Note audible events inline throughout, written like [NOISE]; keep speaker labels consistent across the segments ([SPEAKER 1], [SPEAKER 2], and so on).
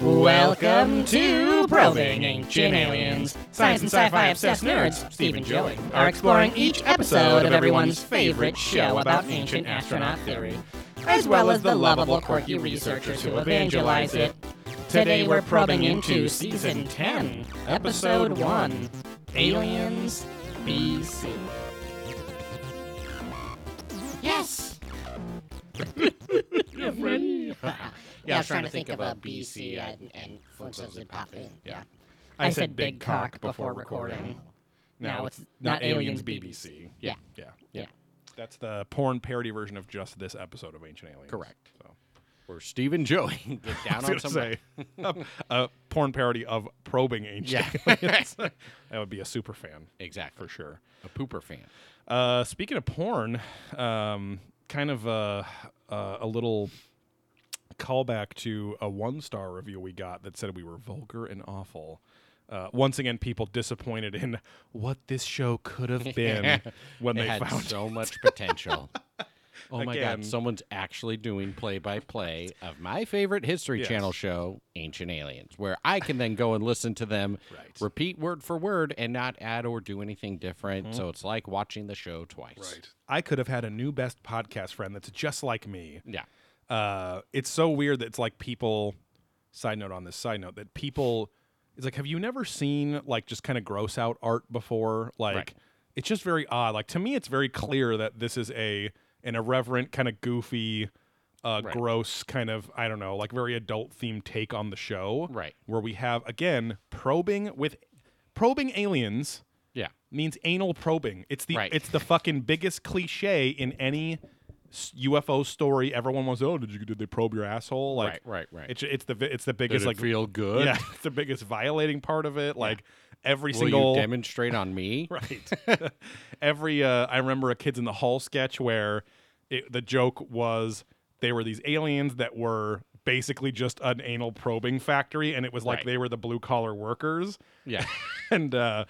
[SPEAKER 1] Welcome to Probing Ancient Aliens. Science and sci-fi obsessed nerds, Steve and Joey, are exploring each episode of everyone's favorite show about ancient astronaut theory, as well as the lovable quirky researchers who evangelize it. Today we're probing into Season 10, Episode 1, Aliens BC. Yes! You're ready. uh, Yeah, I was trying to think of a BC and, and Flintstones and Puffin. Yeah. I said big cock before recording.
[SPEAKER 2] No, it's not Aliens BBC.
[SPEAKER 1] Yeah.
[SPEAKER 2] Yeah.
[SPEAKER 1] Yeah.
[SPEAKER 2] That's the porn parody version of just this episode of Ancient Aliens.
[SPEAKER 3] Correct.
[SPEAKER 2] So,
[SPEAKER 3] Or Steve and Joey [LAUGHS] get
[SPEAKER 2] I
[SPEAKER 3] down
[SPEAKER 2] was
[SPEAKER 3] on
[SPEAKER 2] going to
[SPEAKER 3] somebody.
[SPEAKER 2] say, a, [LAUGHS] a porn parody of probing
[SPEAKER 1] [LAUGHS]
[SPEAKER 2] ancient
[SPEAKER 3] [LAUGHS] Yeah.
[SPEAKER 2] aliens. [LAUGHS] that would be a super fan.
[SPEAKER 3] Exactly.
[SPEAKER 2] For sure.
[SPEAKER 3] A pooper fan.
[SPEAKER 2] Uh, speaking of porn, um, kind of uh, uh, a little callback to a one star review we got that said we were vulgar and awful. Uh, once again, people disappointed in what this show
[SPEAKER 3] [LAUGHS]
[SPEAKER 2] could have been when
[SPEAKER 3] it
[SPEAKER 2] they
[SPEAKER 3] had
[SPEAKER 2] found
[SPEAKER 3] so much
[SPEAKER 2] [LAUGHS]
[SPEAKER 3] potential. Oh my
[SPEAKER 2] Again.
[SPEAKER 3] God! Someone's actually doing play-by-play of my favorite History
[SPEAKER 2] Yes.
[SPEAKER 3] Channel show, Ancient Aliens, where I can then go and listen to them
[SPEAKER 2] [LAUGHS] Right.
[SPEAKER 3] repeat word for word and not add or do anything different.
[SPEAKER 2] Mm-hmm.
[SPEAKER 3] So it's like watching the show twice.
[SPEAKER 2] I could have had a new best podcast friend that's just like me.
[SPEAKER 3] Yeah.
[SPEAKER 2] Uh, it's so weird that it's like people. Side note on this side note that people, it's like, have you never seen like just kind of gross out art before? Like, it's just very odd. Like to me, it's very clear that this is a an irreverent kind of goofy. Uh,
[SPEAKER 3] Right.
[SPEAKER 2] gross kind of i don't know like very adult themed take on the show
[SPEAKER 3] Right.
[SPEAKER 2] where we have again probing with probing aliens
[SPEAKER 3] Yeah.
[SPEAKER 2] means anal probing. It's the
[SPEAKER 3] Right.
[SPEAKER 2] it's the fucking biggest cliche in any s- UFO story. Everyone was, oh, did you did they probe your asshole? Like,
[SPEAKER 3] Right, right, right.
[SPEAKER 2] It's it's the vi- it's the
[SPEAKER 3] Does
[SPEAKER 2] biggest
[SPEAKER 3] it
[SPEAKER 2] like
[SPEAKER 3] feel good?
[SPEAKER 2] [LAUGHS] yeah, it's the biggest violating part of it. Like every
[SPEAKER 3] Will
[SPEAKER 2] single
[SPEAKER 3] you
[SPEAKER 2] [LAUGHS]
[SPEAKER 3] demonstrate on me? [LAUGHS]
[SPEAKER 2] right. [LAUGHS] every uh, I remember a Kids in the Hall sketch where it, the joke was they were these aliens that were basically just an anal probing factory, and it was like
[SPEAKER 3] Right.
[SPEAKER 2] they were the blue collar workers
[SPEAKER 3] Yeah.
[SPEAKER 2] [LAUGHS] and uh,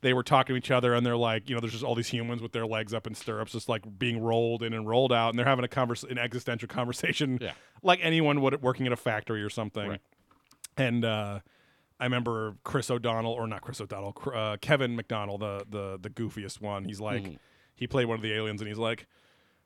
[SPEAKER 2] they were talking to each other, and they're like, you know, there's just all these humans with their legs up in stirrups, just like being rolled in and rolled out, and they're having a convers an existential conversation,
[SPEAKER 3] Yeah.
[SPEAKER 2] [LAUGHS] like anyone would at- working at a factory or something.
[SPEAKER 3] Right.
[SPEAKER 2] And uh, I remember Chris O'Donnell, or not Chris O'Donnell, Cr- uh, Kevin McDonald, the the the goofiest one. He's like,
[SPEAKER 3] Mm-hmm.
[SPEAKER 2] he played one of the aliens, and he's like.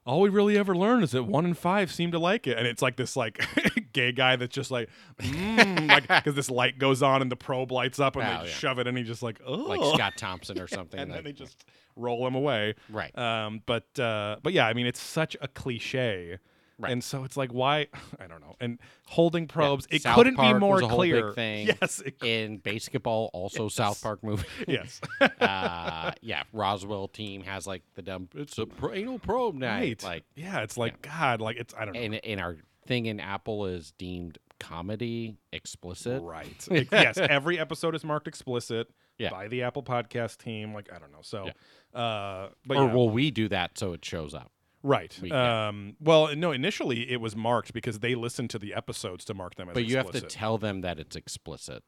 [SPEAKER 2] All we really ever learned is that one in five seem to like it, and it's like this like [LAUGHS] gay guy that's just like, mm,
[SPEAKER 3] [LAUGHS]
[SPEAKER 2] like because this light goes on and the probe lights up and
[SPEAKER 3] Oh,
[SPEAKER 2] they
[SPEAKER 3] yeah.
[SPEAKER 2] shove it, and he just like, oh, [LAUGHS]
[SPEAKER 3] Like Scott Thompson or something.
[SPEAKER 2] and
[SPEAKER 3] like-
[SPEAKER 2] then they just roll him away.
[SPEAKER 3] Right.
[SPEAKER 2] Um, but uh, but yeah, I mean, it's such a cliche.
[SPEAKER 3] Right.
[SPEAKER 2] And so it's like, why? [LAUGHS] I don't know. And holding probes, it
[SPEAKER 3] South
[SPEAKER 2] couldn't
[SPEAKER 3] Park
[SPEAKER 2] be more
[SPEAKER 3] was a whole big
[SPEAKER 2] clear.
[SPEAKER 3] thing.
[SPEAKER 2] [LAUGHS] Yes.
[SPEAKER 3] [LAUGHS]
[SPEAKER 2] It,
[SPEAKER 3] in basketball, also South Park
[SPEAKER 2] [LAUGHS]
[SPEAKER 3] movie.
[SPEAKER 2] yes.
[SPEAKER 3] uh, yeah, Roswell team has like the dumb. It's a pro- anal probe night.
[SPEAKER 2] right.
[SPEAKER 3] Like,
[SPEAKER 2] yeah. It's like God. Like it's. I don't
[SPEAKER 3] [LAUGHS]
[SPEAKER 2] know.
[SPEAKER 3] and and our thing in Apple is deemed comedy explicit.
[SPEAKER 2] Right. Ex- yes. Every episode is marked explicit
[SPEAKER 3] Yeah.
[SPEAKER 2] by the Apple Podcast team. Like I don't know. So, uh, but
[SPEAKER 3] Or
[SPEAKER 2] yeah.
[SPEAKER 3] will we do that so it shows up?
[SPEAKER 2] right.
[SPEAKER 3] we- yeah.
[SPEAKER 2] um. Well, no. Initially, it was marked because they listened to the episodes to mark them as.
[SPEAKER 3] But you have
[SPEAKER 2] explicit.
[SPEAKER 3] to tell them that it's explicit.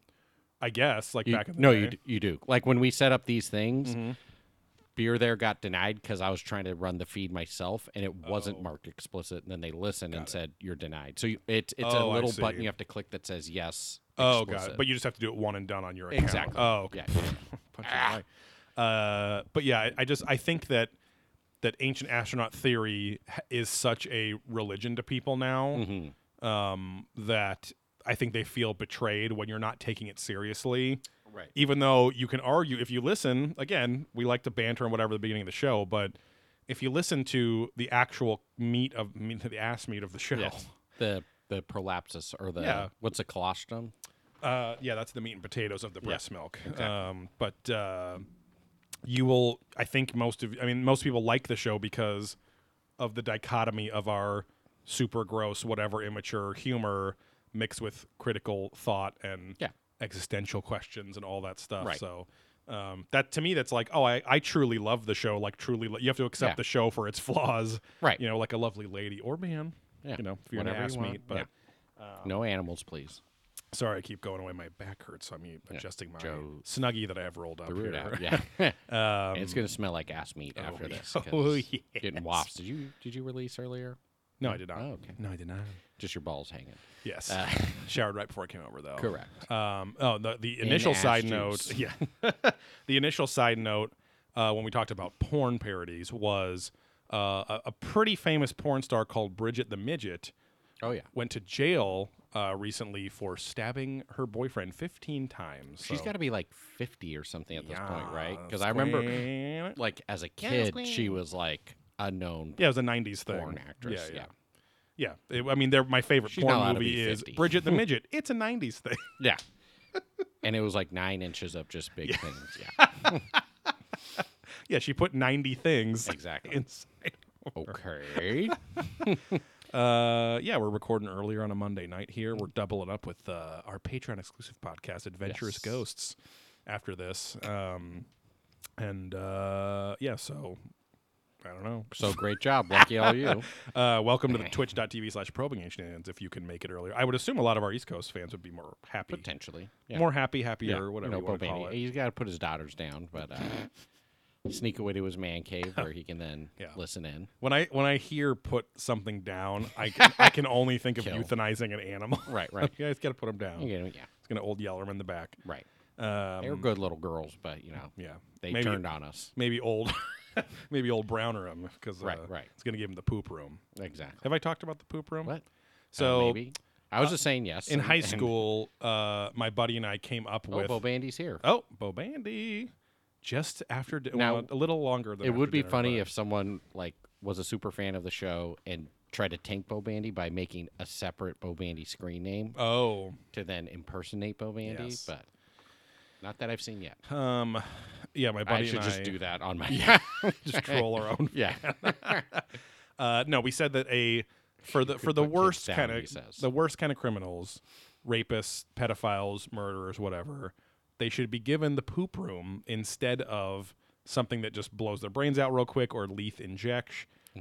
[SPEAKER 2] I guess. Like
[SPEAKER 3] You-
[SPEAKER 2] back in the
[SPEAKER 3] no,
[SPEAKER 2] day. Mm-hmm.
[SPEAKER 3] you d- you do. Like when we set up these things. Beer there got denied because I was trying to run the feed myself and it wasn't
[SPEAKER 2] Oh.
[SPEAKER 3] marked explicit. And then they listened and said you're denied. So you, it's it's a
[SPEAKER 2] Oh, I
[SPEAKER 3] little
[SPEAKER 2] see.
[SPEAKER 3] button you have to click that says yes.
[SPEAKER 2] Oh god!
[SPEAKER 3] explicit.
[SPEAKER 2] But you just have to do it one and done on your account.
[SPEAKER 3] Exactly.
[SPEAKER 2] Oh, okay.
[SPEAKER 3] Yeah.
[SPEAKER 2] [LAUGHS] Punch in the eye. Uh, but yeah, I, I just I think that that ancient astronaut theory h- is such a religion to people now
[SPEAKER 3] Mm-hmm.
[SPEAKER 2] um, that I think they feel betrayed when you're not taking it seriously.
[SPEAKER 3] Right.
[SPEAKER 2] Even though you can argue if you listen. Again, we like to banter and whatever at the beginning of the show, but if you listen to the actual meat of mean, the ass meat of the show,
[SPEAKER 3] Yes. The the prolapsus or the
[SPEAKER 2] Oh. Yeah.
[SPEAKER 3] what's a colostrum?
[SPEAKER 2] Uh, yeah, that's the meat and potatoes of the breast milk. Um, but uh, you will, I think most of, I mean, most people like the show because of the dichotomy of our super gross, whatever, immature humor mixed with critical thought and
[SPEAKER 3] Yeah.
[SPEAKER 2] existential questions and all that stuff.
[SPEAKER 3] Right.
[SPEAKER 2] So. Um, that to me, that's like, oh, I, I truly love the show. Like, truly, lo- you have to accept
[SPEAKER 3] Yeah.
[SPEAKER 2] the show for its flaws,
[SPEAKER 3] Right.
[SPEAKER 2] You know, like a lovely lady or man,
[SPEAKER 3] Yeah.
[SPEAKER 2] you know, if you're an
[SPEAKER 3] Whatever you
[SPEAKER 2] ass
[SPEAKER 3] want.
[SPEAKER 2] meat. But um,
[SPEAKER 3] Yeah. no animals, please.
[SPEAKER 2] Sorry, I keep going away. My back hurts, so I'm e- adjusting my
[SPEAKER 3] Joe
[SPEAKER 2] snuggie that I have rolled up
[SPEAKER 3] Threw it
[SPEAKER 2] here.
[SPEAKER 3] out.
[SPEAKER 2] [LAUGHS]
[SPEAKER 3] Yeah. [LAUGHS]
[SPEAKER 2] Um,
[SPEAKER 3] it's gonna smell like ass meat after
[SPEAKER 2] oh,
[SPEAKER 3] this.
[SPEAKER 2] yeah. [LAUGHS]
[SPEAKER 3] 'cause
[SPEAKER 2] Oh,
[SPEAKER 3] Getting
[SPEAKER 2] yes.
[SPEAKER 3] wafts. Did you did you release earlier?
[SPEAKER 2] No, I did not.
[SPEAKER 3] Oh, okay.
[SPEAKER 2] No, I did not.
[SPEAKER 3] Just your balls hanging.
[SPEAKER 2] Yes. [LAUGHS] Showered right before I came over, though.
[SPEAKER 3] Correct.
[SPEAKER 2] Um, oh, the, the initial
[SPEAKER 3] ash
[SPEAKER 2] side
[SPEAKER 3] juice.
[SPEAKER 2] note. [LAUGHS] Yeah. the initial side note uh, when we talked about porn parodies was uh, a, a pretty famous porn star called Bridget the Midget
[SPEAKER 3] Oh yeah.
[SPEAKER 2] went to jail uh, recently for stabbing her boyfriend 15 times.
[SPEAKER 3] She's
[SPEAKER 2] so-
[SPEAKER 3] got to be like 50 or something at this point, right? Because
[SPEAKER 2] Yes,
[SPEAKER 3] I remember,
[SPEAKER 2] queen.
[SPEAKER 3] like, as a kid, she was like unknown.
[SPEAKER 2] Yeah, it was a '90s thing.
[SPEAKER 3] Porn actress,
[SPEAKER 2] Yeah, yeah. yeah. It- I mean, they're, my favorite
[SPEAKER 3] She's not allowed
[SPEAKER 2] porn
[SPEAKER 3] to
[SPEAKER 2] movie
[SPEAKER 3] be
[SPEAKER 2] is
[SPEAKER 3] 50. [LAUGHS]
[SPEAKER 2] Bridget the Midget. It's a '90s thing. [LAUGHS]
[SPEAKER 3] Yeah. and it was like nine inches of just
[SPEAKER 2] [LAUGHS]
[SPEAKER 3] big things. Yeah.
[SPEAKER 2] yeah, she put 90 things
[SPEAKER 3] Exactly.
[SPEAKER 2] inside.
[SPEAKER 3] Okay.
[SPEAKER 2] [LAUGHS] Uh, yeah, we're recording earlier on a Monday night here. We're doubling up with uh, our Patreon exclusive podcast, Adventurous
[SPEAKER 3] Yes.
[SPEAKER 2] Ghosts, after this. Um, and uh, yeah, so I don't know.
[SPEAKER 3] so great job. Lucky all you.
[SPEAKER 2] Uh, welcome to the twitch.tv slash probing ancient aliens if you can make it earlier. I would assume a lot of our East Coast fans would be more happy.
[SPEAKER 3] Potentially. Yeah.
[SPEAKER 2] More happy, happier,
[SPEAKER 3] you
[SPEAKER 2] whatever
[SPEAKER 3] know,
[SPEAKER 2] you want to
[SPEAKER 3] Bobani.
[SPEAKER 2] call it.
[SPEAKER 3] He's got to put his daughters down, but
[SPEAKER 2] [LAUGHS]
[SPEAKER 3] uh, sneak away to his man cave where he can then
[SPEAKER 2] Yeah.
[SPEAKER 3] listen in.
[SPEAKER 2] When I when I hear put something down, I can, I can only think
[SPEAKER 3] [LAUGHS]
[SPEAKER 2] of
[SPEAKER 3] Kill.
[SPEAKER 2] euthanizing an animal. [LAUGHS]
[SPEAKER 3] Right, right.
[SPEAKER 2] you guys got to put them down.
[SPEAKER 3] You know, yeah.
[SPEAKER 2] It's gonna old Yellerman in the back.
[SPEAKER 3] Right.
[SPEAKER 2] Um,
[SPEAKER 3] They were good little girls, but you know,
[SPEAKER 2] yeah,
[SPEAKER 3] they
[SPEAKER 2] maybe,
[SPEAKER 3] turned on us.
[SPEAKER 2] Maybe old, [LAUGHS] maybe old Browner him because
[SPEAKER 3] Right,
[SPEAKER 2] uh,
[SPEAKER 3] right.
[SPEAKER 2] It's gonna give him the poop room.
[SPEAKER 3] Exactly.
[SPEAKER 2] Have I talked about the poop room?
[SPEAKER 3] What? Uh,
[SPEAKER 2] So uh,
[SPEAKER 3] maybe. I was just saying yes.
[SPEAKER 2] in
[SPEAKER 3] and-
[SPEAKER 2] high
[SPEAKER 3] and-
[SPEAKER 2] school, uh, my buddy and I came up
[SPEAKER 3] Oh,
[SPEAKER 2] with
[SPEAKER 3] Bo Bandy's here.
[SPEAKER 2] oh Bo Bandy, just after di-
[SPEAKER 3] Now,
[SPEAKER 2] well, a little longer than
[SPEAKER 3] it would
[SPEAKER 2] after
[SPEAKER 3] be
[SPEAKER 2] dinner,
[SPEAKER 3] funny
[SPEAKER 2] but-
[SPEAKER 3] if someone like was a super fan of the show and tried to tank Bo Bandy by making a separate Bo Bandy screen name
[SPEAKER 2] oh
[SPEAKER 3] to then impersonate Bo Bandy,
[SPEAKER 2] Yes.
[SPEAKER 3] but not that I've
[SPEAKER 2] [LAUGHS]
[SPEAKER 3] seen yet.
[SPEAKER 2] um yeah my buddy
[SPEAKER 3] I should
[SPEAKER 2] and
[SPEAKER 3] just
[SPEAKER 2] I
[SPEAKER 3] do that on my
[SPEAKER 2] [LAUGHS]
[SPEAKER 3] [LAUGHS]
[SPEAKER 2] just troll our own
[SPEAKER 3] yeah.
[SPEAKER 2] Uh, no, we said that a for the for the
[SPEAKER 3] put kids
[SPEAKER 2] worst
[SPEAKER 3] down,
[SPEAKER 2] kind
[SPEAKER 3] he says.
[SPEAKER 2] of the worst kind of criminals, rapists, pedophiles, murderers, whatever, they should be given the poop room instead of something that just blows their brains out real quick or leth inject.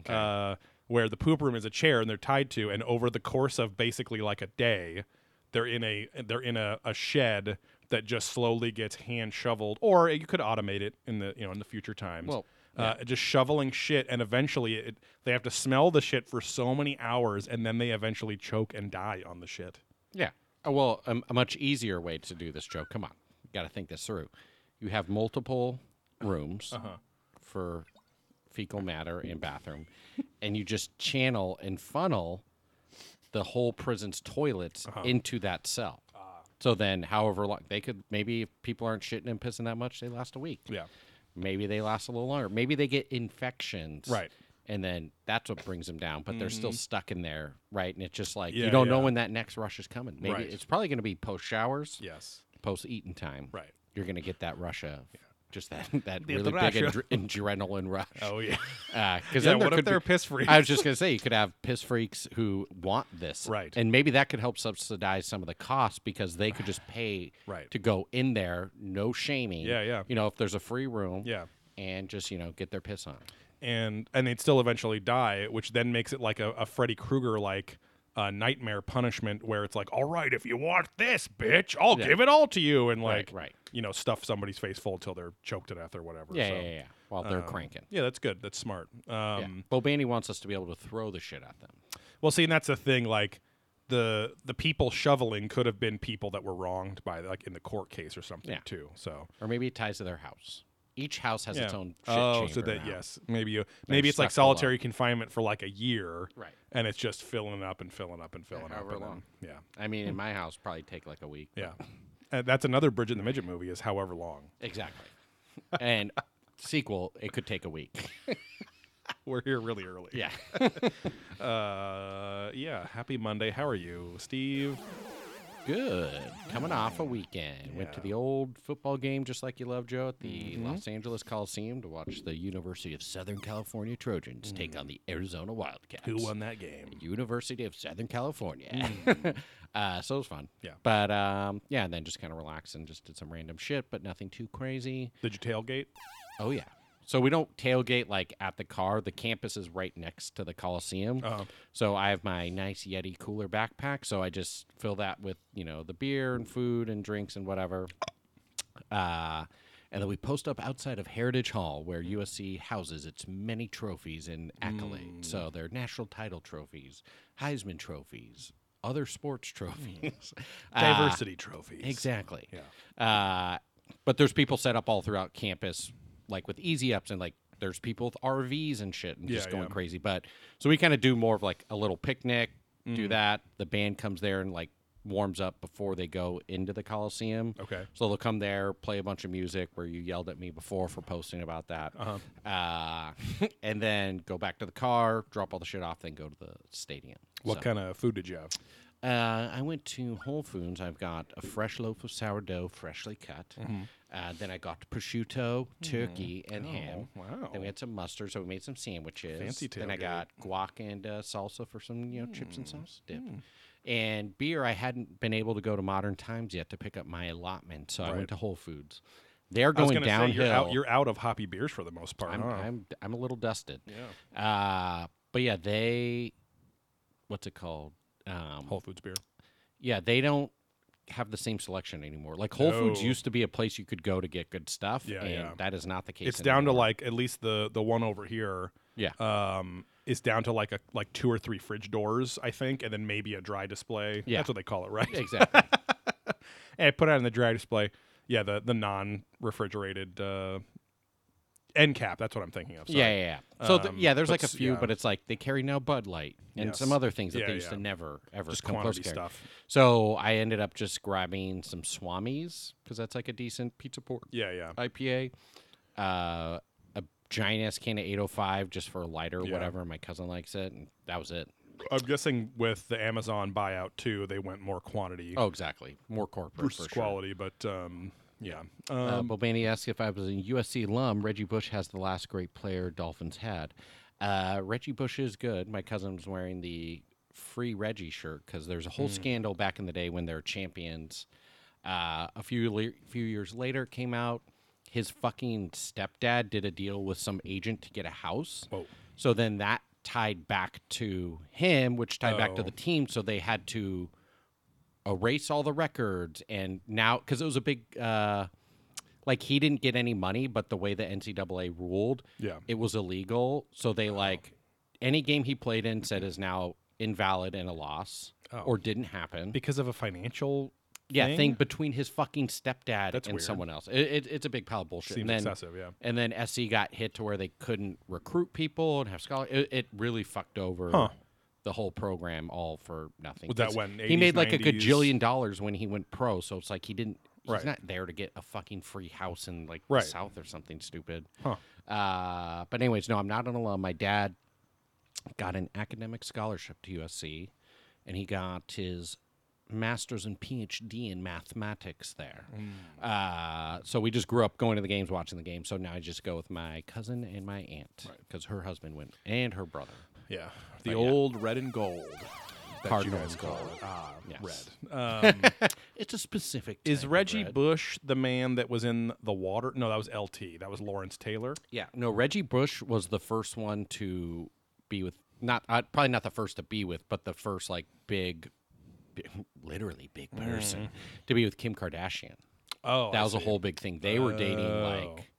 [SPEAKER 2] Uh, where the poop room is a chair and they're tied to, and over the course of basically like a day, they're in a they're in a, a shed that just slowly gets hand shoveled, or you could automate it in the you know in the future times.
[SPEAKER 3] Well,
[SPEAKER 2] Uh, just shoveling shit, and eventually it, they have to smell the shit for so many hours, and then they eventually choke and die on the shit.
[SPEAKER 3] Yeah. Oh, well, a, a much easier way to do this, Joe. Come on. Got to think this through. You have multiple rooms
[SPEAKER 2] Uh-huh.
[SPEAKER 3] for fecal matter and bathroom, and you just channel and funnel the whole prison's toilets
[SPEAKER 2] Uh-huh.
[SPEAKER 3] into that cell.
[SPEAKER 2] Ah.
[SPEAKER 3] So then, however long they could, maybe if people aren't shitting and pissing that much, they last a week.
[SPEAKER 2] Yeah.
[SPEAKER 3] Maybe they last a little longer. Maybe they get infections.
[SPEAKER 2] Right.
[SPEAKER 3] And then that's what brings them down, but they're
[SPEAKER 2] Mm-hmm.
[SPEAKER 3] still stuck in there, right? And it's just like you
[SPEAKER 2] Yeah,
[SPEAKER 3] don't know
[SPEAKER 2] yeah.
[SPEAKER 3] when that next rush is coming. Maybe
[SPEAKER 2] Right.
[SPEAKER 3] it's probably going to be post showers,
[SPEAKER 2] Yes.
[SPEAKER 3] post eating time.
[SPEAKER 2] Right.
[SPEAKER 3] You're going to get that rush of just that [LAUGHS] that
[SPEAKER 2] The
[SPEAKER 3] really
[SPEAKER 2] rush
[SPEAKER 3] big
[SPEAKER 2] of-
[SPEAKER 3] adre-
[SPEAKER 2] [LAUGHS]
[SPEAKER 3] adrenaline rush.
[SPEAKER 2] Oh
[SPEAKER 3] [LAUGHS]
[SPEAKER 2] yeah.
[SPEAKER 3] Because
[SPEAKER 2] yeah.
[SPEAKER 3] Uh, then there
[SPEAKER 2] What if
[SPEAKER 3] could
[SPEAKER 2] they're
[SPEAKER 3] be,
[SPEAKER 2] piss free?
[SPEAKER 3] I was just going to say you could have piss freaks who want this,
[SPEAKER 2] Right.
[SPEAKER 3] And maybe that could help subsidize some of the costs because they could just pay
[SPEAKER 2] [SIGHS] Right.
[SPEAKER 3] to go in there, no shaming.
[SPEAKER 2] Yeah, yeah.
[SPEAKER 3] You know, if there's a free room,
[SPEAKER 2] Yeah.
[SPEAKER 3] and just you know get their piss on.
[SPEAKER 2] and and they'd still eventually die, which then makes it like a, a Freddy Krueger like uh, nightmare punishment where it's like, all right, if you want this, bitch, I'll give it all to you, and
[SPEAKER 3] Right,
[SPEAKER 2] like,
[SPEAKER 3] right.
[SPEAKER 2] you know, stuff somebody's face full till they're choked to death or whatever.
[SPEAKER 3] Yeah,
[SPEAKER 2] so.
[SPEAKER 3] yeah, yeah, yeah. While they're cranking.
[SPEAKER 2] Yeah, that's good. That's smart.
[SPEAKER 3] Yeah.
[SPEAKER 2] Um,
[SPEAKER 3] Bo Bandy wants us to be able to throw the shit at them.
[SPEAKER 2] Well, see, and that's the thing. Like the the people shoveling could have been people that were wronged by like in the court case or something
[SPEAKER 3] Yeah.
[SPEAKER 2] too. So
[SPEAKER 3] Or maybe it ties to their house. Each house has its own shit
[SPEAKER 2] oh,
[SPEAKER 3] chamber
[SPEAKER 2] so that
[SPEAKER 3] now.
[SPEAKER 2] yes, maybe you maybe it's like
[SPEAKER 3] stuck below.
[SPEAKER 2] solitary confinement for like a year,
[SPEAKER 3] Right.
[SPEAKER 2] And it's just filling up and filling up and filling up.
[SPEAKER 3] however
[SPEAKER 2] and then-
[SPEAKER 3] long.
[SPEAKER 2] yeah,
[SPEAKER 3] I mean, in
[SPEAKER 2] [LAUGHS]
[SPEAKER 3] my house, probably take like a week.
[SPEAKER 2] yeah. And that's another Bridget and the Midget movie is however long.
[SPEAKER 3] Exactly.
[SPEAKER 2] [LAUGHS]
[SPEAKER 3] and sequel, it could take a week.
[SPEAKER 2] We're here really early.
[SPEAKER 3] Yeah.
[SPEAKER 2] Uh, yeah. Happy Monday. How are you, Steve?
[SPEAKER 3] Good. Coming off a weekend. Went to the old football game just like you love, Joe, at the
[SPEAKER 2] Mm-hmm.
[SPEAKER 3] Los Angeles Coliseum to watch the University of Southern California Trojans take on the Arizona Wildcats.
[SPEAKER 2] Mm. Who won that game?
[SPEAKER 3] University of Southern California. [LAUGHS] uh, so it was fun.
[SPEAKER 2] Mm. Yeah.
[SPEAKER 3] But um, yeah, and then just kind of relaxed and just did some random shit, but nothing too crazy.
[SPEAKER 2] Did you tailgate?
[SPEAKER 3] Oh yeah. So we don't tailgate like at the car. The campus is right next to the Coliseum.
[SPEAKER 2] Uh-huh.
[SPEAKER 3] So I have my nice Yeti cooler backpack. So I just fill that with you know the beer and food and drinks and whatever. Uh, and that we post up outside of Heritage Hall, where USC houses its many trophies and accolades. So there are national title trophies, Heisman trophies, other sports [LAUGHS] trophies, Uh,
[SPEAKER 2] Diversity trophies.
[SPEAKER 3] Exactly. Yeah. Uh, but there's people set up all throughout campus, like with easy ups and like there's people with RVs and shit and just
[SPEAKER 2] Yeah,
[SPEAKER 3] going
[SPEAKER 2] yeah.
[SPEAKER 3] crazy. But so we kind of do more of like a little picnic, do
[SPEAKER 2] Mm.
[SPEAKER 3] that. The band comes there and like warms up before they go into the Coliseum.
[SPEAKER 2] Okay.
[SPEAKER 3] So they'll come there, play a bunch of music where you yelled at me before for posting about that. Uh-huh. [LAUGHS] and then go back to the car, drop all the shit off, then go to the stadium.
[SPEAKER 2] What kind of food did you have?
[SPEAKER 3] Uh, I went to Whole Foods. I've got a fresh loaf of sourdough, freshly cut.
[SPEAKER 2] Mm-hmm.
[SPEAKER 3] Uh, then I got prosciutto, turkey, and ham.
[SPEAKER 2] Oh, wow.
[SPEAKER 3] Then we had some mustard, so we made some sandwiches.
[SPEAKER 2] Fancy
[SPEAKER 3] Then I
[SPEAKER 2] tailgate. Mm,
[SPEAKER 3] got guac and uh, salsa for some, you know, chips and sauce dip. And beer, I hadn't been able to go to Modern Times yet to pick up my allotment, so I
[SPEAKER 2] Right.
[SPEAKER 3] went to Whole Foods. They're
[SPEAKER 2] I was
[SPEAKER 3] going
[SPEAKER 2] gonna say,
[SPEAKER 3] downhill.
[SPEAKER 2] you're out, you're Oh. out of hoppy beers for the most part.
[SPEAKER 3] I'm,
[SPEAKER 2] huh?
[SPEAKER 3] I'm I'm a little dusted. Yeah. Uh, but yeah, they, what's it called? Um,
[SPEAKER 2] Whole Foods beer.
[SPEAKER 3] yeah, they don't have the same selection anymore. Like Whole Foods
[SPEAKER 2] No.
[SPEAKER 3] used to be a place you could go to get good stuff,
[SPEAKER 2] Yeah,
[SPEAKER 3] and
[SPEAKER 2] yeah.
[SPEAKER 3] that is not the case.
[SPEAKER 2] It's down to
[SPEAKER 3] anymore.
[SPEAKER 2] like at least the the one over here.
[SPEAKER 3] yeah,
[SPEAKER 2] um, is down to like a like two or three fridge doors, I think, and then maybe a dry display.
[SPEAKER 3] Yeah.
[SPEAKER 2] That's what they call it, right? [LAUGHS]
[SPEAKER 3] exactly.
[SPEAKER 2] and put out in the dry display. Yeah, the the non refrigerated uh, end cap. That's what I'm thinking of. sorry.
[SPEAKER 3] yeah, yeah, yeah. So th-
[SPEAKER 2] Um,
[SPEAKER 3] yeah, there's
[SPEAKER 2] but
[SPEAKER 3] like a
[SPEAKER 2] s-
[SPEAKER 3] few,
[SPEAKER 2] yeah.
[SPEAKER 3] but it's like they carry now Bud Light and
[SPEAKER 2] Yes.
[SPEAKER 3] some other things that
[SPEAKER 2] Yeah,
[SPEAKER 3] they used to
[SPEAKER 2] yeah.
[SPEAKER 3] never ever
[SPEAKER 2] Just
[SPEAKER 3] come close
[SPEAKER 2] quantity
[SPEAKER 3] to carrying.
[SPEAKER 2] stuff.
[SPEAKER 3] So I ended up just grabbing some Swamis because that's like a decent pizza port
[SPEAKER 2] yeah, yeah.
[SPEAKER 3] IPA. Uh, a giant ass can of 805 just for a lighter or
[SPEAKER 2] Yeah.
[SPEAKER 3] whatever. My cousin likes it, and that was it.
[SPEAKER 2] I'm guessing with the Amazon buyout too, they went more quantity
[SPEAKER 3] Oh, exactly. More corporate
[SPEAKER 2] versus
[SPEAKER 3] for sure.
[SPEAKER 2] quality, but um, yeah. Um,
[SPEAKER 3] Uh, Bobani asked if I was a USC alum. Reggie Bush has the last great player Dolphins had. Uh, Reggie Bush is good. My cousin was wearing the free Reggie shirt because there's a whole
[SPEAKER 2] Hmm.
[SPEAKER 3] scandal back in the day when they were champions. Uh, a few le- few years later, it came out his fucking stepdad did a deal with some agent to get a house.
[SPEAKER 2] Whoa.
[SPEAKER 3] So then that tied back to him, which tied back to
[SPEAKER 2] Oh.
[SPEAKER 3] the team. So they had to erase all the records and now because it was a big uh like he didn't get any money but the way the ncaa ruled
[SPEAKER 2] Yeah.
[SPEAKER 3] it was illegal so they like any game he played in said is now invalid and a loss or didn't happen
[SPEAKER 2] because of a financial
[SPEAKER 3] yeah
[SPEAKER 2] Oh. thing?
[SPEAKER 3] thing? between his fucking stepdad
[SPEAKER 2] That's
[SPEAKER 3] and
[SPEAKER 2] weird.
[SPEAKER 3] someone else it, it, it's a big pile of bullshit and
[SPEAKER 2] Seems
[SPEAKER 3] then,
[SPEAKER 2] excessive, yeah.
[SPEAKER 3] and then sc got hit to where they couldn't recruit people and have scholar it, it really fucked over the whole program all for nothing
[SPEAKER 2] Was that
[SPEAKER 3] 'Cause
[SPEAKER 2] when,
[SPEAKER 3] he made
[SPEAKER 2] 80s,
[SPEAKER 3] like a
[SPEAKER 2] 90s?
[SPEAKER 3] gajillion dollars when he went pro so it's like he didn't he's
[SPEAKER 2] Right.
[SPEAKER 3] not there to get a fucking free house in like
[SPEAKER 2] Right.
[SPEAKER 3] the south or something stupid
[SPEAKER 2] Huh.
[SPEAKER 3] uh, but anyways no i'm not an alum my dad got an academic scholarship to USC, and he got his master's and PhD in mathematics there. Uh, so we just grew up going to the games, watching the games. So now I just go with my cousin and my aunt because her husband went and her brother.
[SPEAKER 2] Yeah. The old red and gold. That
[SPEAKER 3] Cardinal
[SPEAKER 2] you guys
[SPEAKER 3] and
[SPEAKER 2] call
[SPEAKER 3] gold.
[SPEAKER 2] it. Ah,
[SPEAKER 3] Yes.
[SPEAKER 2] red. Um,
[SPEAKER 3] It's a specific.
[SPEAKER 2] is
[SPEAKER 3] type of
[SPEAKER 2] Reggie
[SPEAKER 3] red.
[SPEAKER 2] Bush the man that was in the water? No, that was LT. That was Lawrence Taylor.
[SPEAKER 3] Yeah, no. Reggie Bush was the first one to be with not uh, probably not the first to be with, but the first like big, bi- literally big person to be with Kim Kardashian.
[SPEAKER 2] Mm. Oh,
[SPEAKER 3] that
[SPEAKER 2] I
[SPEAKER 3] was a
[SPEAKER 2] see.
[SPEAKER 3] whole big thing. They were dating
[SPEAKER 2] Oh.
[SPEAKER 3] like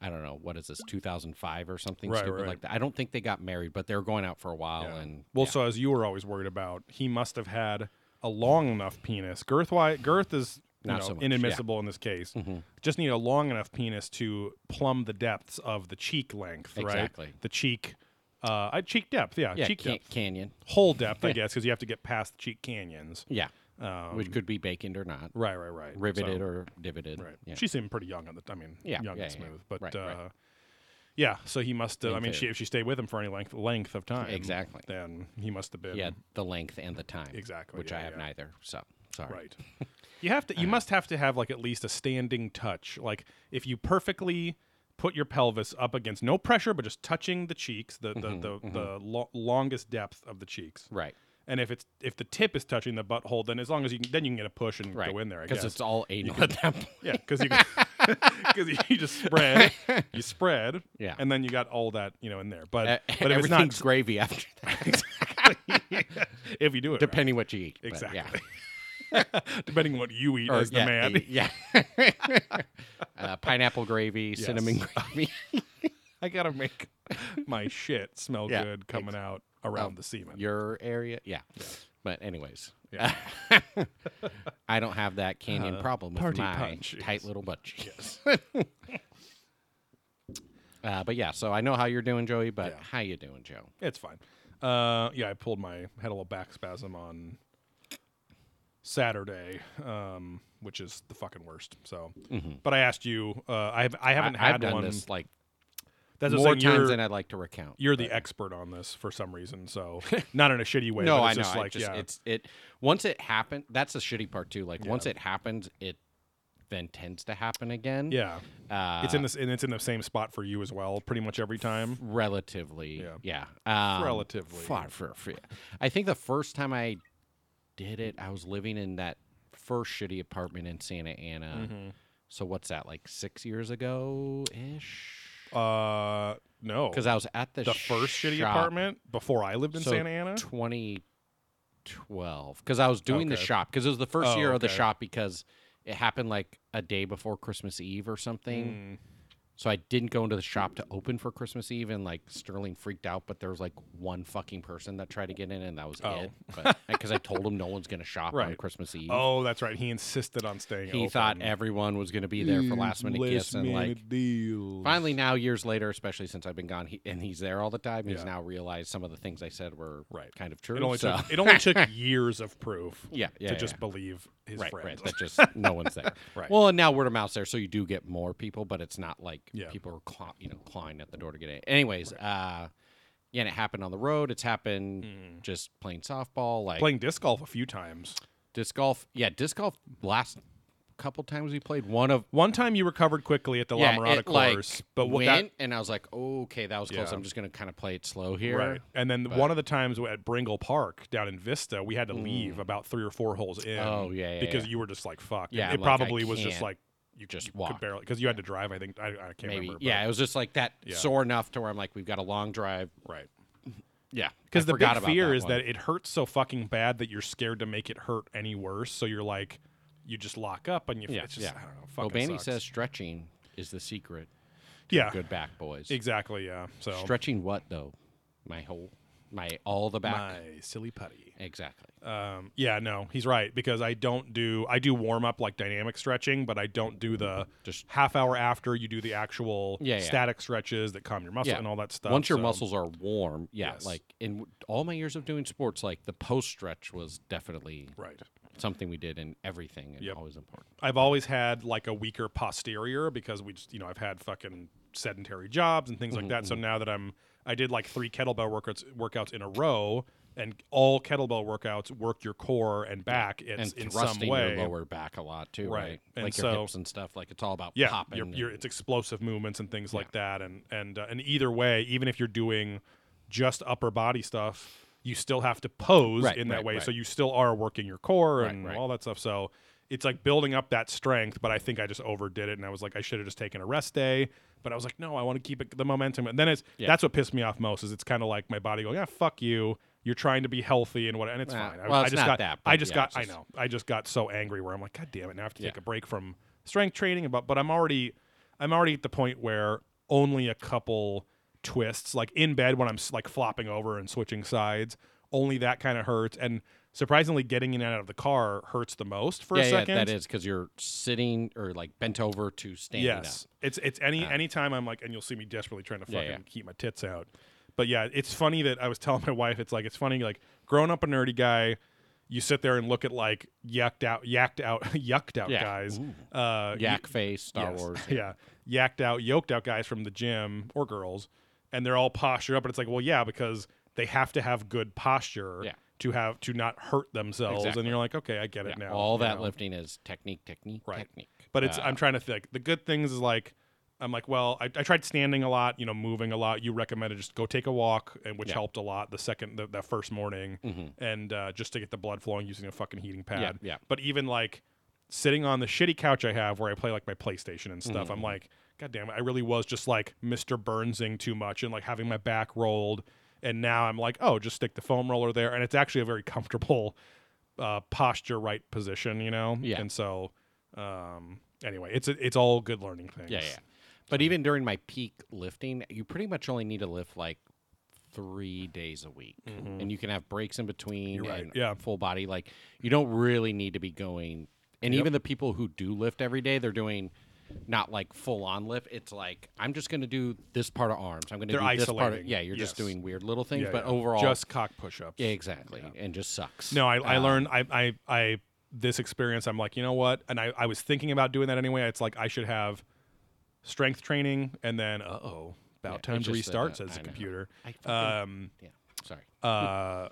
[SPEAKER 3] I don't know what is this 2005 or something
[SPEAKER 2] Right,
[SPEAKER 3] stupid
[SPEAKER 2] right.
[SPEAKER 3] like that. I don't think they got married, but they were going out for a while
[SPEAKER 2] Yeah.
[SPEAKER 3] and
[SPEAKER 2] well,
[SPEAKER 3] yeah.
[SPEAKER 2] so as you were always worried about, he must have had a long enough penis. Girth wise, girth is you
[SPEAKER 3] Not
[SPEAKER 2] know,
[SPEAKER 3] so much, yeah.
[SPEAKER 2] inadmissible in this case. Just need a long enough penis to plumb the depths of the cheek length,
[SPEAKER 3] Exactly.
[SPEAKER 2] right? The cheek, uh, uh, cheek depth, yeah,
[SPEAKER 3] yeah,
[SPEAKER 2] cheek
[SPEAKER 3] Can-
[SPEAKER 2] depth,
[SPEAKER 3] Canyon,
[SPEAKER 2] whole depth, I guess, because you have to get past the cheek canyons.
[SPEAKER 3] yeah, which could be baconed or not,
[SPEAKER 2] Right, right, right.
[SPEAKER 3] riveted
[SPEAKER 2] Um, So-
[SPEAKER 3] or divoted.
[SPEAKER 2] Right.
[SPEAKER 3] Yeah.
[SPEAKER 2] She seemed pretty young on the. I mean,
[SPEAKER 3] Yeah,
[SPEAKER 2] young
[SPEAKER 3] yeah,
[SPEAKER 2] and
[SPEAKER 3] yeah,
[SPEAKER 2] smooth.
[SPEAKER 3] yeah.
[SPEAKER 2] But
[SPEAKER 3] Right,
[SPEAKER 2] uh,
[SPEAKER 3] right.
[SPEAKER 2] yeah, so he must. Have, I
[SPEAKER 3] Me
[SPEAKER 2] mean,
[SPEAKER 3] too.
[SPEAKER 2] she, if she stayed with him for any length length of time,
[SPEAKER 3] Exactly.
[SPEAKER 2] then he must have been.
[SPEAKER 3] yeah, the length and the time.
[SPEAKER 2] Exactly,
[SPEAKER 3] Which
[SPEAKER 2] yeah,
[SPEAKER 3] I have
[SPEAKER 2] yeah.
[SPEAKER 3] neither. So sorry.
[SPEAKER 2] Right. You have
[SPEAKER 3] [LAUGHS]
[SPEAKER 2] to. You must have to have like at least a standing touch. Like if you perfectly put your pelvis up against no pressure, but just touching the cheeks, the the the, the lo- longest depth of the cheeks.
[SPEAKER 3] Mm-hmm, Right.
[SPEAKER 2] And if it's if the tip is touching the butthole, then as long as you can, then you can get a push and
[SPEAKER 3] Right.
[SPEAKER 2] go in there. I
[SPEAKER 3] Because
[SPEAKER 2] guess
[SPEAKER 3] it's all anal at that point.
[SPEAKER 2] Yeah, because you
[SPEAKER 3] [LAUGHS]
[SPEAKER 2] because you just spread, you spread,
[SPEAKER 3] Yeah.
[SPEAKER 2] and then you got all that you know in there. [LAUGHS] But but if it's
[SPEAKER 3] E-, Everything's
[SPEAKER 2] not,
[SPEAKER 3] gravy after
[SPEAKER 2] [LAUGHS]
[SPEAKER 3] that,
[SPEAKER 2] if you do it right.
[SPEAKER 3] [LAUGHS] depending what you eat. but
[SPEAKER 2] [LAUGHS] exactly,
[SPEAKER 3] Yeah.
[SPEAKER 2] depending on what you eat [LAUGHS]
[SPEAKER 3] Or, e-,
[SPEAKER 2] as the
[SPEAKER 3] yeah, [LAUGHS]
[SPEAKER 2] man,
[SPEAKER 3] Yeah. uh, pineapple gravy,
[SPEAKER 2] [LAUGHS]
[SPEAKER 3] cinnamon gravy.
[SPEAKER 2] I gotta make [LAUGHS] my shit smell
[SPEAKER 3] Yeah,
[SPEAKER 2] good coming out around the semen.
[SPEAKER 3] Your area, yeah. But anyways,
[SPEAKER 2] Yeah.
[SPEAKER 3] [LAUGHS]
[SPEAKER 2] Uh,
[SPEAKER 3] I don't have that canyon problem with
[SPEAKER 2] party
[SPEAKER 3] my
[SPEAKER 2] punch,
[SPEAKER 3] tight
[SPEAKER 2] yes.
[SPEAKER 3] little butt cheeks. [LAUGHS] uh, but yeah, so I know how you're doing, Joey. But
[SPEAKER 2] Yeah.
[SPEAKER 3] how you doing, Joe?
[SPEAKER 2] It's fine. Uh, yeah, I pulled my had a little back spasm on Saturday, um, which is the fucking worst. So, but I asked you. Uh, I've I haven't
[SPEAKER 3] Mm-hmm. I,
[SPEAKER 2] had
[SPEAKER 3] have done
[SPEAKER 2] one.
[SPEAKER 3] this like
[SPEAKER 2] That's what I'm
[SPEAKER 3] more
[SPEAKER 2] saying,
[SPEAKER 3] times
[SPEAKER 2] you're-
[SPEAKER 3] than I'd like to recount.
[SPEAKER 2] you're the expert on this for some reason. So [LAUGHS] not in a shitty way.
[SPEAKER 3] no,
[SPEAKER 2] but
[SPEAKER 3] I
[SPEAKER 2] it's
[SPEAKER 3] know.
[SPEAKER 2] Just
[SPEAKER 3] I
[SPEAKER 2] like
[SPEAKER 3] just,
[SPEAKER 2] yeah,
[SPEAKER 3] It's it once it happened. That's the shitty part too. Like once it happens, it then tends to happen again.
[SPEAKER 2] yeah.
[SPEAKER 3] Uh,
[SPEAKER 2] it's in this and it's in the same spot for you as well, pretty much every time.
[SPEAKER 3] relatively.
[SPEAKER 2] Yeah.
[SPEAKER 3] Yeah. Yeah. Um,
[SPEAKER 2] Relatively.
[SPEAKER 3] Far, for, for, I think the first time I did it, I was living in that first shitty apartment in Santa Ana.
[SPEAKER 2] Mm-hmm.
[SPEAKER 3] So what's that like six years ago ish?
[SPEAKER 2] Uh, no,
[SPEAKER 3] Because I was at the
[SPEAKER 2] the first shitty
[SPEAKER 3] shop-
[SPEAKER 2] apartment before I lived in
[SPEAKER 3] so
[SPEAKER 2] Santa Ana.
[SPEAKER 3] 2012 because i was doing the
[SPEAKER 2] Okay.
[SPEAKER 3] shop because it was the first
[SPEAKER 2] Oh,
[SPEAKER 3] year of the
[SPEAKER 2] okay.
[SPEAKER 3] shop because it happened like a day before christmas eve or something
[SPEAKER 2] Mm.
[SPEAKER 3] so i didn't go into the shop to open for christmas eve and like sterling freaked out but there was like one fucking person that tried to get in and that was it
[SPEAKER 2] [LAUGHS]
[SPEAKER 3] because i told him no one's gonna shop on
[SPEAKER 2] Oh. Right.
[SPEAKER 3] christmas eve
[SPEAKER 2] Oh, that's right. He insisted on staying.
[SPEAKER 3] he thought
[SPEAKER 2] open.
[SPEAKER 3] everyone was gonna be there for last minute gifts and like
[SPEAKER 2] deals.
[SPEAKER 3] Finally, now years later, especially since I've been gone, he, and he's there all the time, he's
[SPEAKER 2] Yeah.
[SPEAKER 3] now realized some of the things I said were
[SPEAKER 2] Right.
[SPEAKER 3] kind of true.
[SPEAKER 2] It only
[SPEAKER 3] so-
[SPEAKER 2] took it
[SPEAKER 3] [LAUGHS]
[SPEAKER 2] only took years of proof.
[SPEAKER 3] Yeah, yeah,
[SPEAKER 2] to
[SPEAKER 3] yeah,
[SPEAKER 2] just
[SPEAKER 3] yeah.
[SPEAKER 2] believe his
[SPEAKER 3] right,
[SPEAKER 2] friend.
[SPEAKER 3] right. That
[SPEAKER 2] [LAUGHS]
[SPEAKER 3] just no one's there.
[SPEAKER 2] Right.
[SPEAKER 3] Well, and now word of mouth's there, so you do get more people, but it's not like
[SPEAKER 2] Yeah.
[SPEAKER 3] people are claw- you know clawing at the door to get in. Anyways, uh, yeah, and it happened on the road. It's happened
[SPEAKER 2] Mm.
[SPEAKER 3] just playing softball, like
[SPEAKER 2] Playing disc golf a few times.
[SPEAKER 3] disc golf. Yeah, disc golf. Last couple times we played, one of
[SPEAKER 2] One time you recovered quickly at the La
[SPEAKER 3] yeah,
[SPEAKER 2] Mirada
[SPEAKER 3] it, like,
[SPEAKER 2] course, but what
[SPEAKER 3] went,
[SPEAKER 2] that
[SPEAKER 3] and I was like, okay, that was close.
[SPEAKER 2] Yeah.
[SPEAKER 3] I'm just gonna kind of play it slow here.
[SPEAKER 2] right. And then one of the times at Bringle Park down in Vista, we had to leave about three or four holes in.
[SPEAKER 3] Mm. Oh, yeah, yeah,
[SPEAKER 2] because
[SPEAKER 3] yeah.
[SPEAKER 2] you were just like fuck. And
[SPEAKER 3] Yeah,
[SPEAKER 2] it
[SPEAKER 3] like, I
[SPEAKER 2] probably was just
[SPEAKER 3] can't
[SPEAKER 2] like you
[SPEAKER 3] just
[SPEAKER 2] you
[SPEAKER 3] walk.
[SPEAKER 2] could barely because you had to drive. I think I, I can't
[SPEAKER 3] Maybe.
[SPEAKER 2] remember. but-
[SPEAKER 3] yeah, it was just like that
[SPEAKER 2] Yeah.
[SPEAKER 3] sore enough to where I'm like, we've got a long drive.
[SPEAKER 2] right.
[SPEAKER 3] Yeah,
[SPEAKER 2] Because
[SPEAKER 3] I
[SPEAKER 2] the
[SPEAKER 3] forgot
[SPEAKER 2] big
[SPEAKER 3] about
[SPEAKER 2] fear
[SPEAKER 3] that
[SPEAKER 2] is
[SPEAKER 3] one.
[SPEAKER 2] that it hurts so fucking bad that you're scared to make it hurt any worse. So you're like, you just lock up and you.
[SPEAKER 3] Yeah,
[SPEAKER 2] it's just,
[SPEAKER 3] yeah.
[SPEAKER 2] I don't know. Fucking
[SPEAKER 3] Obani
[SPEAKER 2] sucks.
[SPEAKER 3] says stretching is the secret.
[SPEAKER 2] yeah, [SIGHS]
[SPEAKER 3] Good back, boys.
[SPEAKER 2] exactly. Yeah. So
[SPEAKER 3] Stretching what though? My whole, my all the back.
[SPEAKER 2] my silly putty.
[SPEAKER 3] Exactly.
[SPEAKER 2] Um, yeah, no, he's right because I don't do I do warm up like dynamic stretching, but I don't do the
[SPEAKER 3] Mm-hmm. Just-
[SPEAKER 2] half hour after you do the actual
[SPEAKER 3] Yeah, yeah.
[SPEAKER 2] static stretches that calm your muscle
[SPEAKER 3] Yeah.
[SPEAKER 2] and all that stuff.
[SPEAKER 3] Once your
[SPEAKER 2] so-
[SPEAKER 3] muscles are warm, yeah.
[SPEAKER 2] Yes.
[SPEAKER 3] Like in w- all my years of doing sports, like the post stretch was definitely
[SPEAKER 2] right.
[SPEAKER 3] something we did in everything and
[SPEAKER 2] Yep.
[SPEAKER 3] always important.
[SPEAKER 2] I've always had like a weaker posterior because we just, you know, I've had fucking sedentary jobs and things like
[SPEAKER 3] Mm-hmm,
[SPEAKER 2] that. So now that I'm, I did like three kettlebell workouts workouts in a row, and all kettlebell workouts work your core and back. It's
[SPEAKER 3] And
[SPEAKER 2] in some
[SPEAKER 3] thrusting
[SPEAKER 2] way,
[SPEAKER 3] your lower back a lot too,
[SPEAKER 2] Right.
[SPEAKER 3] right?
[SPEAKER 2] And
[SPEAKER 3] like
[SPEAKER 2] so-
[SPEAKER 3] your hips and stuff. Like it's all about
[SPEAKER 2] yeah,
[SPEAKER 3] popping.
[SPEAKER 2] Your,
[SPEAKER 3] and-
[SPEAKER 2] your, it's explosive movements and things like that. And and uh, and either way, even if you're doing just upper body stuff, you still have to pose
[SPEAKER 3] Right,
[SPEAKER 2] in that
[SPEAKER 3] right,
[SPEAKER 2] way.
[SPEAKER 3] right.
[SPEAKER 2] So you still are working your core and
[SPEAKER 3] right.
[SPEAKER 2] all that stuff. So it's like building up that strength. But I think I just overdid it, and I was like, I should have just taken a rest day. But I was like, no, I want to keep it, the momentum. And then it's
[SPEAKER 3] Yeah.
[SPEAKER 2] that's what pissed me off most. Is it's kind of like my body going, yeah, fuck you. You're trying to be healthy and what, and it's
[SPEAKER 3] Nah,
[SPEAKER 2] fine. I,
[SPEAKER 3] well,
[SPEAKER 2] I
[SPEAKER 3] it's
[SPEAKER 2] just
[SPEAKER 3] not
[SPEAKER 2] got,
[SPEAKER 3] that,
[SPEAKER 2] I
[SPEAKER 3] but
[SPEAKER 2] just
[SPEAKER 3] yeah,
[SPEAKER 2] got,
[SPEAKER 3] it's
[SPEAKER 2] I
[SPEAKER 3] just-
[SPEAKER 2] know. I just got so angry where I'm like, God damn it! Now I have to take
[SPEAKER 3] Yeah.
[SPEAKER 2] a break from strength training. But but I'm already, I'm already at the point where only a couple twists, like in bed when I'm s- like flopping over and switching sides, only that kind of hurts. And surprisingly, getting in and out of the car hurts the most for
[SPEAKER 3] yeah,
[SPEAKER 2] a
[SPEAKER 3] yeah,
[SPEAKER 2] second.
[SPEAKER 3] that is because you're sitting or like bent over to standing
[SPEAKER 2] Yes, it's it's any any time I'm like, and you'll see me desperately trying to
[SPEAKER 3] Yeah,
[SPEAKER 2] fucking
[SPEAKER 3] yeah.
[SPEAKER 2] keep my tits out. But yeah, it's funny that I was [LAUGHS] telling my wife, it's like it's funny like growing up a nerdy guy, you sit there and look at like yucked out, yacked out, [LAUGHS] yucked out
[SPEAKER 3] Yeah.
[SPEAKER 2] guys, uh,
[SPEAKER 3] up. Yak face, Star
[SPEAKER 2] yes. [LAUGHS]
[SPEAKER 3] Wars.
[SPEAKER 2] yeah, yacked out, yoked out guys from the gym or girls, and they're all postured up, and it's like, well, yeah, because they have to have good posture
[SPEAKER 3] Yeah.
[SPEAKER 2] to have to not hurt themselves,
[SPEAKER 3] Exactly.
[SPEAKER 2] and you're like, okay, I get it
[SPEAKER 3] Yeah,
[SPEAKER 2] now.
[SPEAKER 3] all
[SPEAKER 2] you
[SPEAKER 3] that
[SPEAKER 2] know?
[SPEAKER 3] lifting is technique, technique,
[SPEAKER 2] Right.
[SPEAKER 3] technique.
[SPEAKER 2] But it's
[SPEAKER 3] Uh,
[SPEAKER 2] I'm trying to think. The good things is like I'm like, well, I, I tried standing a lot, you know, moving a lot. You recommended just go take a walk, and which
[SPEAKER 3] Yeah. Mm-hmm.
[SPEAKER 2] helped a lot the second the, that first morning, and uh, just to get the blood flowing using a fucking heating pad.
[SPEAKER 3] yeah.
[SPEAKER 2] But even like sitting on the shitty couch I have where I play like my PlayStation and stuff,
[SPEAKER 3] Mm-hmm.
[SPEAKER 2] I'm like, God damn it, I really was just like Mr. Burnsing too much and like having my back rolled. And now I'm like, oh, just stick the foam roller there, and it's actually a very comfortable uh, posture right position, you know.
[SPEAKER 3] Yeah.
[SPEAKER 2] And so um, Anyway, it's a, it's all good learning things.
[SPEAKER 3] Yeah, yeah. But even during my peak lifting, you pretty much only need to lift like three days a week, and you can have breaks in between.
[SPEAKER 2] Mm-hmm. You're right,
[SPEAKER 3] And
[SPEAKER 2] yeah.
[SPEAKER 3] full body. Like you don't really need to be going. And even the people who do lift every day, they're doing not like full on lift. It's like I'm just going to do this part of arms. I'm going to
[SPEAKER 2] They're
[SPEAKER 3] do this part. Of,
[SPEAKER 2] isolating.
[SPEAKER 3] yeah, you're just
[SPEAKER 2] Yes.
[SPEAKER 3] doing weird little things,
[SPEAKER 2] Yeah,
[SPEAKER 3] but
[SPEAKER 2] yeah.
[SPEAKER 3] overall,
[SPEAKER 2] just cock push-ups.
[SPEAKER 3] yeah, exactly, and just sucks.
[SPEAKER 2] No, I, I
[SPEAKER 3] Uh,
[SPEAKER 2] learned I, I I this experience. I'm like, you know what? And I, I was thinking about doing that anyway. It's like I should have strength training, and then uh oh, about
[SPEAKER 3] it
[SPEAKER 2] time to
[SPEAKER 3] just said
[SPEAKER 2] restart.
[SPEAKER 3] that.
[SPEAKER 2] Says the
[SPEAKER 3] I know.
[SPEAKER 2] computer.
[SPEAKER 3] I fucking-
[SPEAKER 2] Um,
[SPEAKER 3] Yeah, sorry.
[SPEAKER 2] uh,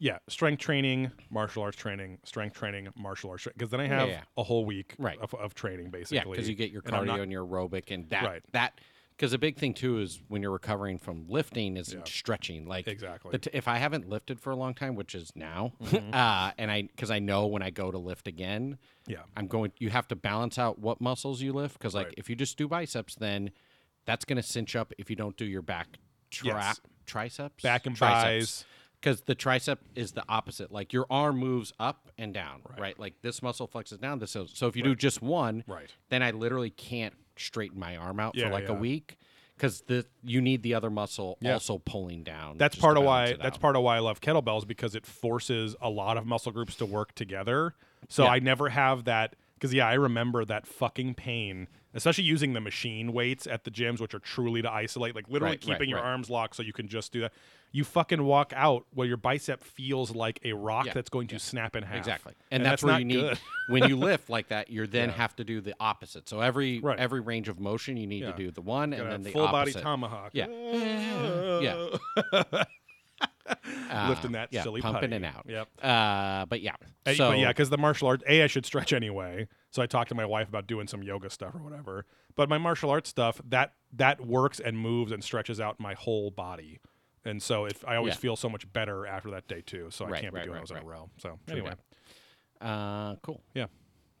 [SPEAKER 2] yeah, strength training, martial arts training, strength training, martial arts. Because then I have
[SPEAKER 3] yeah.
[SPEAKER 2] a whole week
[SPEAKER 3] Right.
[SPEAKER 2] of, of training basically.
[SPEAKER 3] Yeah, because you get your
[SPEAKER 2] and I'm
[SPEAKER 3] cardio
[SPEAKER 2] not-
[SPEAKER 3] and your aerobic, and that
[SPEAKER 2] Right.
[SPEAKER 3] that because the big thing too is when you're recovering from lifting is stretching. Like
[SPEAKER 2] Exactly. Mm-hmm.
[SPEAKER 3] the t- if I haven't lifted for a long time, which is now, [LAUGHS] uh, and I because I know when I go to lift again,
[SPEAKER 2] Yeah.
[SPEAKER 3] I'm going. You have to balance out what muscles you lift because like
[SPEAKER 2] Right.
[SPEAKER 3] if you just do biceps, then that's going to cinch up if you don't do your back trap
[SPEAKER 2] Yes.
[SPEAKER 3] triceps
[SPEAKER 2] Back and
[SPEAKER 3] triceps.
[SPEAKER 2] buys.
[SPEAKER 3] Because the tricep is the opposite. Like your arm moves up and down, right? Like this muscle flexes down. This is, so if you do just one,
[SPEAKER 2] Right.
[SPEAKER 3] then I literally can't straighten my arm out
[SPEAKER 2] Yeah,
[SPEAKER 3] for like a
[SPEAKER 2] yeah.
[SPEAKER 3] week because the you need the other muscle
[SPEAKER 2] Yeah.
[SPEAKER 3] also pulling down.
[SPEAKER 2] That's
[SPEAKER 3] just
[SPEAKER 2] part
[SPEAKER 3] to
[SPEAKER 2] of
[SPEAKER 3] balance
[SPEAKER 2] why.
[SPEAKER 3] it
[SPEAKER 2] That's
[SPEAKER 3] out.
[SPEAKER 2] part of why I love kettlebells because it forces a lot of muscle groups to work together. So I never have that because yeah, I remember that fucking pain, especially using the machine weights at the gyms, which are truly to isolate, like literally
[SPEAKER 3] Right, right,
[SPEAKER 2] keeping your
[SPEAKER 3] right.
[SPEAKER 2] arms locked so you can just do that. You fucking walk out where your bicep feels like a rock
[SPEAKER 3] Yeah,
[SPEAKER 2] that's going to snap in half.
[SPEAKER 3] exactly, and, that's, where
[SPEAKER 2] not
[SPEAKER 3] you need
[SPEAKER 2] good.
[SPEAKER 3] when you lift like that. You then have to do the opposite. So every
[SPEAKER 2] Right.
[SPEAKER 3] every range of motion, [LAUGHS] you need
[SPEAKER 2] Yeah.
[SPEAKER 3] to do the one and
[SPEAKER 2] Gotta
[SPEAKER 3] then
[SPEAKER 2] have
[SPEAKER 3] the
[SPEAKER 2] full body
[SPEAKER 3] opposite.
[SPEAKER 2] tomahawk. [LAUGHS]
[SPEAKER 3] Yeah. Yeah. Uh,
[SPEAKER 2] Lifting that
[SPEAKER 3] yeah,
[SPEAKER 2] silly
[SPEAKER 3] pumping
[SPEAKER 2] putty.
[SPEAKER 3] it out.
[SPEAKER 2] Yep.
[SPEAKER 3] Uh, but yeah.
[SPEAKER 2] Uh,
[SPEAKER 3] So
[SPEAKER 2] but yeah, because the martial arts, a I should stretch [LAUGHS] anyway. So I talked to my wife about doing some yoga stuff or whatever. But my martial arts stuff that that works and moves and stretches out my whole body, and so if I always
[SPEAKER 3] Yeah.
[SPEAKER 2] feel so much better after that day too. So I
[SPEAKER 3] Right,
[SPEAKER 2] can't be
[SPEAKER 3] right,
[SPEAKER 2] doing
[SPEAKER 3] right,
[SPEAKER 2] those in
[SPEAKER 3] right.
[SPEAKER 2] a row. So anyway,
[SPEAKER 3] uh, cool.
[SPEAKER 2] yeah,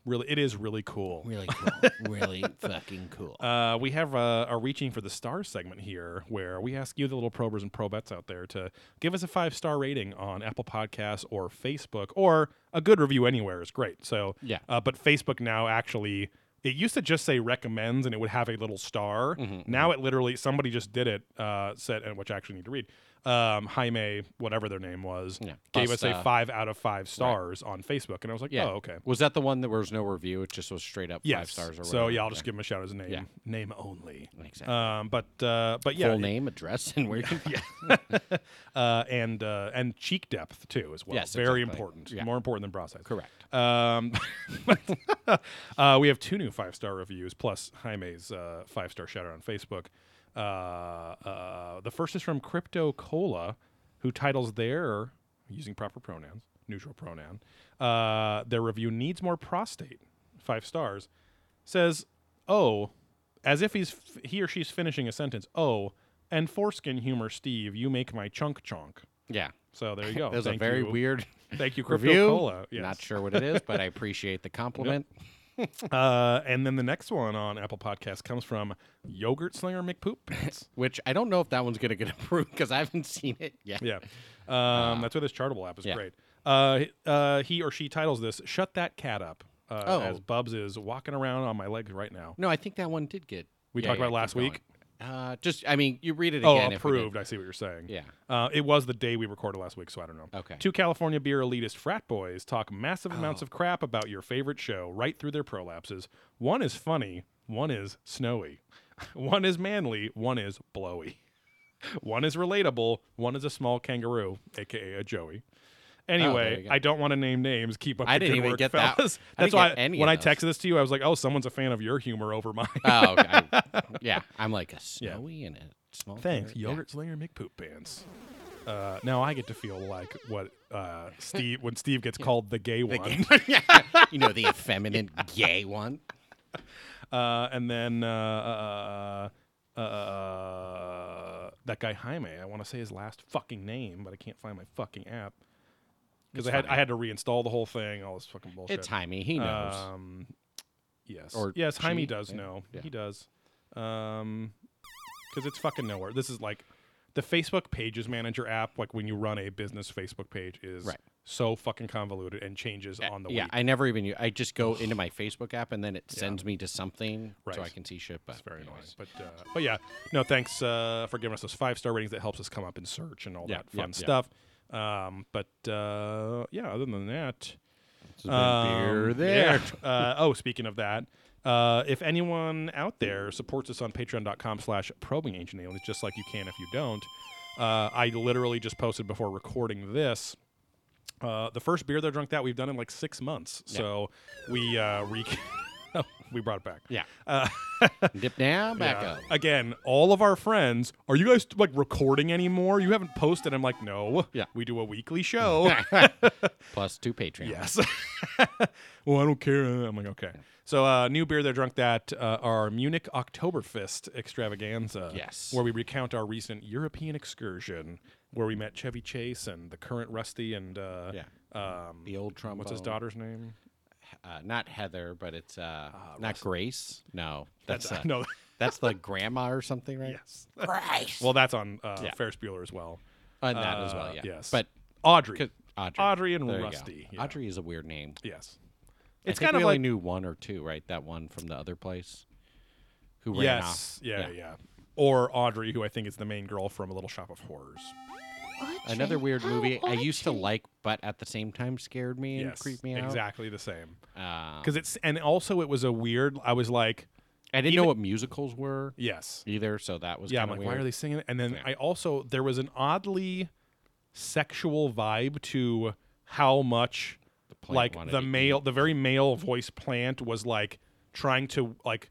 [SPEAKER 2] really, it is really cool.
[SPEAKER 3] [LAUGHS] Really cool. really fucking cool.
[SPEAKER 2] Uh, we have uh, a reaching for the stars segment here, where we ask you, the little probers and probets out there, to give us a five star rating on Apple Podcasts or Facebook, or a good review anywhere is great. So
[SPEAKER 3] Yeah.
[SPEAKER 2] uh, but Facebook now actually, it used to just say recommends and it would have a little star.
[SPEAKER 3] Mm-hmm,
[SPEAKER 2] Now it literally somebody just did it, uh, said, and which I actually need to read. Um, Jaime, whatever their name was,
[SPEAKER 3] Yeah.
[SPEAKER 2] gave us a
[SPEAKER 3] Costa.
[SPEAKER 2] five out of five stars on Facebook, and I was like,
[SPEAKER 3] yeah.
[SPEAKER 2] oh okay.
[SPEAKER 3] Was that the one that was no review? It just was straight up
[SPEAKER 2] Yes.
[SPEAKER 3] five stars or whatever.
[SPEAKER 2] so yeah, I'll just give him a shout out as a name,
[SPEAKER 3] Yeah.
[SPEAKER 2] name only.
[SPEAKER 3] Exactly.
[SPEAKER 2] Um, but uh, but yeah,
[SPEAKER 3] full name, address, and
[SPEAKER 2] [LAUGHS]
[SPEAKER 3] where you can find
[SPEAKER 2] uh, and uh, and cheek depth too as well.
[SPEAKER 3] Yes, exactly.
[SPEAKER 2] very important.
[SPEAKER 3] Yeah.
[SPEAKER 2] More important than bra size.
[SPEAKER 3] Correct.
[SPEAKER 2] Um, [LAUGHS] uh, we have two new five star reviews plus Jaime's uh, five star shout out on Facebook. Uh, uh, the first is from Crypto Cola, who titles their using proper pronouns, neutral pronoun. Uh, their review needs more prostate. Five stars says, "Oh, as if he's f- he or she's finishing a sentence. Oh, and foreskin humor, Steve. You make my chunk chonk."
[SPEAKER 3] [LAUGHS] Yeah.
[SPEAKER 2] So there you
[SPEAKER 3] [LAUGHS]
[SPEAKER 2] go.
[SPEAKER 3] That was a
[SPEAKER 2] Oh, Thank
[SPEAKER 3] very
[SPEAKER 2] you.
[SPEAKER 3] weird
[SPEAKER 2] Thank you, [LAUGHS] Crypto
[SPEAKER 3] review.
[SPEAKER 2] Cola. Yes.
[SPEAKER 3] Not sure what it is, but I appreciate the
[SPEAKER 2] [LAUGHS]
[SPEAKER 3] compliment.
[SPEAKER 2] Uh, and then the next one on Apple Podcasts comes from Yogurt
[SPEAKER 3] [LAUGHS]
[SPEAKER 2] Slinger McPoop Pants.
[SPEAKER 3] Which I don't know if that one's going to get approved because I haven't seen it yet.
[SPEAKER 2] yeah. Um, that's where this chartable app is
[SPEAKER 3] Uh, yeah.
[SPEAKER 2] great. Uh, h- uh, he or she titles this Shut That Cat Up. Uh,
[SPEAKER 3] Oh.
[SPEAKER 2] As Bubs is walking around on my legs right now.
[SPEAKER 3] No, I think that one did get.
[SPEAKER 2] We
[SPEAKER 3] yeah,
[SPEAKER 2] talked
[SPEAKER 3] yeah,
[SPEAKER 2] about it last
[SPEAKER 3] keep going.
[SPEAKER 2] week.
[SPEAKER 3] Uh, just, I mean, you read it
[SPEAKER 2] Oh,
[SPEAKER 3] again. if we did.
[SPEAKER 2] approved. I see what you're saying.
[SPEAKER 3] Yeah.
[SPEAKER 2] Uh, it was the day we recorded last week, so I don't know.
[SPEAKER 3] Okay. Oh.
[SPEAKER 2] Two California beer elitist frat boys talk massive amounts of crap about your favorite show right through their prolapses. One is funny, one is snowy. [LAUGHS] One is manly, one is blowy. [LAUGHS] One is relatable, one is a small kangaroo, aka a Joey.
[SPEAKER 3] there
[SPEAKER 2] Anyway,
[SPEAKER 3] you go.
[SPEAKER 2] I don't want to name names. Keep up
[SPEAKER 3] I
[SPEAKER 2] the
[SPEAKER 3] didn't
[SPEAKER 2] good
[SPEAKER 3] even
[SPEAKER 2] work,
[SPEAKER 3] get that.
[SPEAKER 2] fellas.
[SPEAKER 3] I
[SPEAKER 2] That's
[SPEAKER 3] didn't
[SPEAKER 2] why
[SPEAKER 3] get any
[SPEAKER 2] when
[SPEAKER 3] of
[SPEAKER 2] I
[SPEAKER 3] those.
[SPEAKER 2] texted this to you, I was like, "Oh, someone's a fan of your humor over mine."
[SPEAKER 3] Oh, okay.
[SPEAKER 2] [LAUGHS]
[SPEAKER 3] yeah. I'm like a snowy and a small.
[SPEAKER 2] Thanks,
[SPEAKER 3] carrot. Yeah.
[SPEAKER 2] yogurt slinger McPoop pants. Uh, now I get to feel like what uh, Steve when Steve [LAUGHS] gets called the gay one, [LAUGHS]
[SPEAKER 3] you know, the effeminate gay one.
[SPEAKER 2] uh, and then uh, uh, uh, that guy Jaime. I want to say his last fucking name, but I can't find my fucking app because I had I had to reinstall the whole thing. All this fucking bullshit.
[SPEAKER 3] It's Jaime. He knows.
[SPEAKER 2] Um, yes.
[SPEAKER 3] Or
[SPEAKER 2] yes, Jaime
[SPEAKER 3] she,
[SPEAKER 2] does
[SPEAKER 3] yeah,
[SPEAKER 2] know.
[SPEAKER 3] yeah.
[SPEAKER 2] He does. Um, because it's fucking nowhere. This is like the Facebook Pages Manager app, like when you run a business Facebook page, is
[SPEAKER 3] Right. Eh,
[SPEAKER 2] so fucking convoluted and changes on the
[SPEAKER 3] yeah,
[SPEAKER 2] week.
[SPEAKER 3] I never even. u- I just go into my Facebook app and then it sends me to something so I
[SPEAKER 2] Right.
[SPEAKER 3] can see shit. But
[SPEAKER 2] It's very annoying.
[SPEAKER 3] anyways.
[SPEAKER 2] But uh, but yeah, no, thanks uh, for giving us those five star ratings. That helps us come up in search and all
[SPEAKER 3] Yeah,
[SPEAKER 2] that
[SPEAKER 3] yeah,
[SPEAKER 2] fun
[SPEAKER 3] yeah.
[SPEAKER 2] stuff. Um, but uh, yeah, other than that,
[SPEAKER 3] This has been
[SPEAKER 2] um,
[SPEAKER 3] beer there.
[SPEAKER 2] yeah. [LAUGHS] uh, oh, speaking of that. Uh, if anyone out there supports us on patreon.com slash probing ancient aliens, just like you can if you don't, uh, I literally just posted before recording this uh, the first beer that I drunk that we've done in like six months. So we uh, re- [LAUGHS] we brought it back.
[SPEAKER 3] Yeah.
[SPEAKER 2] [LAUGHS]
[SPEAKER 3] Dip down, back
[SPEAKER 2] Yeah.
[SPEAKER 3] up.
[SPEAKER 2] Again, all of our friends, are you guys like recording anymore? You haven't posted. I'm like, no.
[SPEAKER 3] Yeah.
[SPEAKER 2] We do a
[SPEAKER 3] [LAUGHS]
[SPEAKER 2] weekly show.
[SPEAKER 3] Plus two Patreon.
[SPEAKER 2] yes. [LAUGHS] well, I don't care. I'm like, okay. So, uh, new beer that drunk that uh, our Munich Oktoberfest extravaganza.
[SPEAKER 3] Yes.
[SPEAKER 2] Where we recount our recent European excursion where we met Chevy Chase and the current Rusty and uh,
[SPEAKER 3] Yeah.
[SPEAKER 2] um,
[SPEAKER 3] The old trombone.
[SPEAKER 2] what's his daughter's name?
[SPEAKER 3] Uh, not Heather, but it's uh, not Grace. No, that's uh,
[SPEAKER 2] Ah, [LAUGHS] no.
[SPEAKER 3] that's the grandma or something, right?
[SPEAKER 2] yes. Well, that's on uh,
[SPEAKER 3] Yeah.
[SPEAKER 2] Ferris Bueller as well.
[SPEAKER 3] And that as
[SPEAKER 2] Uh,
[SPEAKER 3] well. Yeah.
[SPEAKER 2] Yes.
[SPEAKER 3] But
[SPEAKER 2] Audrey.
[SPEAKER 3] 'cause Audrey.
[SPEAKER 2] Audrey and
[SPEAKER 3] There you go.
[SPEAKER 2] Rusty, yeah.
[SPEAKER 3] Audrey is a weird name.
[SPEAKER 2] Yes.
[SPEAKER 3] It's
[SPEAKER 2] It's
[SPEAKER 3] I think
[SPEAKER 2] kind
[SPEAKER 3] we
[SPEAKER 2] of
[SPEAKER 3] only
[SPEAKER 2] like
[SPEAKER 3] knew one or two, right? That one from the other place, who ran
[SPEAKER 2] yes,
[SPEAKER 3] off.
[SPEAKER 2] yeah, yeah, Or Audrey, who I think is the main girl from A Little Shop of Horrors.
[SPEAKER 3] Another weird movie I used to like, but at the same time scared me and
[SPEAKER 2] yes,
[SPEAKER 3] creeped me out.
[SPEAKER 2] exactly the same.
[SPEAKER 3] Uh,
[SPEAKER 2] Because it's and also it was a weird. I was like,
[SPEAKER 3] I didn't know what musicals were
[SPEAKER 2] yes,
[SPEAKER 3] either, so that was
[SPEAKER 2] yeah. I'm
[SPEAKER 3] Kinda
[SPEAKER 2] like,
[SPEAKER 3] weird.
[SPEAKER 2] why are they singing? it? And then I also there was an oddly sexual vibe to how much
[SPEAKER 3] plant
[SPEAKER 2] like
[SPEAKER 3] wanted
[SPEAKER 2] the
[SPEAKER 3] to eat.
[SPEAKER 2] male, the very male voice plant was like trying to like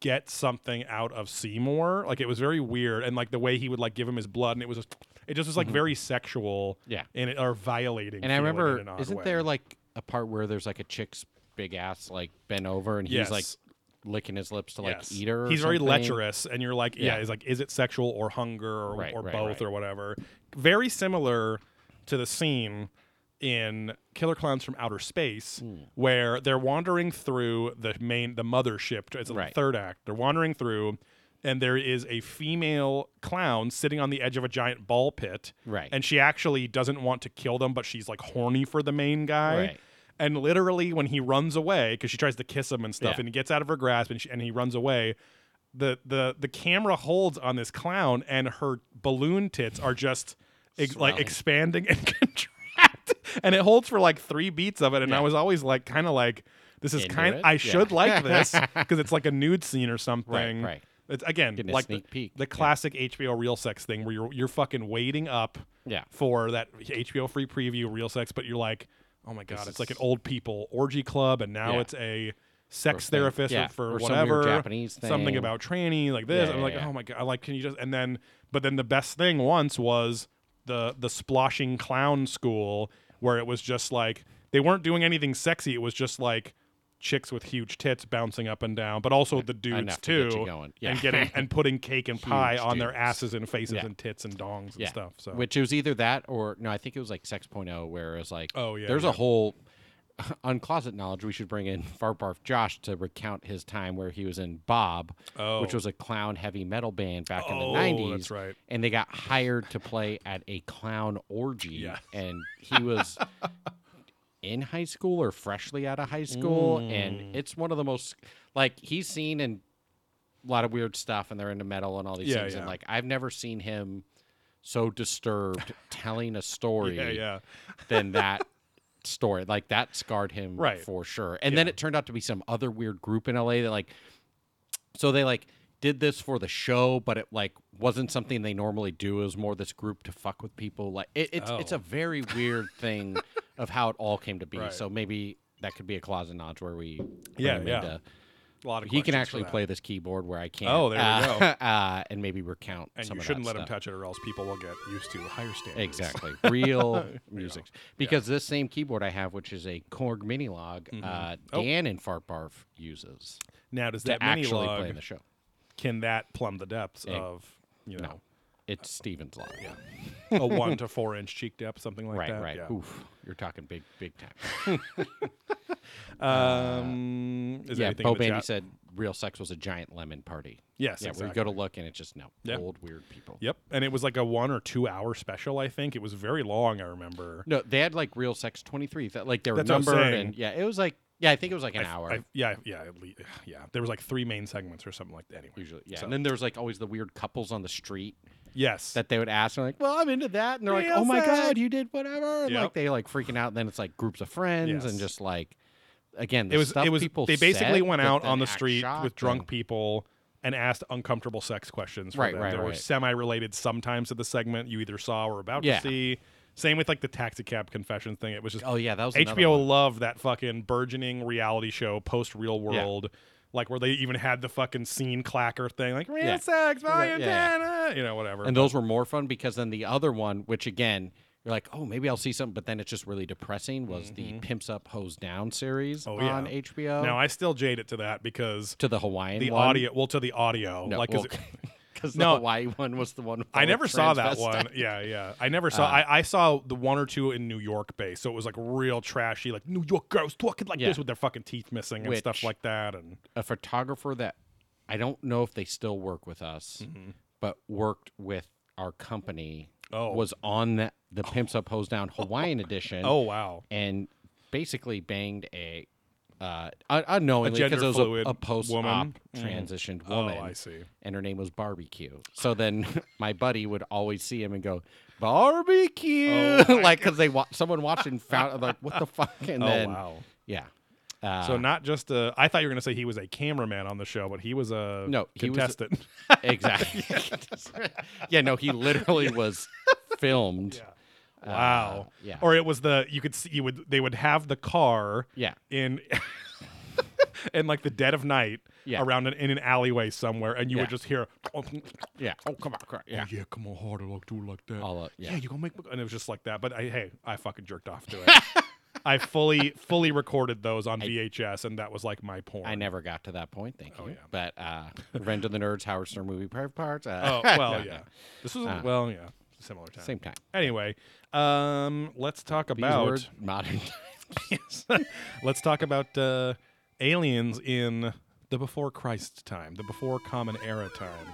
[SPEAKER 2] get something out of Seymour. Like it was very weird, and like the way he would like give him his blood, and it was just, it just was like very sexual,
[SPEAKER 3] Mm-hmm. Yeah.
[SPEAKER 2] and it, or violating.
[SPEAKER 3] And I
[SPEAKER 2] feeling in
[SPEAKER 3] remember,
[SPEAKER 2] an odd
[SPEAKER 3] isn't
[SPEAKER 2] way.
[SPEAKER 3] there like a part where there's like a chick's big ass like bent over and he's like
[SPEAKER 2] Yes.
[SPEAKER 3] licking his lips to like
[SPEAKER 2] Yes.
[SPEAKER 3] eat her? or
[SPEAKER 2] He's very
[SPEAKER 3] something?
[SPEAKER 2] lecherous, and you're like, yeah,
[SPEAKER 3] Yeah.
[SPEAKER 2] he's like, is it sexual or hunger or,
[SPEAKER 3] Right,
[SPEAKER 2] or
[SPEAKER 3] right,
[SPEAKER 2] both
[SPEAKER 3] right.
[SPEAKER 2] or whatever? Very similar to the scene in Killer Clowns from Outer Space,
[SPEAKER 3] Hmm.
[SPEAKER 2] where they're wandering through the main, the mothership. It's the
[SPEAKER 3] Right.
[SPEAKER 2] third act. They're wandering through, and there is a female clown sitting on the edge of a giant ball pit.
[SPEAKER 3] Right.
[SPEAKER 2] And she actually doesn't want to kill them, but she's like horny for the main guy.
[SPEAKER 3] Right.
[SPEAKER 2] And literally, when he runs away, because she tries to kiss him and stuff,
[SPEAKER 3] Yeah.
[SPEAKER 2] and he gets out of her grasp and, she, and he runs away, the, the the camera holds on this clown, and her balloon tits are just ex- like
[SPEAKER 3] Swelling.
[SPEAKER 2] expanding [LAUGHS] and contract, and it holds for like three beats of it. And I was always like, kind of like, this is
[SPEAKER 3] Into
[SPEAKER 2] kind.
[SPEAKER 3] it?
[SPEAKER 2] I
[SPEAKER 3] Yeah.
[SPEAKER 2] should like
[SPEAKER 3] [LAUGHS]
[SPEAKER 2] this because it's like a nude scene or something.
[SPEAKER 3] right.
[SPEAKER 2] It's again
[SPEAKER 3] Getting a
[SPEAKER 2] like
[SPEAKER 3] sneak
[SPEAKER 2] the,
[SPEAKER 3] peek,
[SPEAKER 2] the
[SPEAKER 3] yeah.
[SPEAKER 2] classic HBO real sex thing where you're you're fucking waiting up
[SPEAKER 3] Yeah.
[SPEAKER 2] for that HBO free preview real sex, but you're like, oh my god, it's like an old people orgy club, and now
[SPEAKER 3] Yeah.
[SPEAKER 2] it's a sex
[SPEAKER 3] thing-
[SPEAKER 2] therapist
[SPEAKER 3] yeah,
[SPEAKER 2] for
[SPEAKER 3] or some weird
[SPEAKER 2] whatever
[SPEAKER 3] Japanese
[SPEAKER 2] something
[SPEAKER 3] thing.
[SPEAKER 2] about tranny like this.
[SPEAKER 3] Yeah,
[SPEAKER 2] I'm
[SPEAKER 3] yeah,
[SPEAKER 2] like,
[SPEAKER 3] yeah.
[SPEAKER 2] oh my god, like can you just and then but then the best thing once was the the splashing clown school where it was just like they weren't doing anything sexy. It was just like chicks with huge tits bouncing up and down, but also the dudes
[SPEAKER 3] Enough to
[SPEAKER 2] too,
[SPEAKER 3] get you going. Yeah. [LAUGHS]
[SPEAKER 2] and getting and putting cake and pie
[SPEAKER 3] Huge
[SPEAKER 2] on their
[SPEAKER 3] dudes.
[SPEAKER 2] asses and faces
[SPEAKER 3] Yeah.
[SPEAKER 2] and tits and dongs and
[SPEAKER 3] yeah.
[SPEAKER 2] stuff. So
[SPEAKER 3] Which it was either that or no, I think it was like Sex Point oh where it was like,
[SPEAKER 2] Oh, yeah,
[SPEAKER 3] there's
[SPEAKER 2] yeah.
[SPEAKER 3] a whole [LAUGHS] on closet knowledge. We should bring in [LAUGHS] Far Barf Josh to recount his time where he was in Bob, which
[SPEAKER 2] Oh.
[SPEAKER 3] was a clown heavy metal band back in the
[SPEAKER 2] Oh,
[SPEAKER 3] 90s.
[SPEAKER 2] that's right.
[SPEAKER 3] And they got hired to play at a clown
[SPEAKER 2] [LAUGHS]
[SPEAKER 3] orgy,
[SPEAKER 2] Yeah.
[SPEAKER 3] and he
[SPEAKER 2] [LAUGHS]
[SPEAKER 3] was. In high school or freshly out of high school,
[SPEAKER 2] Mm.
[SPEAKER 3] and it's one of the most like he's seen in a lot of weird stuff, and they're into metal and all these
[SPEAKER 2] Yeah,
[SPEAKER 3] things. And
[SPEAKER 2] yeah.
[SPEAKER 3] like I've never seen him so disturbed
[SPEAKER 2] [LAUGHS]
[SPEAKER 3] telling a story
[SPEAKER 2] yeah, yeah.
[SPEAKER 3] than
[SPEAKER 2] [LAUGHS]
[SPEAKER 3] that story. Like that scarred him
[SPEAKER 2] Right.
[SPEAKER 3] for sure. And then it turned out to be some other weird group in LA that like so they like did this for the show, but it like wasn't something they normally do. It was more this group to fuck with people. Like it, it's it's a very weird
[SPEAKER 2] [LAUGHS]
[SPEAKER 3] thing of how it all came to be.
[SPEAKER 2] Oh. Right.
[SPEAKER 3] So maybe that could be a closet notch where we bring
[SPEAKER 2] Yeah,
[SPEAKER 3] him
[SPEAKER 2] yeah.
[SPEAKER 3] into-
[SPEAKER 2] A lot of
[SPEAKER 3] he can
[SPEAKER 2] questions for
[SPEAKER 3] actually
[SPEAKER 2] that.
[SPEAKER 3] play this keyboard where I can't.
[SPEAKER 2] Oh, there we
[SPEAKER 3] uh,
[SPEAKER 2] go.
[SPEAKER 3] [LAUGHS] uh, and maybe recount.
[SPEAKER 2] and
[SPEAKER 3] some
[SPEAKER 2] you
[SPEAKER 3] of
[SPEAKER 2] shouldn't
[SPEAKER 3] that
[SPEAKER 2] let him
[SPEAKER 3] stuff.
[SPEAKER 2] touch it, or else people will get used to higher standards.
[SPEAKER 3] Exactly.
[SPEAKER 2] [LAUGHS]
[SPEAKER 3] Real music. Because this same keyboard I have, which is a Korg Minilog,
[SPEAKER 2] Mm-hmm.
[SPEAKER 3] uh, Dan in Fart Barf uses
[SPEAKER 2] Now, does
[SPEAKER 3] to
[SPEAKER 2] Oh. that mini
[SPEAKER 3] actually play in
[SPEAKER 2] log
[SPEAKER 3] the show.
[SPEAKER 2] can that plumb the depths of you know?
[SPEAKER 3] It's Steven's line. Yeah.
[SPEAKER 2] a one to four inch cheek depth, something like
[SPEAKER 3] Right,
[SPEAKER 2] that.
[SPEAKER 3] right.
[SPEAKER 2] yeah.
[SPEAKER 3] Oof. You're talking big, big time.
[SPEAKER 2] Um, is there
[SPEAKER 3] Uh, yeah,
[SPEAKER 2] anything
[SPEAKER 3] Bo
[SPEAKER 2] in the
[SPEAKER 3] Bandy
[SPEAKER 2] chat?
[SPEAKER 3] said real sex was a giant lemon party.
[SPEAKER 2] Yes,
[SPEAKER 3] Yeah, where you go to look and it's just no
[SPEAKER 2] Yeah.
[SPEAKER 3] old weird people.
[SPEAKER 2] Yep, and it was like a one or two hour special. I think it was very long. I remember.
[SPEAKER 3] No, they had like real sex twenty three. That like they were
[SPEAKER 2] That's what I'm
[SPEAKER 3] numbered
[SPEAKER 2] saying.
[SPEAKER 3] and yeah, it was like yeah, I think it was like an hour
[SPEAKER 2] I- yeah, yeah, at lea- yeah. There was like three main segments or something like that. Anyway,
[SPEAKER 3] usually. Yeah,
[SPEAKER 2] So-
[SPEAKER 3] and then there was like always the weird couples on the street
[SPEAKER 2] yes,
[SPEAKER 3] that they would ask and like, well, I'm into that, and they're like,
[SPEAKER 2] Real
[SPEAKER 3] oh my
[SPEAKER 2] sex.
[SPEAKER 3] god, you did whatever, and
[SPEAKER 2] Yep.
[SPEAKER 3] like they like freaking out. And then it's like groups of friends
[SPEAKER 2] Yes.
[SPEAKER 3] and just like again, the
[SPEAKER 2] it was.
[SPEAKER 3] stuff
[SPEAKER 2] It was.
[SPEAKER 3] people.
[SPEAKER 2] They basically
[SPEAKER 3] said
[SPEAKER 2] went
[SPEAKER 3] that
[SPEAKER 2] out
[SPEAKER 3] then
[SPEAKER 2] on the
[SPEAKER 3] act
[SPEAKER 2] street
[SPEAKER 3] shocked
[SPEAKER 2] with drunk
[SPEAKER 3] and-
[SPEAKER 2] people and asked uncomfortable sex questions. For
[SPEAKER 3] Right,
[SPEAKER 2] them.
[SPEAKER 3] right,
[SPEAKER 2] They were
[SPEAKER 3] right.
[SPEAKER 2] semi-related sometimes to the segment you either saw or were about
[SPEAKER 3] Yeah.
[SPEAKER 2] to see. Same with like the taxi cab confession thing. It was just
[SPEAKER 3] Oh yeah, that was another
[SPEAKER 2] HBO
[SPEAKER 3] one.
[SPEAKER 2] loved that fucking burgeoning reality show post Real World, like where they even had the fucking scene clacker thing, like real
[SPEAKER 3] Yeah.
[SPEAKER 2] sex, volume
[SPEAKER 3] yeah.
[SPEAKER 2] ten, uh," you know, whatever.
[SPEAKER 3] and those were more fun because then the other one, which again, you're like, oh, maybe I'll see something, but then it's just really depressing. Was the Pimps Up, Hose Down series
[SPEAKER 2] Mm-hmm. Oh, yeah.
[SPEAKER 3] on HBO?
[SPEAKER 2] now I still jade it to that because
[SPEAKER 3] to the Hawaiian
[SPEAKER 2] the
[SPEAKER 3] one?
[SPEAKER 2] audio, well, to the audio,
[SPEAKER 3] no,
[SPEAKER 2] like 'cause it-
[SPEAKER 3] because
[SPEAKER 2] No.
[SPEAKER 3] the Hawaii one was the one. With
[SPEAKER 2] I
[SPEAKER 3] all the
[SPEAKER 2] never saw that
[SPEAKER 3] transvestite- Uh.
[SPEAKER 2] one. Yeah, yeah. I never saw. I, I saw the one or two in New York based, so it was like real trashy, like New York girls talking like
[SPEAKER 3] Yeah.
[SPEAKER 2] this with their fucking teeth missing and stuff
[SPEAKER 3] Which-
[SPEAKER 2] like that. And
[SPEAKER 3] A photographer that I don't know if they still work with us,
[SPEAKER 2] Mm-hmm.
[SPEAKER 3] but worked with our company.
[SPEAKER 2] Oh.
[SPEAKER 3] was on that the Pimps Up, Hose Down Hawaiian edition.
[SPEAKER 2] oh wow,
[SPEAKER 3] and basically banged a uh, un- unknowingly
[SPEAKER 2] A
[SPEAKER 3] because it was
[SPEAKER 2] gender-fluid
[SPEAKER 3] a, a post op
[SPEAKER 2] woman? Mm.
[SPEAKER 3] transitioned
[SPEAKER 2] Oh,
[SPEAKER 3] woman.
[SPEAKER 2] I see.
[SPEAKER 3] And her name was Barbecue. So then [LAUGHS] my buddy would always see him and go Barbecue, Like 'cause [LAUGHS] like because they wa- someone watched and found like what the fuck. And
[SPEAKER 2] oh
[SPEAKER 3] then
[SPEAKER 2] wow.
[SPEAKER 3] yeah, uh,
[SPEAKER 2] So not just a. I thought you were going to say he was a cameraman on the show, but he was a
[SPEAKER 3] No, he was a-
[SPEAKER 2] contestant. [LAUGHS]
[SPEAKER 3] exactly. [LAUGHS] yeah, no, he literally was filmed.
[SPEAKER 2] wow.
[SPEAKER 3] uh, yeah.
[SPEAKER 2] Or it was the you could see you would they would have the car
[SPEAKER 3] Yeah.
[SPEAKER 2] in [LAUGHS] in like the dead of night
[SPEAKER 3] Yeah.
[SPEAKER 2] around an, in an alleyway somewhere, and you
[SPEAKER 3] Yeah.
[SPEAKER 2] would just hear [LAUGHS] oh,
[SPEAKER 3] Yeah. Oh come on, come on. yeah.
[SPEAKER 2] yeah, come on harder, like do it like that.
[SPEAKER 3] All up, yeah.
[SPEAKER 2] you gonna make me-" and it was just like that. But I hey, I fucking jerked
[SPEAKER 3] [LAUGHS]
[SPEAKER 2] off to it. I fully fully recorded those on VHS, and that was like my porn.
[SPEAKER 3] I never got to that point, thank you. But uh, Revenge of the Nerds, Howard Stern movie, private parts. Uh, [LAUGHS]
[SPEAKER 2] Oh well,
[SPEAKER 3] no, no.
[SPEAKER 2] yeah. This was a well, yeah, similar time.
[SPEAKER 3] Uh. Same time.
[SPEAKER 2] Anyway, um, let's talk
[SPEAKER 3] These
[SPEAKER 2] about
[SPEAKER 3] were modern. [LAUGHS]
[SPEAKER 2] Yes. [LAUGHS] let's talk about uh, aliens in the before Christ time, the before Common Era time.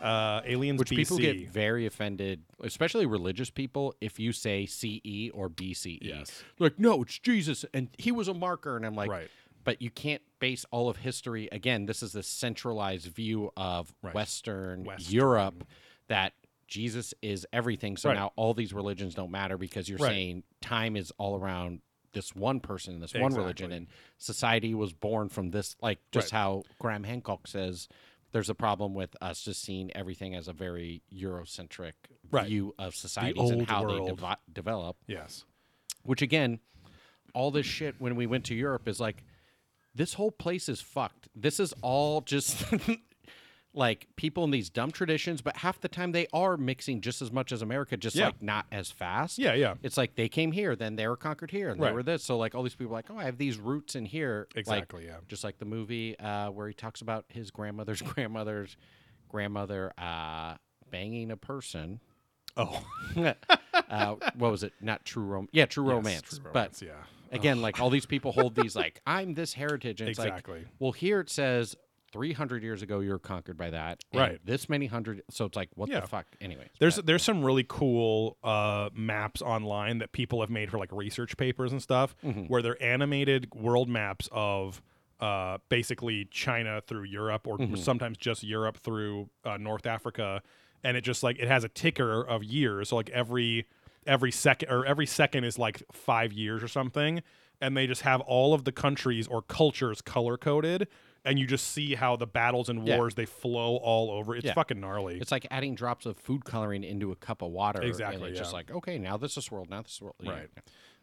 [SPEAKER 2] Uh, aliens
[SPEAKER 3] Which
[SPEAKER 2] BC.
[SPEAKER 3] people get very offended, especially religious people, if you say CE or BCE.
[SPEAKER 2] Yes.
[SPEAKER 3] They're Like, no, it's Jesus, and he was a marker. And I'm like,
[SPEAKER 2] Right.
[SPEAKER 3] but you can't base all of history. Again, this is this centralized view of
[SPEAKER 2] Right.
[SPEAKER 3] Western,
[SPEAKER 2] Western.
[SPEAKER 3] Europe that Jesus is everything. So
[SPEAKER 2] Right.
[SPEAKER 3] now all these religions don't matter because you're
[SPEAKER 2] Right.
[SPEAKER 3] saying time is all around this one person and this one religion,
[SPEAKER 2] Exactly.
[SPEAKER 3] and society was born from this, like just
[SPEAKER 2] Right.
[SPEAKER 3] how Graham Hancock says there's a problem with us just seeing everything as a very Eurocentric
[SPEAKER 2] Right.
[SPEAKER 3] view of societies and
[SPEAKER 2] old
[SPEAKER 3] how they
[SPEAKER 2] world.
[SPEAKER 3] devi- develop.
[SPEAKER 2] yes,
[SPEAKER 3] Which again, all this shit when we went to Europe is like, this whole place is fucked. This is all just [LAUGHS] like people in these dumb traditions, but half the time they are mixing just as much as America, just
[SPEAKER 2] Yeah.
[SPEAKER 3] like not as fast.
[SPEAKER 2] Yeah, yeah.
[SPEAKER 3] It's like they came here, then they were conquered here, and
[SPEAKER 2] Right.
[SPEAKER 3] they were this. So like all these people are like, oh, I have these roots in here. Like,
[SPEAKER 2] Exactly, yeah.
[SPEAKER 3] Just like the movie uh, where he talks about his grandmother's [LAUGHS] grandmother's grandmother uh, banging a person.
[SPEAKER 2] Oh.
[SPEAKER 3] uh, what was it? Not true romance. Yeah, true romance.
[SPEAKER 2] True
[SPEAKER 3] But
[SPEAKER 2] romance, yeah.
[SPEAKER 3] again, like all these people hold
[SPEAKER 2] [LAUGHS]
[SPEAKER 3] these like I'm this heritage, and it's
[SPEAKER 2] Exactly.
[SPEAKER 3] like, well, here it says 300 years ago you were conquered by that, and
[SPEAKER 2] Right.
[SPEAKER 3] This many hundred, so it's like, what
[SPEAKER 2] Yeah.
[SPEAKER 3] the fuck? Anyway,
[SPEAKER 2] There's there's some really cool uh, maps online that people have made for like research papers and stuff,
[SPEAKER 3] Mm-hmm.
[SPEAKER 2] where they're animated world maps of uh, basically China through Europe, or
[SPEAKER 3] Mm-hmm.
[SPEAKER 2] sometimes just Europe through uh, North Africa, and it just like it has a ticker of years, so like every every second or every second is like five years or something, and they just have all of the countries or cultures color coded. And you just see how the battles and
[SPEAKER 3] Yeah.
[SPEAKER 2] wars they flow all over. It's
[SPEAKER 3] Yeah.
[SPEAKER 2] fucking gnarly.
[SPEAKER 3] It's like adding drops of food coloring into a cup of water. and
[SPEAKER 2] Exactly,
[SPEAKER 3] it's just
[SPEAKER 2] yeah.
[SPEAKER 3] like, okay, now this is swirled, now this is swirled. Yeah.
[SPEAKER 2] Right.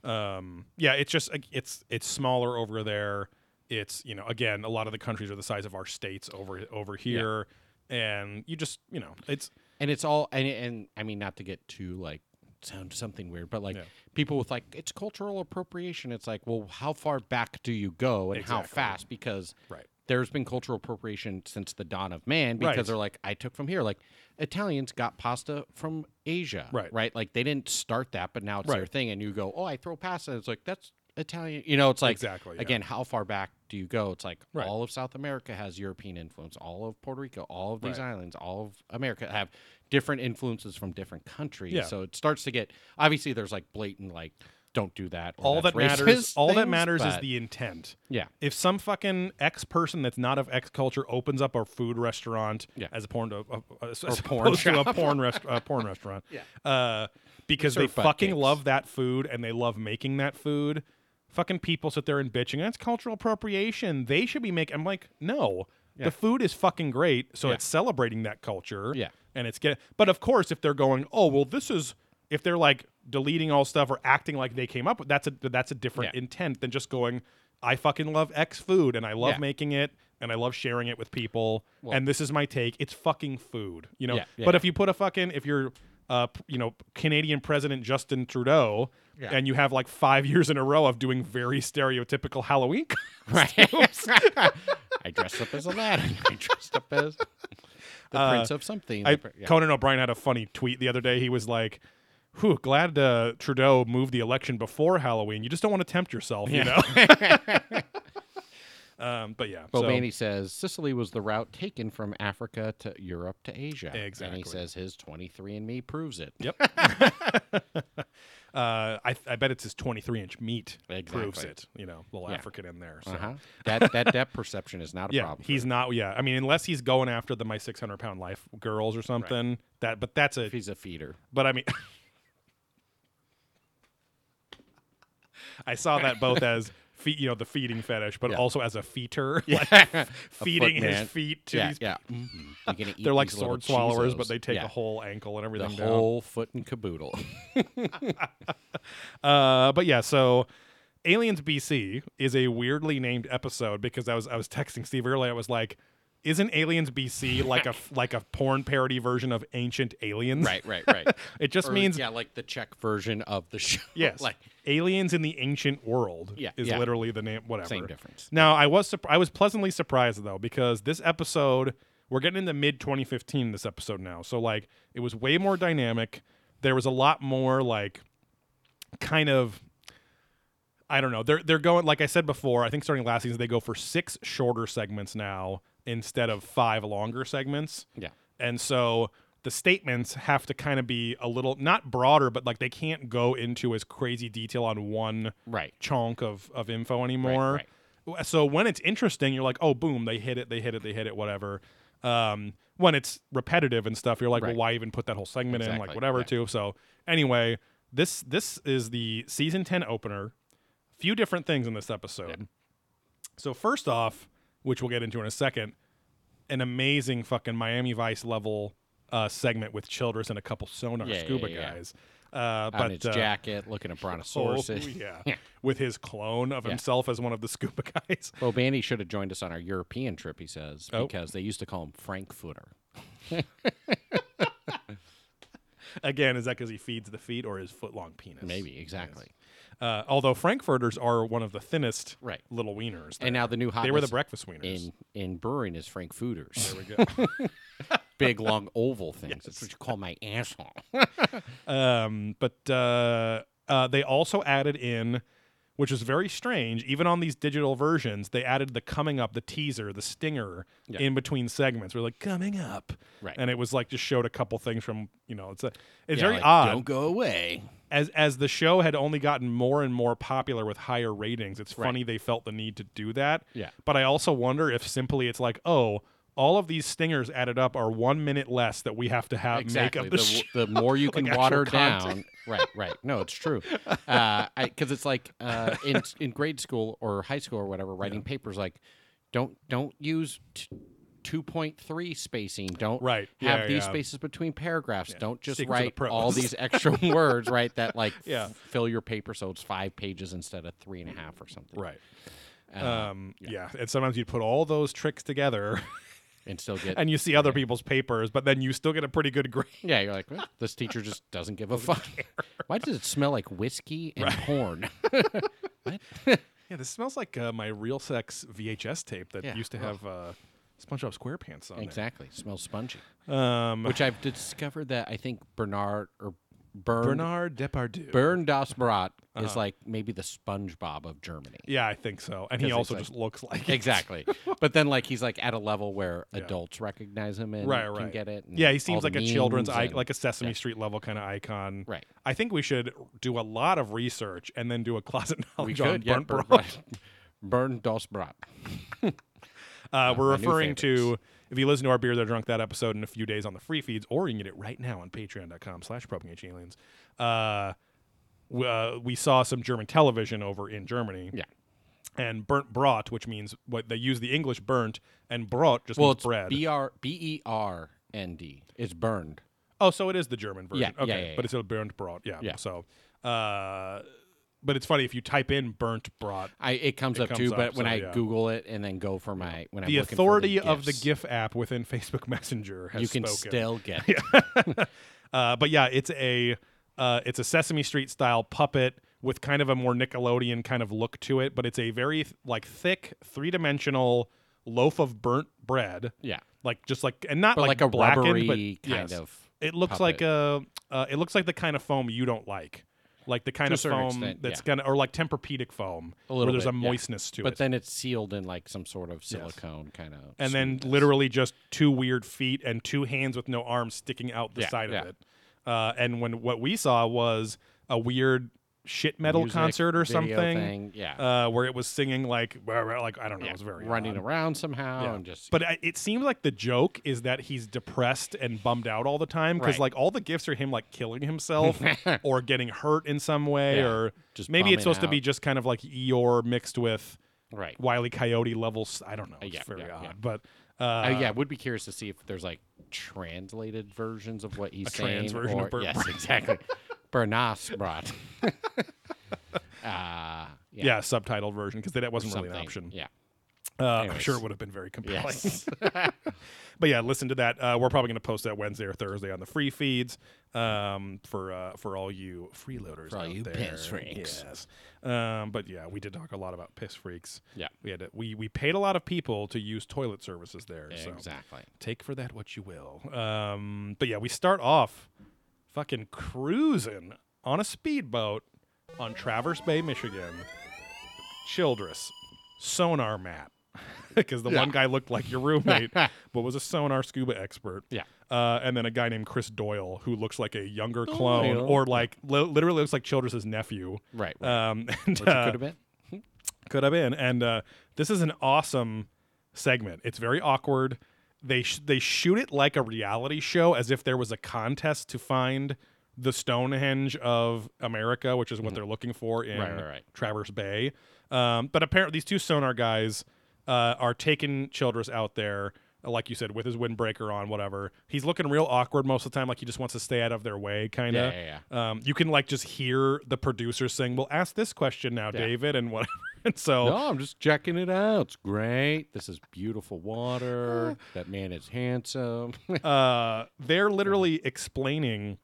[SPEAKER 2] um yeah it's just like, it's it's smaller over there it's you know again a lot of the countries are the size of our states over over here and you just you know it's
[SPEAKER 3] And it's all, and, and I mean, not to get too like, sound something weird, but like
[SPEAKER 2] Yeah.
[SPEAKER 3] people with like, it's cultural appropriation. It's like, well, how far back do you go and how
[SPEAKER 2] Exactly.
[SPEAKER 3] fast? Because
[SPEAKER 2] Right.
[SPEAKER 3] there's been cultural appropriation since the dawn of man because
[SPEAKER 2] Right.
[SPEAKER 3] they're like, I took from here. Like, Italians got pasta from Asia,
[SPEAKER 2] Right.
[SPEAKER 3] Right, like they didn't start that, but now it's their
[SPEAKER 2] Right.
[SPEAKER 3] thing. And you go, oh, I throw pasta. And it's like that's Italian. You know, it's like
[SPEAKER 2] Exactly, yeah.
[SPEAKER 3] again, how far back do you go? It's like
[SPEAKER 2] Right.
[SPEAKER 3] all of South America has European influence. All of Puerto Rico, all of these
[SPEAKER 2] Right.
[SPEAKER 3] islands, all of America have different influences from different countries.
[SPEAKER 2] Yeah.
[SPEAKER 3] So it starts to get obviously there's like blatant like don't do that. or
[SPEAKER 2] all
[SPEAKER 3] that's
[SPEAKER 2] that matters
[SPEAKER 3] racist
[SPEAKER 2] all that
[SPEAKER 3] things,
[SPEAKER 2] matters is
[SPEAKER 3] but-
[SPEAKER 2] the intent [LAUGHS]
[SPEAKER 3] Yeah.
[SPEAKER 2] if some fucking X person that's not of X culture opens up a food restaurant
[SPEAKER 3] Yeah.
[SPEAKER 2] as a porn to, uh, uh, as opposed
[SPEAKER 3] porn
[SPEAKER 2] to a porn rest, uh,
[SPEAKER 3] [LAUGHS]
[SPEAKER 2] porn restaurant, yeah. uh, because they
[SPEAKER 3] serve butt
[SPEAKER 2] fucking
[SPEAKER 3] cakes.
[SPEAKER 2] love that food and they love making that food. Fucking people sit there and bitching. That's cultural appropriation. They should be making. I'm like, no. The food is fucking great, so it's celebrating that culture.
[SPEAKER 3] Yeah.
[SPEAKER 2] and it's get. But of course, if they're going, oh well, this is if they're like deleting all stuff or acting like they came up with that's a that's a different
[SPEAKER 3] Yeah.
[SPEAKER 2] intent than just going i fucking love x food and i love
[SPEAKER 3] Yeah.
[SPEAKER 2] making it and i love sharing it with people and this is my take it's fucking food you know
[SPEAKER 3] Yeah, yeah,
[SPEAKER 2] but
[SPEAKER 3] yeah.
[SPEAKER 2] if you put a fucking if you're uh p- you know canadian president justin trudeau
[SPEAKER 3] Yeah.
[SPEAKER 2] and you have like five [LAUGHS] years in a row of doing very stereotypical halloween [LAUGHS]
[SPEAKER 3] Right. [LAUGHS] I dressed up as Aladdin. I dressed up as the prince of something.
[SPEAKER 2] Uh, I,
[SPEAKER 3] the pr- yeah.
[SPEAKER 2] Conan O'Brien had a funny tweet the other day. He was like, Whew, glad uh, Trudeau moved the election before Halloween. You just don't want to tempt yourself,
[SPEAKER 3] [LAUGHS]
[SPEAKER 2] you know? um, but yeah. so-
[SPEAKER 3] Bobani says Sicily was the route taken from Africa to Europe to Asia. And
[SPEAKER 2] Exactly.
[SPEAKER 3] he says his 23andMe proves it.
[SPEAKER 2] Yep. uh, I, I bet it's his 23 inch meat proves
[SPEAKER 3] Exactly.
[SPEAKER 2] it, you know, little
[SPEAKER 3] Yeah.
[SPEAKER 2] African in there. So.
[SPEAKER 3] Uh-huh. [LAUGHS] that that depth perception is not a
[SPEAKER 2] Yeah,
[SPEAKER 3] problem. for
[SPEAKER 2] he's
[SPEAKER 3] him.
[SPEAKER 2] not. Yeah, I mean, unless he's going after the my six hundred pound life girls or something. That, but that's a.
[SPEAKER 3] He's a feeder.
[SPEAKER 2] But I mean, [LAUGHS] I saw that both as feet, you know, the feeding fetish, but
[SPEAKER 3] Yeah.
[SPEAKER 2] also as a feeter, [LAUGHS] like
[SPEAKER 3] [LAUGHS]
[SPEAKER 2] feeding his
[SPEAKER 3] footman.
[SPEAKER 2] feet to
[SPEAKER 3] Yeah,
[SPEAKER 2] these.
[SPEAKER 3] yeah.
[SPEAKER 2] [LAUGHS]
[SPEAKER 3] Mhm. You're gonna eat
[SPEAKER 2] They're like
[SPEAKER 3] these little
[SPEAKER 2] sword swallowers,
[SPEAKER 3] Cheezos.
[SPEAKER 2] but they take
[SPEAKER 3] Yeah.
[SPEAKER 2] a whole ankle and
[SPEAKER 3] the
[SPEAKER 2] everything down.
[SPEAKER 3] whole foot and
[SPEAKER 2] [LAUGHS]
[SPEAKER 3] caboodle.
[SPEAKER 2] Uh, but yeah, so Aliens BC is a weirdly named episode because I was I was texting Steve earlier. I was like, "Isn't Aliens
[SPEAKER 3] [LAUGHS]
[SPEAKER 2] BC like a f- like a porn parody version of Ancient Aliens?"
[SPEAKER 3] right, right, right.
[SPEAKER 2] [LAUGHS] It just
[SPEAKER 3] Or,
[SPEAKER 2] means
[SPEAKER 3] yeah, like the Czech version of the [LAUGHS] show.
[SPEAKER 2] Yes.
[SPEAKER 3] like
[SPEAKER 2] Aliens in the Ancient World
[SPEAKER 3] Yeah,
[SPEAKER 2] is
[SPEAKER 3] yeah.
[SPEAKER 2] literally the name whatever.
[SPEAKER 3] Same difference.
[SPEAKER 2] Now, I was surp- I was pleasantly surprised though because this episode we're getting into mid 2015 this episode now. So like it was way more dynamic. There was a lot more like kind of I don't know. They're they're going like I said before. I think starting last season they go for six shorter segments now instead of five longer segments.
[SPEAKER 3] Yeah.
[SPEAKER 2] And so the statements have to kind of be a little not broader, but like they can't go into as crazy detail on one
[SPEAKER 3] Right.
[SPEAKER 2] chunk of of info anymore.
[SPEAKER 3] right.
[SPEAKER 2] W- So when it's interesting, you're like, oh, boom, they hit it, they hit it, they hit it, whatever. Um, when it's repetitive and stuff, you're like, well,
[SPEAKER 3] Right.
[SPEAKER 2] why even put that whole segment in, like
[SPEAKER 3] Exactly,
[SPEAKER 2] whatever,
[SPEAKER 3] yeah.
[SPEAKER 2] too. So anyway, this this is the season ten opener. Few different things in this episode. So first off, which we'll get into in a second, an amazing fucking Miami Vice level uh, segment with Childress and a couple sonar
[SPEAKER 3] Yeah, yeah,
[SPEAKER 2] scuba
[SPEAKER 3] yeah.
[SPEAKER 2] guys. Uh,
[SPEAKER 3] on
[SPEAKER 2] but
[SPEAKER 3] his
[SPEAKER 2] uh,
[SPEAKER 3] jacket, looking at
[SPEAKER 2] [LAUGHS] Oh,
[SPEAKER 3] [LAUGHS] brontosaurus.
[SPEAKER 2] yeah. With his clone of himself as one of the [LAUGHS] scuba guys.
[SPEAKER 3] Bobani should have joined us on our European trip, he says,
[SPEAKER 2] Oh.
[SPEAKER 3] because they used to call him Frankfurter.
[SPEAKER 2] Again, is that because he feeds the feet or his foot long penis?
[SPEAKER 3] Maybe, exactly.
[SPEAKER 2] Uh, although Frankfurters are one of the thinnest
[SPEAKER 3] Right.
[SPEAKER 2] little wieners.
[SPEAKER 3] And
[SPEAKER 2] there.
[SPEAKER 3] now the new hotness
[SPEAKER 2] they were the breakfast wieners.
[SPEAKER 3] in, in brewing is Frankfurters.
[SPEAKER 2] There we go.
[SPEAKER 3] [LAUGHS] Big, long, oval things. That's what you call my asshole.
[SPEAKER 2] Um, but uh, uh, they also added in, which was very strange, even on these digital versions, they added the coming up, the teaser, the stinger
[SPEAKER 3] Yeah.
[SPEAKER 2] in between segments. We're like coming up,
[SPEAKER 3] Right.
[SPEAKER 2] And it was like just showed a couple things from you know it's a it's
[SPEAKER 3] Yeah,
[SPEAKER 2] very
[SPEAKER 3] like,
[SPEAKER 2] odd
[SPEAKER 3] Don't go away.
[SPEAKER 2] as as the show had only gotten more and more popular with higher ratings, it's funny they felt the need to do that.
[SPEAKER 3] Yeah.
[SPEAKER 2] But I also wonder if simply it's like, oh, all of these stingers added up are one minute less that we have to have
[SPEAKER 3] Exactly.
[SPEAKER 2] uh, make up the,
[SPEAKER 3] the,
[SPEAKER 2] show.
[SPEAKER 3] the more
[SPEAKER 2] [LAUGHS]
[SPEAKER 3] you can
[SPEAKER 2] actual
[SPEAKER 3] water
[SPEAKER 2] content.
[SPEAKER 3] down. [LAUGHS] Right, right. No, it's true.
[SPEAKER 2] [LAUGHS]
[SPEAKER 3] Because uh, I- 'cause it's like uh, in in grade school or high school or whatever, writing papers like, don't don't use. T- 2.3 spacing don't
[SPEAKER 2] Right.
[SPEAKER 3] have
[SPEAKER 2] Yeah,
[SPEAKER 3] these
[SPEAKER 2] yeah.
[SPEAKER 3] spaces between paragraphs don't just
[SPEAKER 2] Secrets of the
[SPEAKER 3] write
[SPEAKER 2] pros.
[SPEAKER 3] all these
[SPEAKER 2] [LAUGHS]
[SPEAKER 3] extra words right that like
[SPEAKER 2] Yeah.
[SPEAKER 3] f- fill your paper so it's five pages instead of three and a half or something
[SPEAKER 2] Right. Um, yeah. And sometimes you put all those tricks together [LAUGHS]
[SPEAKER 3] and still get
[SPEAKER 2] and you see other people's papers, but then you still get a pretty good [LAUGHS] grade.
[SPEAKER 3] yeah you're like "Well, this teacher just doesn't give a fuck why does it smell like whiskey and
[SPEAKER 2] [LAUGHS]
[SPEAKER 3] porn
[SPEAKER 2] Yeah, this smells like uh, my real sex VHS tape that
[SPEAKER 3] Yeah.
[SPEAKER 2] used to have uh, SpongeBob SquarePants on
[SPEAKER 3] Exactly. Smells spongy.
[SPEAKER 2] there. Um,
[SPEAKER 3] Which I've discovered that I think Bernard or Bern,
[SPEAKER 2] Bernard Uh-huh. Depardieu.
[SPEAKER 3] Bern das Brat is like maybe the SpongeBob of
[SPEAKER 2] [LAUGHS]
[SPEAKER 3] Germany.
[SPEAKER 2] yeah, I think so. And he
[SPEAKER 3] Because
[SPEAKER 2] also
[SPEAKER 3] it's
[SPEAKER 2] just looks like it. [LAUGHS]
[SPEAKER 3] Exactly. but then like he's like at a level where adults recognize him and
[SPEAKER 2] right,
[SPEAKER 3] can
[SPEAKER 2] right.
[SPEAKER 3] get it. and
[SPEAKER 2] yeah, he
[SPEAKER 3] all
[SPEAKER 2] seems
[SPEAKER 3] the
[SPEAKER 2] like a children's,
[SPEAKER 3] memes
[SPEAKER 2] I-
[SPEAKER 3] and-
[SPEAKER 2] like a Sesame Street level kind of icon.
[SPEAKER 3] Right.
[SPEAKER 2] I think we should do a lot of research and then do a closet [LAUGHS]
[SPEAKER 3] we
[SPEAKER 2] knowledge on
[SPEAKER 3] could yeah,
[SPEAKER 2] Burnt
[SPEAKER 3] Bern,
[SPEAKER 2] Brat.
[SPEAKER 3] [LAUGHS] Bern das Brat.
[SPEAKER 2] Uh, we're
[SPEAKER 3] my new
[SPEAKER 2] referring to if you listen to our beer they're drunk that episode in a few days on the free feeds, or you can get it right now on patreon.com slash probing H aliens. Uh, we, uh, we saw some German television over in Germany.
[SPEAKER 3] Yeah.
[SPEAKER 2] And burnt brat, which means what they use the English burnt, and brat just
[SPEAKER 3] Well,
[SPEAKER 2] means
[SPEAKER 3] it's
[SPEAKER 2] bread.
[SPEAKER 3] B R B E R N D. It's burned.
[SPEAKER 2] oh, so it is the German version.
[SPEAKER 3] Yeah, yeah,
[SPEAKER 2] okay,
[SPEAKER 3] yeah,
[SPEAKER 2] but
[SPEAKER 3] yeah.
[SPEAKER 2] it's a burnt brat. Yeah.
[SPEAKER 3] Yeah.
[SPEAKER 2] So, uh, but it's funny if you type in burnt brat,
[SPEAKER 3] I it comes up
[SPEAKER 2] comes
[SPEAKER 3] too,
[SPEAKER 2] up,
[SPEAKER 3] but when
[SPEAKER 2] so,
[SPEAKER 3] I
[SPEAKER 2] yeah.
[SPEAKER 3] Google it and then go for my when I'm
[SPEAKER 2] the
[SPEAKER 3] looking for
[SPEAKER 2] authority of the
[SPEAKER 3] gifs,
[SPEAKER 2] GIF app within [LAUGHS] Facebook Messenger has
[SPEAKER 3] you can
[SPEAKER 2] spoken.
[SPEAKER 3] still
[SPEAKER 2] [LAUGHS]
[SPEAKER 3] get. it.
[SPEAKER 2] Uh, but yeah, it's a uh, it's a Sesame Street style puppet with kind of a more Nickelodeon kind of look to it, but it's a very th- like thick three dimensional loaf of burnt bread.
[SPEAKER 3] Yeah.
[SPEAKER 2] Like just like and not
[SPEAKER 3] But like, a
[SPEAKER 2] blackened,
[SPEAKER 3] rubbery
[SPEAKER 2] but
[SPEAKER 3] kind
[SPEAKER 2] yes.
[SPEAKER 3] of.
[SPEAKER 2] It looks like a uh, it looks like the kind of foam you don't like. Like the kind
[SPEAKER 3] To a
[SPEAKER 2] of
[SPEAKER 3] certain
[SPEAKER 2] foam
[SPEAKER 3] extent,
[SPEAKER 2] that's
[SPEAKER 3] yeah.
[SPEAKER 2] gonna or like Tempur-Pedic foam
[SPEAKER 3] A
[SPEAKER 2] where
[SPEAKER 3] little
[SPEAKER 2] there's
[SPEAKER 3] bit,
[SPEAKER 2] a
[SPEAKER 3] yeah.
[SPEAKER 2] moistness to
[SPEAKER 3] But
[SPEAKER 2] it.
[SPEAKER 3] then it's sealed in like some sort of silicone kind of.
[SPEAKER 2] and then literally just two weird feet and two hands with no arms sticking out the
[SPEAKER 3] Yeah,
[SPEAKER 2] side of
[SPEAKER 3] yeah.
[SPEAKER 2] it. Uh, and when what we saw was a weird shit metal concert or something,
[SPEAKER 3] Yeah.
[SPEAKER 2] uh, where it was singing like like I don't know,
[SPEAKER 3] yeah.
[SPEAKER 2] it was very
[SPEAKER 3] running
[SPEAKER 2] odd.
[SPEAKER 3] around somehow
[SPEAKER 2] Yeah.
[SPEAKER 3] and just.
[SPEAKER 2] But I- it seems like the joke is that he's depressed and bummed out all the time because
[SPEAKER 3] Right.
[SPEAKER 2] like all the gifts are him like
[SPEAKER 3] [LAUGHS]
[SPEAKER 2] killing himself or getting hurt in some way
[SPEAKER 3] Yeah,
[SPEAKER 2] or
[SPEAKER 3] just
[SPEAKER 2] maybe it's
[SPEAKER 3] bumming
[SPEAKER 2] supposed to be
[SPEAKER 3] out.
[SPEAKER 2] just kind of like Eeyore mixed with
[SPEAKER 3] right.
[SPEAKER 2] Wiley Coyote levels. I don't know. It's
[SPEAKER 3] yeah,
[SPEAKER 2] very
[SPEAKER 3] yeah,
[SPEAKER 2] odd,
[SPEAKER 3] yeah.
[SPEAKER 2] but. Uh,
[SPEAKER 3] Uh, yeah, I would be curious to see if there's like translated versions of what he's saying.
[SPEAKER 2] trans version of
[SPEAKER 3] or-
[SPEAKER 2] Bert
[SPEAKER 3] Yes,
[SPEAKER 2] [LAUGHS]
[SPEAKER 3] exactly. Bernas brought. [LAUGHS] uh, yeah,
[SPEAKER 2] yeah, subtitled version because that wasn't really
[SPEAKER 3] something.
[SPEAKER 2] an option.
[SPEAKER 3] Yeah.
[SPEAKER 2] [LAUGHS] Uh, I'm
[SPEAKER 3] Anyways.
[SPEAKER 2] sure it would have been very compelling.
[SPEAKER 3] Yes.
[SPEAKER 2] [LAUGHS] but yeah, listen to that. Uh, we're probably going to post that Wednesday or Thursday on the free feeds um, for uh, for all you freeloaders.
[SPEAKER 3] For all
[SPEAKER 2] out
[SPEAKER 3] you
[SPEAKER 2] there.
[SPEAKER 3] piss freaks.
[SPEAKER 2] Yes. Um, but yeah, we did talk a lot about piss freaks.
[SPEAKER 3] Yeah.
[SPEAKER 2] We had to, we we paid a lot of people to use toilet services there. So
[SPEAKER 3] Exactly.
[SPEAKER 2] take for that what you will. Um, but yeah, we start off fucking cruising on a speedboat on Traverse Bay, Michigan. Childress, sonar [LAUGHS] map. Because the one guy looked like your roommate,
[SPEAKER 3] [LAUGHS]
[SPEAKER 2] but was a sonar scuba expert.
[SPEAKER 3] Yeah.
[SPEAKER 2] Uh, and then a guy named Chris Doyle, who looks like a younger clone,
[SPEAKER 3] Doyle.
[SPEAKER 2] or like li- literally looks like Childress's nephew.
[SPEAKER 3] Right. right.
[SPEAKER 2] Um, [LAUGHS] and,
[SPEAKER 3] Which it
[SPEAKER 2] uh,
[SPEAKER 3] could have been.
[SPEAKER 2] could have been. And uh, this is an awesome segment. It's very awkward. They sh- they shoot it like a reality show, as if there was a contest to find the Stonehenge of America, which is what they're looking for in
[SPEAKER 3] Mm-hmm. Right, right, right.
[SPEAKER 2] Traverse Bay. Um, but apparently, these two sonar guys uh, are taking Childress out there. uh, Like you said, with his windbreaker on, whatever. He's looking real awkward most of the time, like he just wants to stay out of their way, kind
[SPEAKER 3] Yeah,
[SPEAKER 2] of.
[SPEAKER 3] yeah, yeah.
[SPEAKER 2] Um, you can like just hear the producer saying, "Well, ask this question now, David," and whatever. [LAUGHS] And so,
[SPEAKER 3] No, I'm just checking it out. It's great. This is beautiful water. that man is handsome. [LAUGHS]
[SPEAKER 2] uh, they're literally explaining.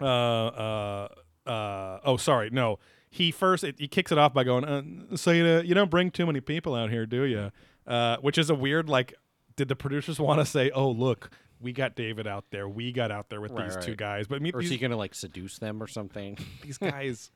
[SPEAKER 2] Uh, uh, uh, oh, sorry, no. He first it, he kicks it off by going, uh, "So you you don't bring too many people out here, do you?" Uh, which is a weird like. Did the producers [LAUGHS] want to say, "Oh, look, we got David out there. We got out there with
[SPEAKER 3] Right,
[SPEAKER 2] these
[SPEAKER 3] right.
[SPEAKER 2] two guys," but I mean,
[SPEAKER 3] or is
[SPEAKER 2] these-
[SPEAKER 3] he going to like seduce them or
[SPEAKER 2] [LAUGHS]
[SPEAKER 3] something?
[SPEAKER 2] these guys.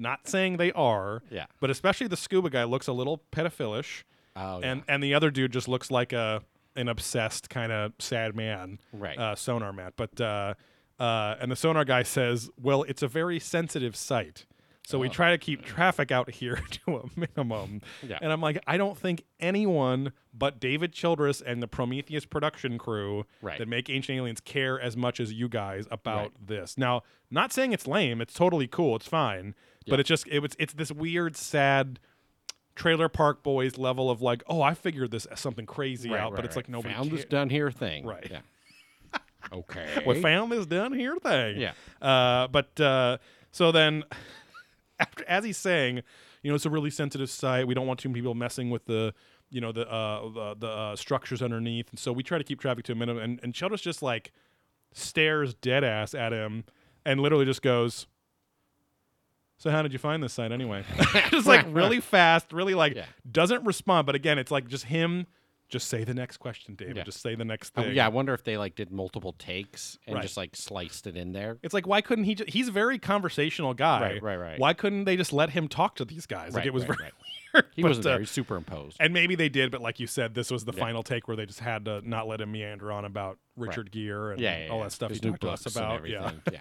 [SPEAKER 2] Not saying they are,
[SPEAKER 3] Yeah.
[SPEAKER 2] but especially the scuba guy looks a little pedophilish.
[SPEAKER 3] Oh,
[SPEAKER 2] and and the other dude just looks like a an obsessed kind of sad man,
[SPEAKER 3] Right.
[SPEAKER 2] Uh, sonar man, but uh, uh, and the sonar guy says, "Well, it's a very sensitive site, so
[SPEAKER 3] Oh.
[SPEAKER 2] we try to keep traffic out here [LAUGHS] to a minimum."
[SPEAKER 3] Yeah.
[SPEAKER 2] And I'm like, I don't think anyone but David Childress and the Prometheus production crew
[SPEAKER 3] Right.
[SPEAKER 2] that make Ancient Aliens care as much as you guys about this. Now, not saying it's lame; it's totally cool, it's fine, but it's just it was it's this weird, sad trailer park boys level of like, oh, I figured this something crazy
[SPEAKER 3] Right,
[SPEAKER 2] out,
[SPEAKER 3] right,
[SPEAKER 2] but it's
[SPEAKER 3] right.
[SPEAKER 2] like nobody
[SPEAKER 3] found this
[SPEAKER 2] cares.
[SPEAKER 3] done here thing.
[SPEAKER 2] Right.
[SPEAKER 3] Yeah.
[SPEAKER 2] [LAUGHS]
[SPEAKER 3] okay.
[SPEAKER 2] we found this down here thing.
[SPEAKER 3] Yeah.
[SPEAKER 2] Uh, but uh, so then, [LAUGHS] after, as he's saying, you know, it's a really sensitive site. We don't want too many people messing with the, you know, the uh, the, the uh, structures underneath, and so we try to keep traffic to a minimum. And and Childress just like stares dead ass at him, and literally just goes. So how did you find this
[SPEAKER 3] [LAUGHS]
[SPEAKER 2] site [LAUGHS] anyway? just like really fast, really like
[SPEAKER 3] Yeah.
[SPEAKER 2] doesn't respond. But again, it's like just him Just say the next question, David.
[SPEAKER 3] Yeah.
[SPEAKER 2] Just say the next
[SPEAKER 3] I-
[SPEAKER 2] thing.
[SPEAKER 3] Oh, yeah, I wonder if they like did multiple takes and
[SPEAKER 2] Right.
[SPEAKER 3] just like sliced it in there.
[SPEAKER 2] It's like why couldn't he? Just, he's a very conversational guy.
[SPEAKER 3] Right, right, right.
[SPEAKER 2] Why couldn't they just let him talk to these guys? like
[SPEAKER 3] Right,
[SPEAKER 2] it was
[SPEAKER 3] right,
[SPEAKER 2] very
[SPEAKER 3] right.
[SPEAKER 2] weird.
[SPEAKER 3] He
[SPEAKER 2] but,
[SPEAKER 3] wasn't
[SPEAKER 2] uh,
[SPEAKER 3] there. He's superimposed.
[SPEAKER 2] [LAUGHS] And maybe they did, but like you said, this was the
[SPEAKER 3] Yeah.
[SPEAKER 2] final take where they just had to not let him meander on about Richard Gere and
[SPEAKER 3] yeah, yeah,
[SPEAKER 2] all
[SPEAKER 3] yeah.
[SPEAKER 2] that stuff
[SPEAKER 3] His
[SPEAKER 2] he
[SPEAKER 3] new
[SPEAKER 2] talked to us
[SPEAKER 3] books and
[SPEAKER 2] about. Yeah, [LAUGHS]
[SPEAKER 3] everything. yeah.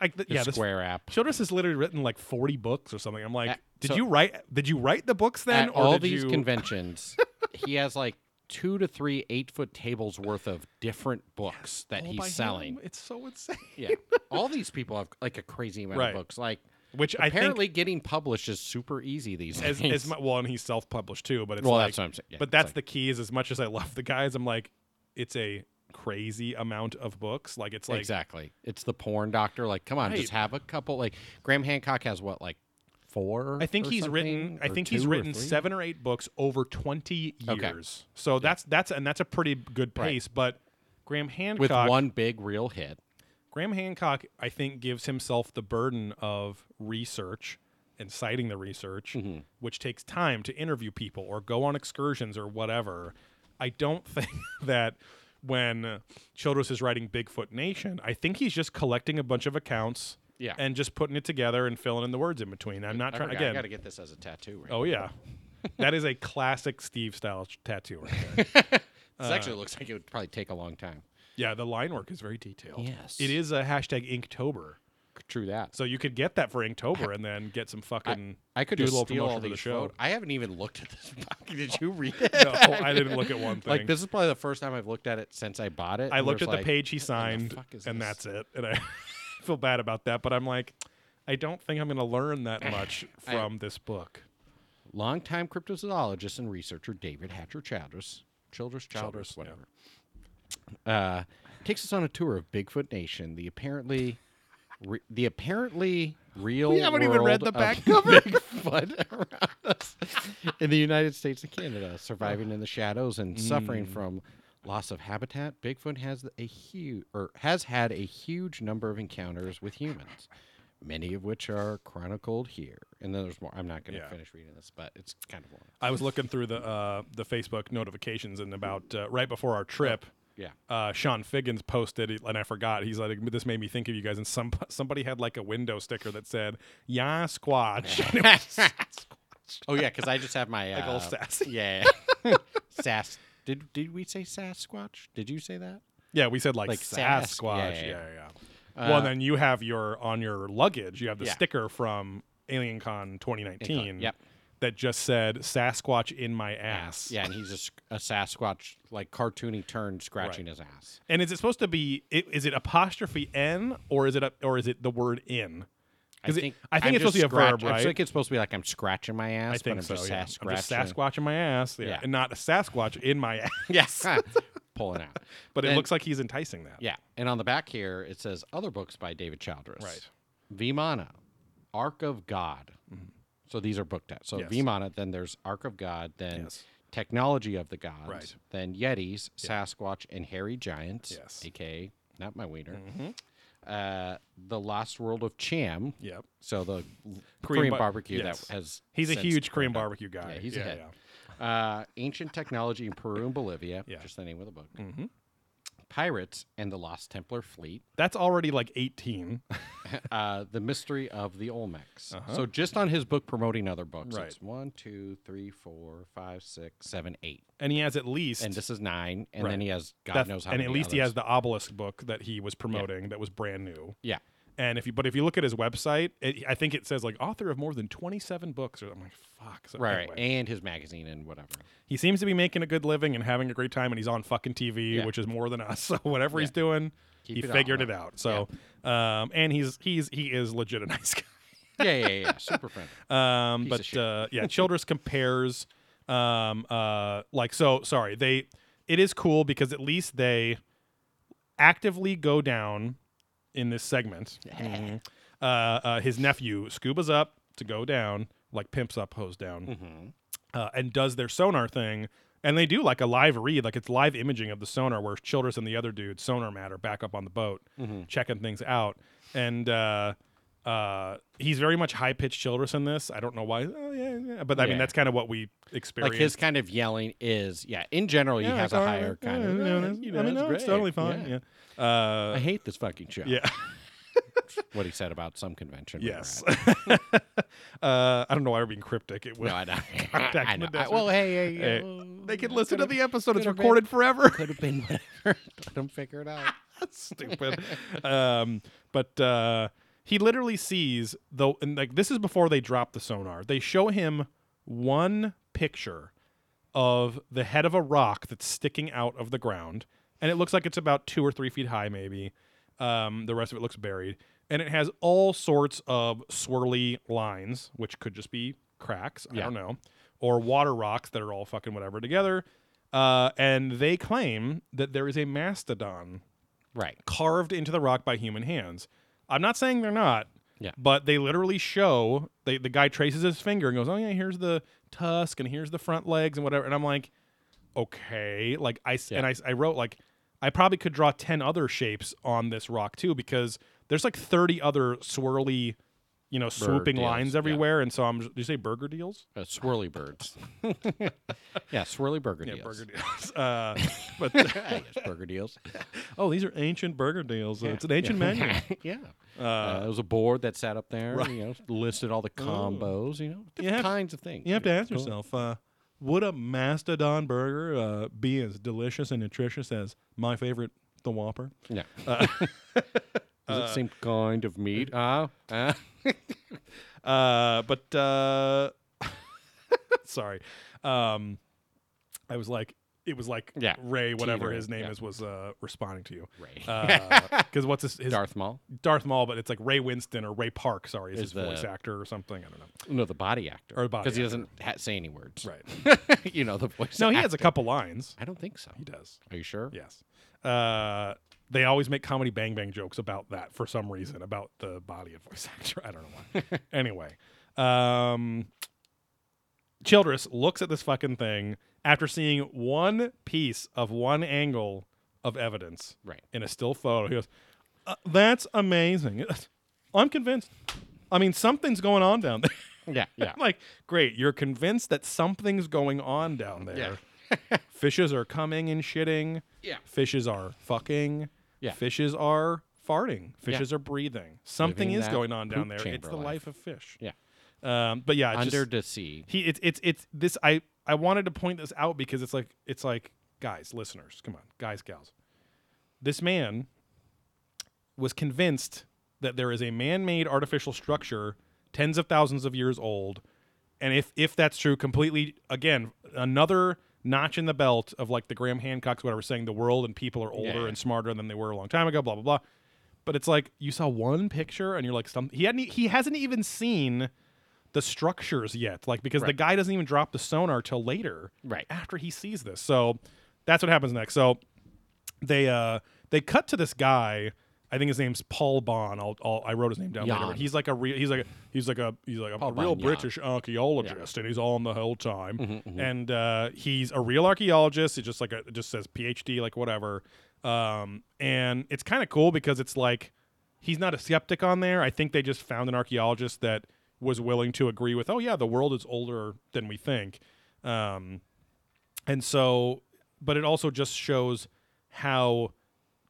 [SPEAKER 2] like th-
[SPEAKER 3] His
[SPEAKER 2] yeah. This,
[SPEAKER 3] Square app.
[SPEAKER 2] Childress has literally written like forty books or something. I'm like,
[SPEAKER 3] At-
[SPEAKER 2] did
[SPEAKER 3] so-
[SPEAKER 2] you write? Did you write the books then,
[SPEAKER 3] At
[SPEAKER 2] or
[SPEAKER 3] all
[SPEAKER 2] did
[SPEAKER 3] these
[SPEAKER 2] you?
[SPEAKER 3] conventions, [LAUGHS] he has like two to three eight foot tables worth of different books that
[SPEAKER 2] all by
[SPEAKER 3] he's
[SPEAKER 2] him? [LAUGHS]
[SPEAKER 3] selling.
[SPEAKER 2] Oh It's so insane.
[SPEAKER 3] Yeah, all these people have like a crazy amount
[SPEAKER 2] Right.
[SPEAKER 3] of books. Like
[SPEAKER 2] Which
[SPEAKER 3] apparently, getting published is super easy these
[SPEAKER 2] I [LAUGHS] think
[SPEAKER 3] days.
[SPEAKER 2] as
[SPEAKER 3] [LAUGHS]
[SPEAKER 2] as mu- well, and he's self published too. But it's
[SPEAKER 3] well,
[SPEAKER 2] like,
[SPEAKER 3] that's what I'm saying. Yeah,
[SPEAKER 2] but
[SPEAKER 3] it's
[SPEAKER 2] that's
[SPEAKER 3] like-
[SPEAKER 2] the key. Is as much as I love the guys, I'm like, it's a crazy amount of books. Like it's like
[SPEAKER 3] exactly. It's the porn doctor. Like, come on, just have a couple. Like Graham Hancock has what like four.
[SPEAKER 2] I think
[SPEAKER 3] or
[SPEAKER 2] he's written.
[SPEAKER 3] something?
[SPEAKER 2] I
[SPEAKER 3] Or
[SPEAKER 2] think he's
[SPEAKER 3] two or
[SPEAKER 2] written
[SPEAKER 3] three?
[SPEAKER 2] seven or eight books over twenty years.
[SPEAKER 3] Okay.
[SPEAKER 2] So that's that's and that's a pretty good
[SPEAKER 3] Right.
[SPEAKER 2] pace. But Graham Hancock,
[SPEAKER 3] with one big real hit.
[SPEAKER 2] Graham Hancock, I think gives himself the burden of research and citing the research,
[SPEAKER 3] Mm-hmm.
[SPEAKER 2] which takes time to interview people or go on excursions or whatever. I don't [LAUGHS] think that when Childress is writing Bigfoot Nation, I think he's just collecting a bunch of accounts.
[SPEAKER 3] Yeah.
[SPEAKER 2] and just putting it together and filling in the words in between. I'm not
[SPEAKER 3] I,
[SPEAKER 2] trying
[SPEAKER 3] forgot, I
[SPEAKER 2] again.
[SPEAKER 3] got to get this as a tattoo. Right?
[SPEAKER 2] Oh yeah, [LAUGHS] that is a classic Steve style ch- tattoo right there.
[SPEAKER 3] [LAUGHS] This
[SPEAKER 2] uh,
[SPEAKER 3] actually looks like it would probably take a long time.
[SPEAKER 2] yeah, the line work is very detailed.
[SPEAKER 3] Yes.
[SPEAKER 2] it is a hashtag Inktober,
[SPEAKER 3] True that.
[SPEAKER 2] so you could get that for Inktober and then get some fucking.
[SPEAKER 3] I could
[SPEAKER 2] do
[SPEAKER 3] just
[SPEAKER 2] a little
[SPEAKER 3] steal all
[SPEAKER 2] promotion for
[SPEAKER 3] these
[SPEAKER 2] the show.
[SPEAKER 3] photo- I haven't even looked at this. [LAUGHS] book. Did you read it?
[SPEAKER 2] [LAUGHS] No,
[SPEAKER 3] [LAUGHS]
[SPEAKER 2] I didn't look at one thing.
[SPEAKER 3] Like this is probably the first time I've looked at it since I bought it.
[SPEAKER 2] I
[SPEAKER 3] and
[SPEAKER 2] looked
[SPEAKER 3] was
[SPEAKER 2] at the
[SPEAKER 3] like,
[SPEAKER 2] page he
[SPEAKER 3] "What the
[SPEAKER 2] signed,
[SPEAKER 3] fuck is
[SPEAKER 2] and
[SPEAKER 3] this?"
[SPEAKER 2] that's it. And I [LAUGHS] feel bad about that, but I'm like, I don't think I'm going to
[SPEAKER 3] [LAUGHS]
[SPEAKER 2] learn that much
[SPEAKER 3] I-
[SPEAKER 2] from this book.
[SPEAKER 3] Longtime cryptozoologist and researcher David Hatcher Childress, Childress, Childress,
[SPEAKER 2] Childress, yeah.
[SPEAKER 3] whatever, uh, takes us on a tour of Bigfoot Nation, the apparently, re- the apparently real.
[SPEAKER 2] We haven't even read
[SPEAKER 3] world
[SPEAKER 2] the
[SPEAKER 3] of
[SPEAKER 2] back
[SPEAKER 3] [LAUGHS] Bigfoot around us in the United States and Canada, surviving in the shadows and suffering from loss of habitat. Bigfoot has a huge, or has had a huge number of encounters with humans. Many of which are chronicled here, and then there's more. I'm not going to
[SPEAKER 2] Yeah.
[SPEAKER 3] finish reading this, but it's kind of long.
[SPEAKER 2] I was looking through the uh, the Facebook notifications, and about uh, right before our trip.
[SPEAKER 3] Yeah.
[SPEAKER 2] uh, Sean Figgins posted, it, and I forgot. He's like, "This made me think of you guys." And some somebody had like a window sticker that said "Ya Squatch." [LAUGHS]
[SPEAKER 3] [LAUGHS]
[SPEAKER 2] And it was-
[SPEAKER 3] Oh yeah, because I just have my uh,
[SPEAKER 2] Like old sass.
[SPEAKER 3] Yeah. [LAUGHS] yeah. Sass. Did did we say Sasquatch? Did you say that?
[SPEAKER 2] yeah, we said like,
[SPEAKER 3] Like Sask.
[SPEAKER 2] Sasquatch.
[SPEAKER 3] Yeah,
[SPEAKER 2] Yeah, yeah.
[SPEAKER 3] yeah, Uh,
[SPEAKER 2] yeah, well, and then you have your on your luggage. You have the
[SPEAKER 3] Yeah.
[SPEAKER 2] sticker from AlienCon 2019.
[SPEAKER 3] Yep.
[SPEAKER 2] That just said "Sasquatch in my ass."
[SPEAKER 3] Yeah, and he's a sc- a, Sasquatch like cartoony turn scratching his ass.
[SPEAKER 2] And is it supposed to be? i- Is it apostrophe n or is it a, or is it the word in?
[SPEAKER 3] I
[SPEAKER 2] 'Cause it-
[SPEAKER 3] think
[SPEAKER 2] I think
[SPEAKER 3] I'm
[SPEAKER 2] it's supposed
[SPEAKER 3] just
[SPEAKER 2] to be a verb,
[SPEAKER 3] scratch- I
[SPEAKER 2] right?
[SPEAKER 3] think it's supposed to be like I'm scratching my ass,
[SPEAKER 2] I think
[SPEAKER 3] but
[SPEAKER 2] so.
[SPEAKER 3] I'm just
[SPEAKER 2] yeah.
[SPEAKER 3] Sasquatching.
[SPEAKER 2] I'm just Sasquatching my ass. Yeah.
[SPEAKER 3] Yeah.
[SPEAKER 2] And not a Sasquatch in my [LAUGHS] ass.
[SPEAKER 3] Yes. [LAUGHS]
[SPEAKER 2] [LAUGHS]
[SPEAKER 3] Pulling out.
[SPEAKER 2] But it
[SPEAKER 3] Then-
[SPEAKER 2] looks like he's enticing that.
[SPEAKER 3] Yeah. And on the back here, it says other books by David Childress.
[SPEAKER 2] Right. Mm-hmm.
[SPEAKER 3] Vimana, Ark of God. So these are book titles. So
[SPEAKER 2] Yes.
[SPEAKER 3] Vimana, then there's Ark of God, then
[SPEAKER 2] Yes.
[SPEAKER 3] Technology of the Gods,
[SPEAKER 2] Right.
[SPEAKER 3] then Yetis, Sasquatch, and Hairy Giants,
[SPEAKER 2] Yes. Mm-hmm.
[SPEAKER 3] aka not my wiener. Uh, the Lost World of Cham.
[SPEAKER 2] Yep.
[SPEAKER 3] So the Korean,
[SPEAKER 2] bar-
[SPEAKER 3] barbecue
[SPEAKER 2] yes.
[SPEAKER 3] that has
[SPEAKER 2] He's a
[SPEAKER 3] since
[SPEAKER 2] huge Korean
[SPEAKER 3] turned up.
[SPEAKER 2] barbecue guy.
[SPEAKER 3] Yeah, he's
[SPEAKER 2] yeah,
[SPEAKER 3] ahead. Uh, ancient technology in Peru and Bolivia,
[SPEAKER 2] Yeah. Mm-hmm.
[SPEAKER 3] just the name of the book. Pirates and the Lost Templar Fleet.
[SPEAKER 2] That's already like 18.
[SPEAKER 3] uh, the mystery of the Olmecs. So just on his book promoting other books,
[SPEAKER 2] Uh-huh. Right.
[SPEAKER 3] it's one, two, three, four, five, six, seven, eight,
[SPEAKER 2] And he has at least.
[SPEAKER 3] and this is nine, and
[SPEAKER 2] Right.
[SPEAKER 3] then he has God
[SPEAKER 2] that's-
[SPEAKER 3] knows how.
[SPEAKER 2] and
[SPEAKER 3] many
[SPEAKER 2] at least he
[SPEAKER 3] others.
[SPEAKER 2] has the obelisk book that he was promoting that was brand new.
[SPEAKER 3] Yeah,
[SPEAKER 2] And if you, but if you look at his website, it, I think it says like author of more than 27 books. Or I'm like, fuck. So
[SPEAKER 3] right,
[SPEAKER 2] anyway.
[SPEAKER 3] right, and his magazine and whatever.
[SPEAKER 2] he seems to be making a good living and having a great time, and he's on fucking TV,
[SPEAKER 3] Yeah.
[SPEAKER 2] which is more than us. [LAUGHS] So whatever he's
[SPEAKER 3] Yeah.
[SPEAKER 2] doing,
[SPEAKER 3] Keep
[SPEAKER 2] he
[SPEAKER 3] it up,
[SPEAKER 2] figured
[SPEAKER 3] right.
[SPEAKER 2] it out. So, um, and he's he's he is legit a nice [LAUGHS] guy.
[SPEAKER 3] Yeah, yeah, yeah, yeah. super
[SPEAKER 2] [LAUGHS]
[SPEAKER 3] friendly.
[SPEAKER 2] Um,
[SPEAKER 3] Piece of
[SPEAKER 2] but
[SPEAKER 3] shit.
[SPEAKER 2] uh,
[SPEAKER 3] [LAUGHS]
[SPEAKER 2] yeah, Childress compares. Um, uh, like so, sorry. They it is cool because at least they actively go down in this segment. Uh, uh, his nephew scuba's up to go down, like pimps up, hose down,
[SPEAKER 3] Mm-hmm.
[SPEAKER 2] uh, and does their sonar thing. And they do like a live read, like it's live imaging of the sonar, where
[SPEAKER 3] Mm-hmm.
[SPEAKER 2] Childress and the other dude, sonar matter, back up on the boat, checking things out. And uh, Uh, he's very much high pitched Childress in this. I don't know why. Oh, yeah, yeah. But I
[SPEAKER 3] Yeah.
[SPEAKER 2] mean, that's kind of what we
[SPEAKER 3] Like
[SPEAKER 2] experienced.
[SPEAKER 3] his kind of yelling is, yeah. In general, you
[SPEAKER 2] Yeah,
[SPEAKER 3] have
[SPEAKER 2] it's
[SPEAKER 3] a
[SPEAKER 2] all right.
[SPEAKER 3] higher kind
[SPEAKER 2] Yeah,
[SPEAKER 3] of.
[SPEAKER 2] no,
[SPEAKER 3] "Eh,
[SPEAKER 2] that's-
[SPEAKER 3] you know,
[SPEAKER 2] I mean,
[SPEAKER 3] it's
[SPEAKER 2] no, it's
[SPEAKER 3] great."
[SPEAKER 2] totally fine. Yeah. Uh,
[SPEAKER 3] I hate this fucking show.
[SPEAKER 2] yeah.
[SPEAKER 3] [LAUGHS] What he said about some convention. we were
[SPEAKER 2] Yes.
[SPEAKER 3] at. [LAUGHS]
[SPEAKER 2] uh, I don't know why we're being cryptic. It
[SPEAKER 3] No,
[SPEAKER 2] [LAUGHS] will.
[SPEAKER 3] I know.
[SPEAKER 2] Contact
[SPEAKER 3] [LAUGHS] I
[SPEAKER 2] in
[SPEAKER 3] know.
[SPEAKER 2] the
[SPEAKER 3] I-
[SPEAKER 2] desert.
[SPEAKER 3] well, hey, hey,
[SPEAKER 2] Hey,
[SPEAKER 3] uh,
[SPEAKER 2] they can listen to the episode. It's
[SPEAKER 3] could've been-
[SPEAKER 2] recorded forever.
[SPEAKER 3] Could have been [LAUGHS] whatever. Let them figure it out.
[SPEAKER 2] [LAUGHS] That's stupid. um, but uh, he literally sees though, and like this is before they drop the sonar. They show him one picture of the head of a rock that's sticking out of the ground, and it looks like it's about two or three feet high, maybe. Um, the rest of it looks buried, and it has all sorts of swirly lines, which could just be cracks. I
[SPEAKER 3] Yeah.
[SPEAKER 2] don't know, or water rocks that are all fucking whatever together. Uh, and they claim that there is a mastodon
[SPEAKER 3] Right.
[SPEAKER 2] carved into the rock by human hands. I'm not saying they're not.
[SPEAKER 3] Yeah.
[SPEAKER 2] But they literally show they the guy traces his finger and goes, "Oh yeah, here's the tusk and here's the front legs and whatever." And I'm like, "Okay." Like I s- and I, s- I wrote like I probably could draw 10 other shapes on this rock too because there's like 30 other swirly, you know, swooping
[SPEAKER 3] deals,
[SPEAKER 2] lines
[SPEAKER 3] yeah.
[SPEAKER 2] everywhere and so I'm just, did you say burger deals?
[SPEAKER 3] Uh, swirly [LAUGHS] birds. yeah, swirly burger
[SPEAKER 2] Yeah,
[SPEAKER 3] deals.
[SPEAKER 2] burger
[SPEAKER 3] [LAUGHS]
[SPEAKER 2] deals. [LAUGHS] Uh, but
[SPEAKER 3] Yeah, yes, burger
[SPEAKER 2] [LAUGHS]
[SPEAKER 3] deals.
[SPEAKER 2] oh, these are ancient burger deals. Uh, It's an ancient menu.
[SPEAKER 3] [LAUGHS] yeah. Uh, there was a board that sat up there, you know, listed all the combos, you know, different
[SPEAKER 2] Oh. have-
[SPEAKER 3] kinds of things.
[SPEAKER 2] You have to ask
[SPEAKER 3] Cool.
[SPEAKER 2] yourself, uh, would a mastodon burger uh, be as delicious and nutritious as my favorite, the Whopper?
[SPEAKER 3] Yeah. [LAUGHS]
[SPEAKER 2] [LAUGHS]
[SPEAKER 3] Is it the same kind of meat? Uh, uh,
[SPEAKER 2] Uh, but uh, [LAUGHS] sorry, um, I was like, it was like
[SPEAKER 3] Yeah,
[SPEAKER 2] Ray, whatever
[SPEAKER 3] teetering,
[SPEAKER 2] his name
[SPEAKER 3] yeah.
[SPEAKER 2] is, was uh, responding to you.
[SPEAKER 3] Ray. [LAUGHS]
[SPEAKER 2] Because what's his, his
[SPEAKER 3] uh, Darth Maul?
[SPEAKER 2] Darth Maul, but it's like Ray Winston or Ray Park. Sorry, is,
[SPEAKER 3] Is
[SPEAKER 2] his voice
[SPEAKER 3] the-
[SPEAKER 2] actor or something? I don't know.
[SPEAKER 3] No, the body actor.
[SPEAKER 2] Or the body
[SPEAKER 3] Because he
[SPEAKER 2] actor.
[SPEAKER 3] doesn't ha- say any words.
[SPEAKER 2] Right?
[SPEAKER 3] [LAUGHS] you know, the voice.
[SPEAKER 2] no, he has
[SPEAKER 3] actor.
[SPEAKER 2] a couple lines.
[SPEAKER 3] I don't think so.
[SPEAKER 2] He does.
[SPEAKER 3] Are you sure?
[SPEAKER 2] Yes. Uh, they always make comedy bang bang jokes about that for some reason about the body and voice [LAUGHS] actor. I don't know
[SPEAKER 3] [LAUGHS]
[SPEAKER 2] why. anyway, um, Childress looks at this fucking thing after seeing one piece of one angle of evidence
[SPEAKER 3] Right.
[SPEAKER 2] in a still photo. He goes, uh, "That's amazing. [LAUGHS] I'm convinced. I mean, something's going on down there." [LAUGHS]
[SPEAKER 3] Yeah. Yeah.
[SPEAKER 2] I'm like, great, you're convinced that something's going on down there.
[SPEAKER 3] [LAUGHS]
[SPEAKER 2] Fishes are coming and shitting.
[SPEAKER 3] Yeah.
[SPEAKER 2] Fishes are fucking.
[SPEAKER 3] Yeah.
[SPEAKER 2] Fishes are farting. Fishes are breathing. Something
[SPEAKER 3] Living
[SPEAKER 2] is
[SPEAKER 3] that
[SPEAKER 2] going on down
[SPEAKER 3] poop
[SPEAKER 2] there. It's
[SPEAKER 3] chamber
[SPEAKER 2] the
[SPEAKER 3] life.
[SPEAKER 2] life of fish.
[SPEAKER 3] yeah.
[SPEAKER 2] Um, but yeah, it's
[SPEAKER 3] Under
[SPEAKER 2] just,
[SPEAKER 3] the sea.
[SPEAKER 2] he it's it's it's this I I wanted to point this out because it's like it's like guys, listeners, come on, guys, gals. This man was convinced that there is a man-made artificial structure tens of thousands of years old and if if that's true completely again another notch in the belt of like the graham hancocks whatever saying the world and people are older
[SPEAKER 3] Yeah.
[SPEAKER 2] and smarter than they were a long time ago blah blah blah but it's like you saw one picture and you're like some he hadn't e- he hasn't even seen the structures yet like because the
[SPEAKER 3] Right.
[SPEAKER 2] guy doesn't even drop the sonar till later
[SPEAKER 3] Right.
[SPEAKER 2] after he sees this so that's what happens next so they uh they cut to this guy. I think his name's Paul Bon. I'll, I'll I wrote his name down later.
[SPEAKER 3] Jan.
[SPEAKER 2] But he's like a real he's like a, he's like a he's like a,
[SPEAKER 3] Paul
[SPEAKER 2] real
[SPEAKER 3] Bon Jan.
[SPEAKER 2] British archaeologist, and he's on the whole time. And uh, he's a real archaeologist. It just like a, it just says PhD, like whatever. Um, and it's kind of cool because it's like he's not a skeptic on there. I think they just found an archaeologist that was willing to agree with. Oh yeah, the world is older than we think. Um, and so, but it also just shows how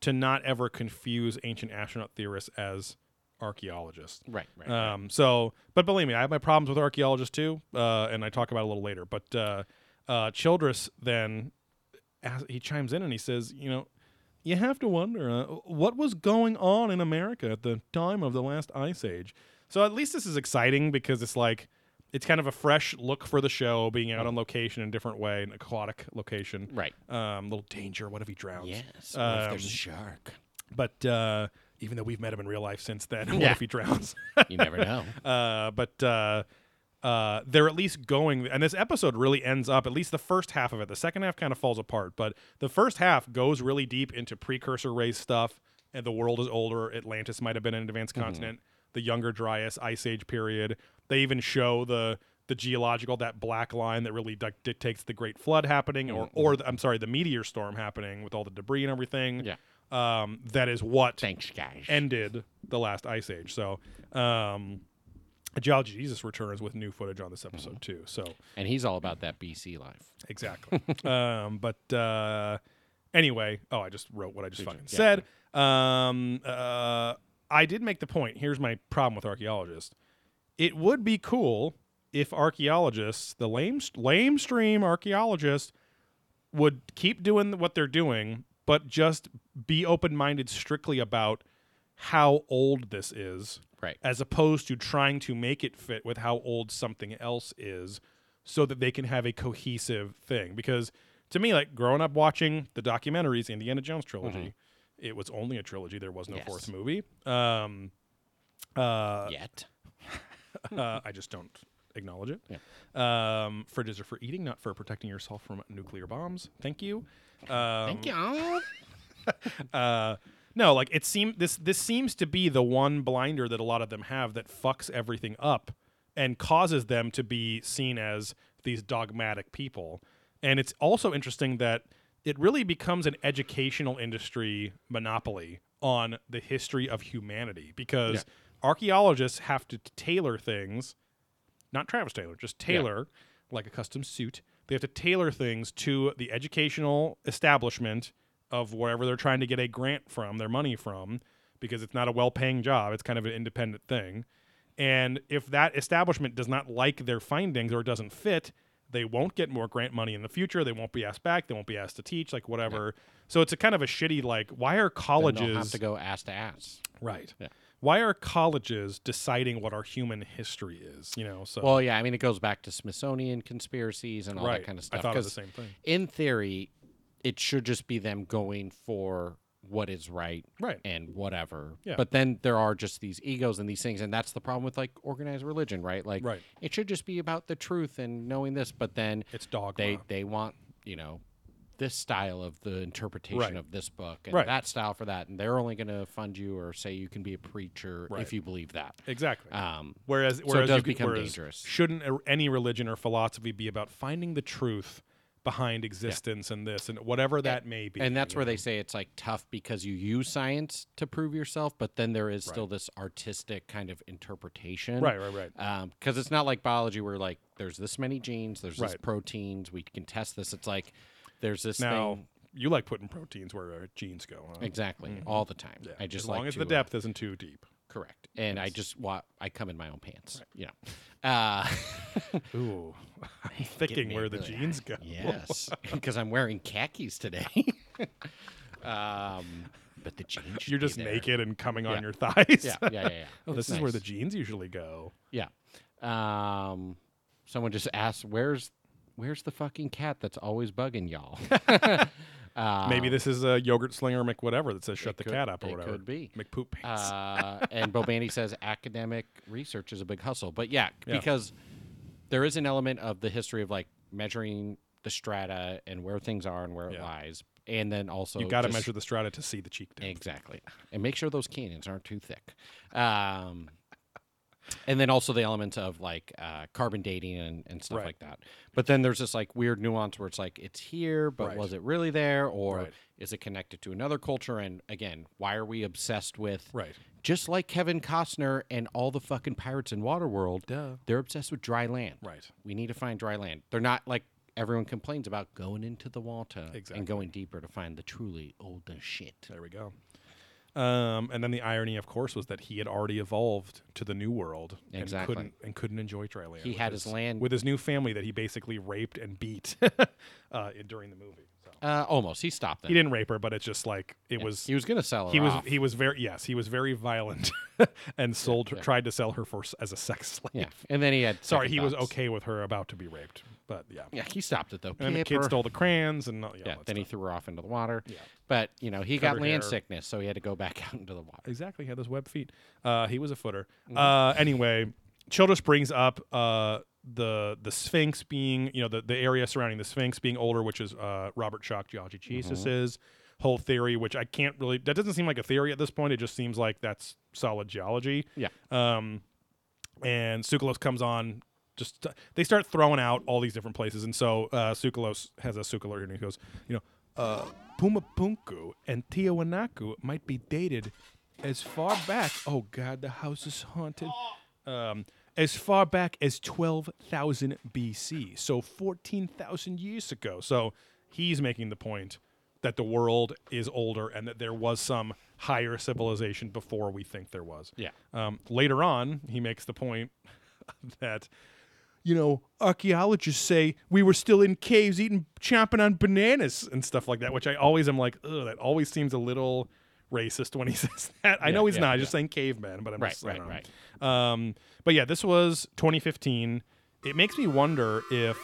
[SPEAKER 2] to not ever confuse ancient astronaut theorists as archaeologists.
[SPEAKER 3] Right. Right.
[SPEAKER 2] Um, so, but believe me, I have my problems with archaeologists too, uh, and I talk about it a little later. But uh, uh, Childress then as- he chimes in and he says, you know, you have to wonder uh, what was going on in America at the time of the last ice age. So at least this is exciting because it's like it's kind of a fresh look for the show, being out on location in a different way, an aquatic location,
[SPEAKER 3] Right.
[SPEAKER 2] Um, little danger. What if he drowns?
[SPEAKER 3] yes. What if there's a
[SPEAKER 2] um, [LAUGHS]
[SPEAKER 3] shark.
[SPEAKER 2] But uh, even though we've met him in real life since then, [LAUGHS] what
[SPEAKER 3] Yeah.
[SPEAKER 2] if he drowns?
[SPEAKER 3] You never know.
[SPEAKER 2] Uh, but uh, uh, they're at least going, and this episode really ends up, at least the first half of it. The second half kind of falls apart, but the first half goes really deep into precursor race stuff. And the world is older. Atlantis might have been an advanced continent. The younger Dryas Ice Age period. They even show the the geological that black line that really dic- dictates the Great Flood happening, or or the, I'm sorry, the meteor storm happening with all the debris and everything.
[SPEAKER 3] Yeah.
[SPEAKER 2] Um, that is what
[SPEAKER 3] Thanks, guys.
[SPEAKER 2] ended the last ice age. So, um, Geology Jesus returns with new footage on this episode too. So
[SPEAKER 3] and he's all about that BC life.
[SPEAKER 2] exactly. um, but uh, anyway, oh, I just wrote what I just fucking
[SPEAKER 3] Yeah.
[SPEAKER 2] said. Um, uh, I did make the point. Here's my problem with archaeologists. It would be cool if archaeologists, the lame lame stream archaeologists, would keep doing what they're doing, but just be open minded strictly about how old this is,
[SPEAKER 3] Right.
[SPEAKER 2] As opposed to trying to make it fit with how old something else is, so that they can have a cohesive thing. Because to me, like growing up watching the documentaries, Indiana Jones trilogy, it was only a trilogy. There was no
[SPEAKER 3] Mm-hmm. Yes.
[SPEAKER 2] fourth movie. Um, uh,
[SPEAKER 3] Yet.
[SPEAKER 2] uh, I just don't acknowledge it. Um, fridges are for eating, not for protecting yourself from nuclear bombs. Thank you. Um,
[SPEAKER 3] Thank you.
[SPEAKER 2] uh, no, like it seem this this seems to be the one blinder that a lot of them have that fucks everything up and causes them to be seen as these dogmatic people. And it's also interesting that it really becomes an educational industry monopoly on the history of humanity because archaeologists have to t- tailor things not Travis Taylor, just Taylor, like a custom suit. They have to tailor things to the educational establishment of wherever they're trying to get a grant from, their money from, because it's not a well paying job. It's kind of an independent thing. And if that establishment does not like their findings or it doesn't fit, they won't get more grant money in the future. They won't be asked back. They won't be asked to teach, like whatever. So it's a kind of a shitty, like, why are
[SPEAKER 3] Then
[SPEAKER 2] colleges.
[SPEAKER 3] they'll have to go ass to ass.
[SPEAKER 2] Right.
[SPEAKER 3] Yeah.
[SPEAKER 2] Why are colleges deciding what our human history is? You know, so.
[SPEAKER 3] Well, yeah, I mean, it goes back to Smithsonian conspiracies and all
[SPEAKER 2] Right.
[SPEAKER 3] that kind of
[SPEAKER 2] I
[SPEAKER 3] stuff.
[SPEAKER 2] thought of the
[SPEAKER 3] 'cause
[SPEAKER 2] same thing.
[SPEAKER 3] In theory, it should just be them going for what is right,
[SPEAKER 2] Right.
[SPEAKER 3] and whatever.
[SPEAKER 2] Yeah.
[SPEAKER 3] But then there are just these egos and these things, and that's the problem with like organized religion, right? Like,
[SPEAKER 2] Right.
[SPEAKER 3] it should just be about the truth and knowing this, but then
[SPEAKER 2] It's dogma.
[SPEAKER 3] they they want you know this style of the interpretation
[SPEAKER 2] Right.
[SPEAKER 3] of this book and
[SPEAKER 2] Right.
[SPEAKER 3] that style for that, and they're only going to fund you or say you can be a preacher
[SPEAKER 2] Right.
[SPEAKER 3] if you believe that.
[SPEAKER 2] Exactly.
[SPEAKER 3] Um,
[SPEAKER 2] whereas,
[SPEAKER 3] so it
[SPEAKER 2] whereas
[SPEAKER 3] does
[SPEAKER 2] you could-
[SPEAKER 3] become
[SPEAKER 2] whereas
[SPEAKER 3] dangerous.
[SPEAKER 2] Shouldn't a- any religion or philosophy be about finding the truth behind existence and this and whatever that may be?
[SPEAKER 3] And that's
[SPEAKER 2] you
[SPEAKER 3] where
[SPEAKER 2] know?
[SPEAKER 3] they say it's like tough because you use science to prove yourself, but then there is still this artistic kind of interpretation.
[SPEAKER 2] Right, right,
[SPEAKER 3] uh,
[SPEAKER 2] right.
[SPEAKER 3] Because it's not like biology where like there's this many genes, there's this
[SPEAKER 2] Right.
[SPEAKER 3] proteins, we can test this. It's like there's this
[SPEAKER 2] now
[SPEAKER 3] thing
[SPEAKER 2] you like putting proteins where our genes go. Huh?
[SPEAKER 3] exactly all the time. I just
[SPEAKER 2] Mm-hmm. as long
[SPEAKER 3] like
[SPEAKER 2] as
[SPEAKER 3] to,
[SPEAKER 2] the
[SPEAKER 3] uh,
[SPEAKER 2] depth isn't too deep.
[SPEAKER 3] correct, and I just want I come in my own pants. You know, uh, [LAUGHS]
[SPEAKER 2] Ooh, [LAUGHS] thinking
[SPEAKER 3] me
[SPEAKER 2] where the
[SPEAKER 3] really
[SPEAKER 2] genes go.
[SPEAKER 3] yes, [LAUGHS] because I'm wearing khakis today. [LAUGHS] um, but the genes should
[SPEAKER 2] [LAUGHS] You're
[SPEAKER 3] be
[SPEAKER 2] just
[SPEAKER 3] there.
[SPEAKER 2] naked and coming on
[SPEAKER 3] Yeah.
[SPEAKER 2] your thighs. [LAUGHS]
[SPEAKER 3] Yeah, yeah, yeah. yeah.
[SPEAKER 2] oh,
[SPEAKER 3] It's
[SPEAKER 2] this is where
[SPEAKER 3] nice.
[SPEAKER 2] the genes usually go.
[SPEAKER 3] Yeah. Um, someone just asked, "Where's where's the fucking cat that's always bugging y'all?" [LAUGHS]
[SPEAKER 2] Maybe this is a yogurt slinger McWhatever that says shut the
[SPEAKER 3] could-
[SPEAKER 2] cat up or
[SPEAKER 3] Um, it
[SPEAKER 2] whatever.
[SPEAKER 3] could be.
[SPEAKER 2] McPoop pants.
[SPEAKER 3] uh, and Bobani says academic research is a big hustle, but yeah,
[SPEAKER 2] Yeah.
[SPEAKER 3] because there is an element of the history of like measuring the strata and where things are and where it
[SPEAKER 2] Yeah.
[SPEAKER 3] lies, and then also
[SPEAKER 2] you got to
[SPEAKER 3] just-
[SPEAKER 2] measure the strata to see the cheek depth.
[SPEAKER 3] Exactly. And make sure those canyons aren't too thick. Um, and then also the element of like uh, carbon dating and, and stuff
[SPEAKER 2] Right.
[SPEAKER 3] like that. But then there's this like weird nuance where it's like it's here, but
[SPEAKER 2] Right.
[SPEAKER 3] was it really there? Or
[SPEAKER 2] Right.
[SPEAKER 3] is it connected to another culture? And again, why are we obsessed with
[SPEAKER 2] Right.
[SPEAKER 3] just like Kevin Costner and all the fucking pirates in Waterworld,
[SPEAKER 2] Duh.
[SPEAKER 3] they're obsessed with dry land.
[SPEAKER 2] Right.
[SPEAKER 3] We need to find dry land. They're not like everyone complains about going into the water
[SPEAKER 2] Exactly.
[SPEAKER 3] and going deeper to find the truly older shit.
[SPEAKER 2] There we go. Um, and then the irony, of course, was that he had already evolved to the new world
[SPEAKER 3] Exactly.
[SPEAKER 2] and couldn't and couldn't enjoy dry land.
[SPEAKER 3] He
[SPEAKER 2] with
[SPEAKER 3] had his land-
[SPEAKER 2] with his new family that he basically raped and beat [LAUGHS] uh, during the movie. So.
[SPEAKER 3] Uh, almost. He stopped them.
[SPEAKER 2] He didn't rape her, but it's just like it was.
[SPEAKER 3] He was going to sell her.
[SPEAKER 2] he was
[SPEAKER 3] off.
[SPEAKER 2] he was very yes he was very violent [LAUGHS] and sold her, tried to sell her for s- as a sex slave.
[SPEAKER 3] yeah. And then he had.
[SPEAKER 2] Sorry,
[SPEAKER 3] second
[SPEAKER 2] he was
[SPEAKER 3] thoughts.
[SPEAKER 2] okay with her about to be raped, but yeah.
[SPEAKER 3] Yeah, he stopped it though.
[SPEAKER 2] And then the
[SPEAKER 3] Pipper.
[SPEAKER 2] kid stole Oh, the crayons and all, yeah,
[SPEAKER 3] Yeah.
[SPEAKER 2] all that
[SPEAKER 3] Then he
[SPEAKER 2] stuff.
[SPEAKER 3] threw her off into the water. Yeah. But you know he
[SPEAKER 2] Covered
[SPEAKER 3] got land
[SPEAKER 2] hair.
[SPEAKER 3] sickness, so he had to go back [LAUGHS] out into the water.
[SPEAKER 2] Exactly. He had those web feet. Uh, he was a footer. Uh, anyway, Childress brings up uh, the the Sphinx being, you know, the, the area surrounding the Sphinx being older, which is uh, Robert Schock, Geology Jesus's whole theory, which I can't really, that doesn't seem like a theory at this point. It just seems like that's solid geology.
[SPEAKER 3] Yeah.
[SPEAKER 2] Um, and Sukalos comes on. Just they start throwing out all these different places, and so uh, Sukalos has a Sukalos and he goes, you know, uh, Pumapunku and Tiwanaku might be dated as far back. Oh God, the house is haunted. Um, as far back as 12,000 BC, so 14,000 years ago. So he's making the point that the world is older and that there was some higher civilization before we think there was.
[SPEAKER 3] Yeah.
[SPEAKER 2] Um, later on, he makes the point [LAUGHS] that you know, archaeologists say we were still in caves eating, chomping on bananas and stuff like that, which I always am like, ugh, that always seems a little racist when he [LAUGHS] says that. I know he's
[SPEAKER 3] yeah,
[SPEAKER 2] not, he's just saying caveman, but I'm
[SPEAKER 3] Right,
[SPEAKER 2] just, I
[SPEAKER 3] right,
[SPEAKER 2] don't know.
[SPEAKER 3] right.
[SPEAKER 2] Um, but yeah, this was 2015. It makes me wonder if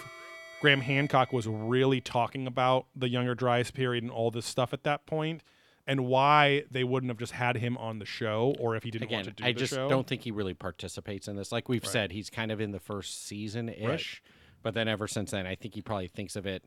[SPEAKER 2] Graham Hancock was really talking about the Younger Dryas period and all this stuff at that point, and why they wouldn't have just had him on the show, or if he didn't
[SPEAKER 3] Again,
[SPEAKER 2] want to do
[SPEAKER 3] I
[SPEAKER 2] the
[SPEAKER 3] just
[SPEAKER 2] show.
[SPEAKER 3] don't think he really participates in this. Like we've said, he's kind of in the first season ish, but then ever since then, I think he probably thinks of it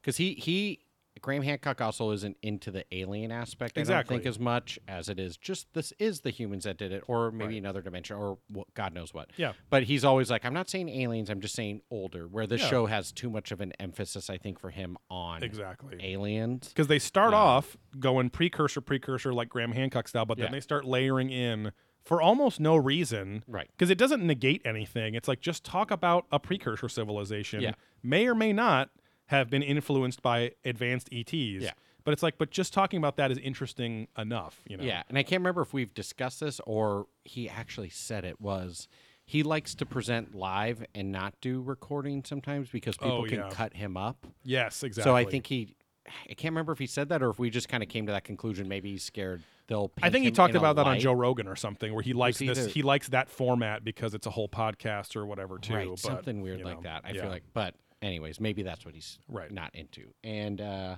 [SPEAKER 3] because he he Graham Hancock also isn't into the alien aspect. I don't think
[SPEAKER 2] Exactly.
[SPEAKER 3] as much as it is just this is the humans that did it, or maybe another dimension, or what, God knows what.
[SPEAKER 2] Yeah.
[SPEAKER 3] But he's always like, I'm not saying aliens. I'm just saying older. Where this
[SPEAKER 2] Yeah.
[SPEAKER 3] show has too much of an emphasis, I think, for him on
[SPEAKER 2] exactly.
[SPEAKER 3] aliens.
[SPEAKER 2] because they start off going precursor, precursor, like Graham Hancock style, but then
[SPEAKER 3] Yeah.
[SPEAKER 2] they start layering in for almost no reason.
[SPEAKER 3] Right.
[SPEAKER 2] Because it doesn't negate anything. It's like just talk about a precursor civilization,
[SPEAKER 3] Yeah.
[SPEAKER 2] may or may not have been influenced by advanced ETs.
[SPEAKER 3] Yeah.
[SPEAKER 2] But it's like, but just talking about that is interesting enough, you know?
[SPEAKER 3] Yeah, and I can't remember if we've discussed this or he actually said it was he likes to present live and not do recording sometimes because people
[SPEAKER 2] Oh,
[SPEAKER 3] can
[SPEAKER 2] yeah.
[SPEAKER 3] cut him up.
[SPEAKER 2] Yes, exactly.
[SPEAKER 3] So I think he I can't remember if he said that or if we just kind of came to that conclusion maybe he's scared they'll
[SPEAKER 2] I
[SPEAKER 3] paint
[SPEAKER 2] think he
[SPEAKER 3] him
[SPEAKER 2] talked
[SPEAKER 3] in a
[SPEAKER 2] about that on
[SPEAKER 3] light-
[SPEAKER 2] Joe Rogan or something, where he likes
[SPEAKER 3] either-
[SPEAKER 2] this. He likes that format because it's a whole podcast or whatever, too.
[SPEAKER 3] right,
[SPEAKER 2] but,
[SPEAKER 3] something weird
[SPEAKER 2] you
[SPEAKER 3] like
[SPEAKER 2] know,
[SPEAKER 3] that. I
[SPEAKER 2] yeah.
[SPEAKER 3] feel like but anyways, maybe that's what he's
[SPEAKER 2] Right.
[SPEAKER 3] not into. And uh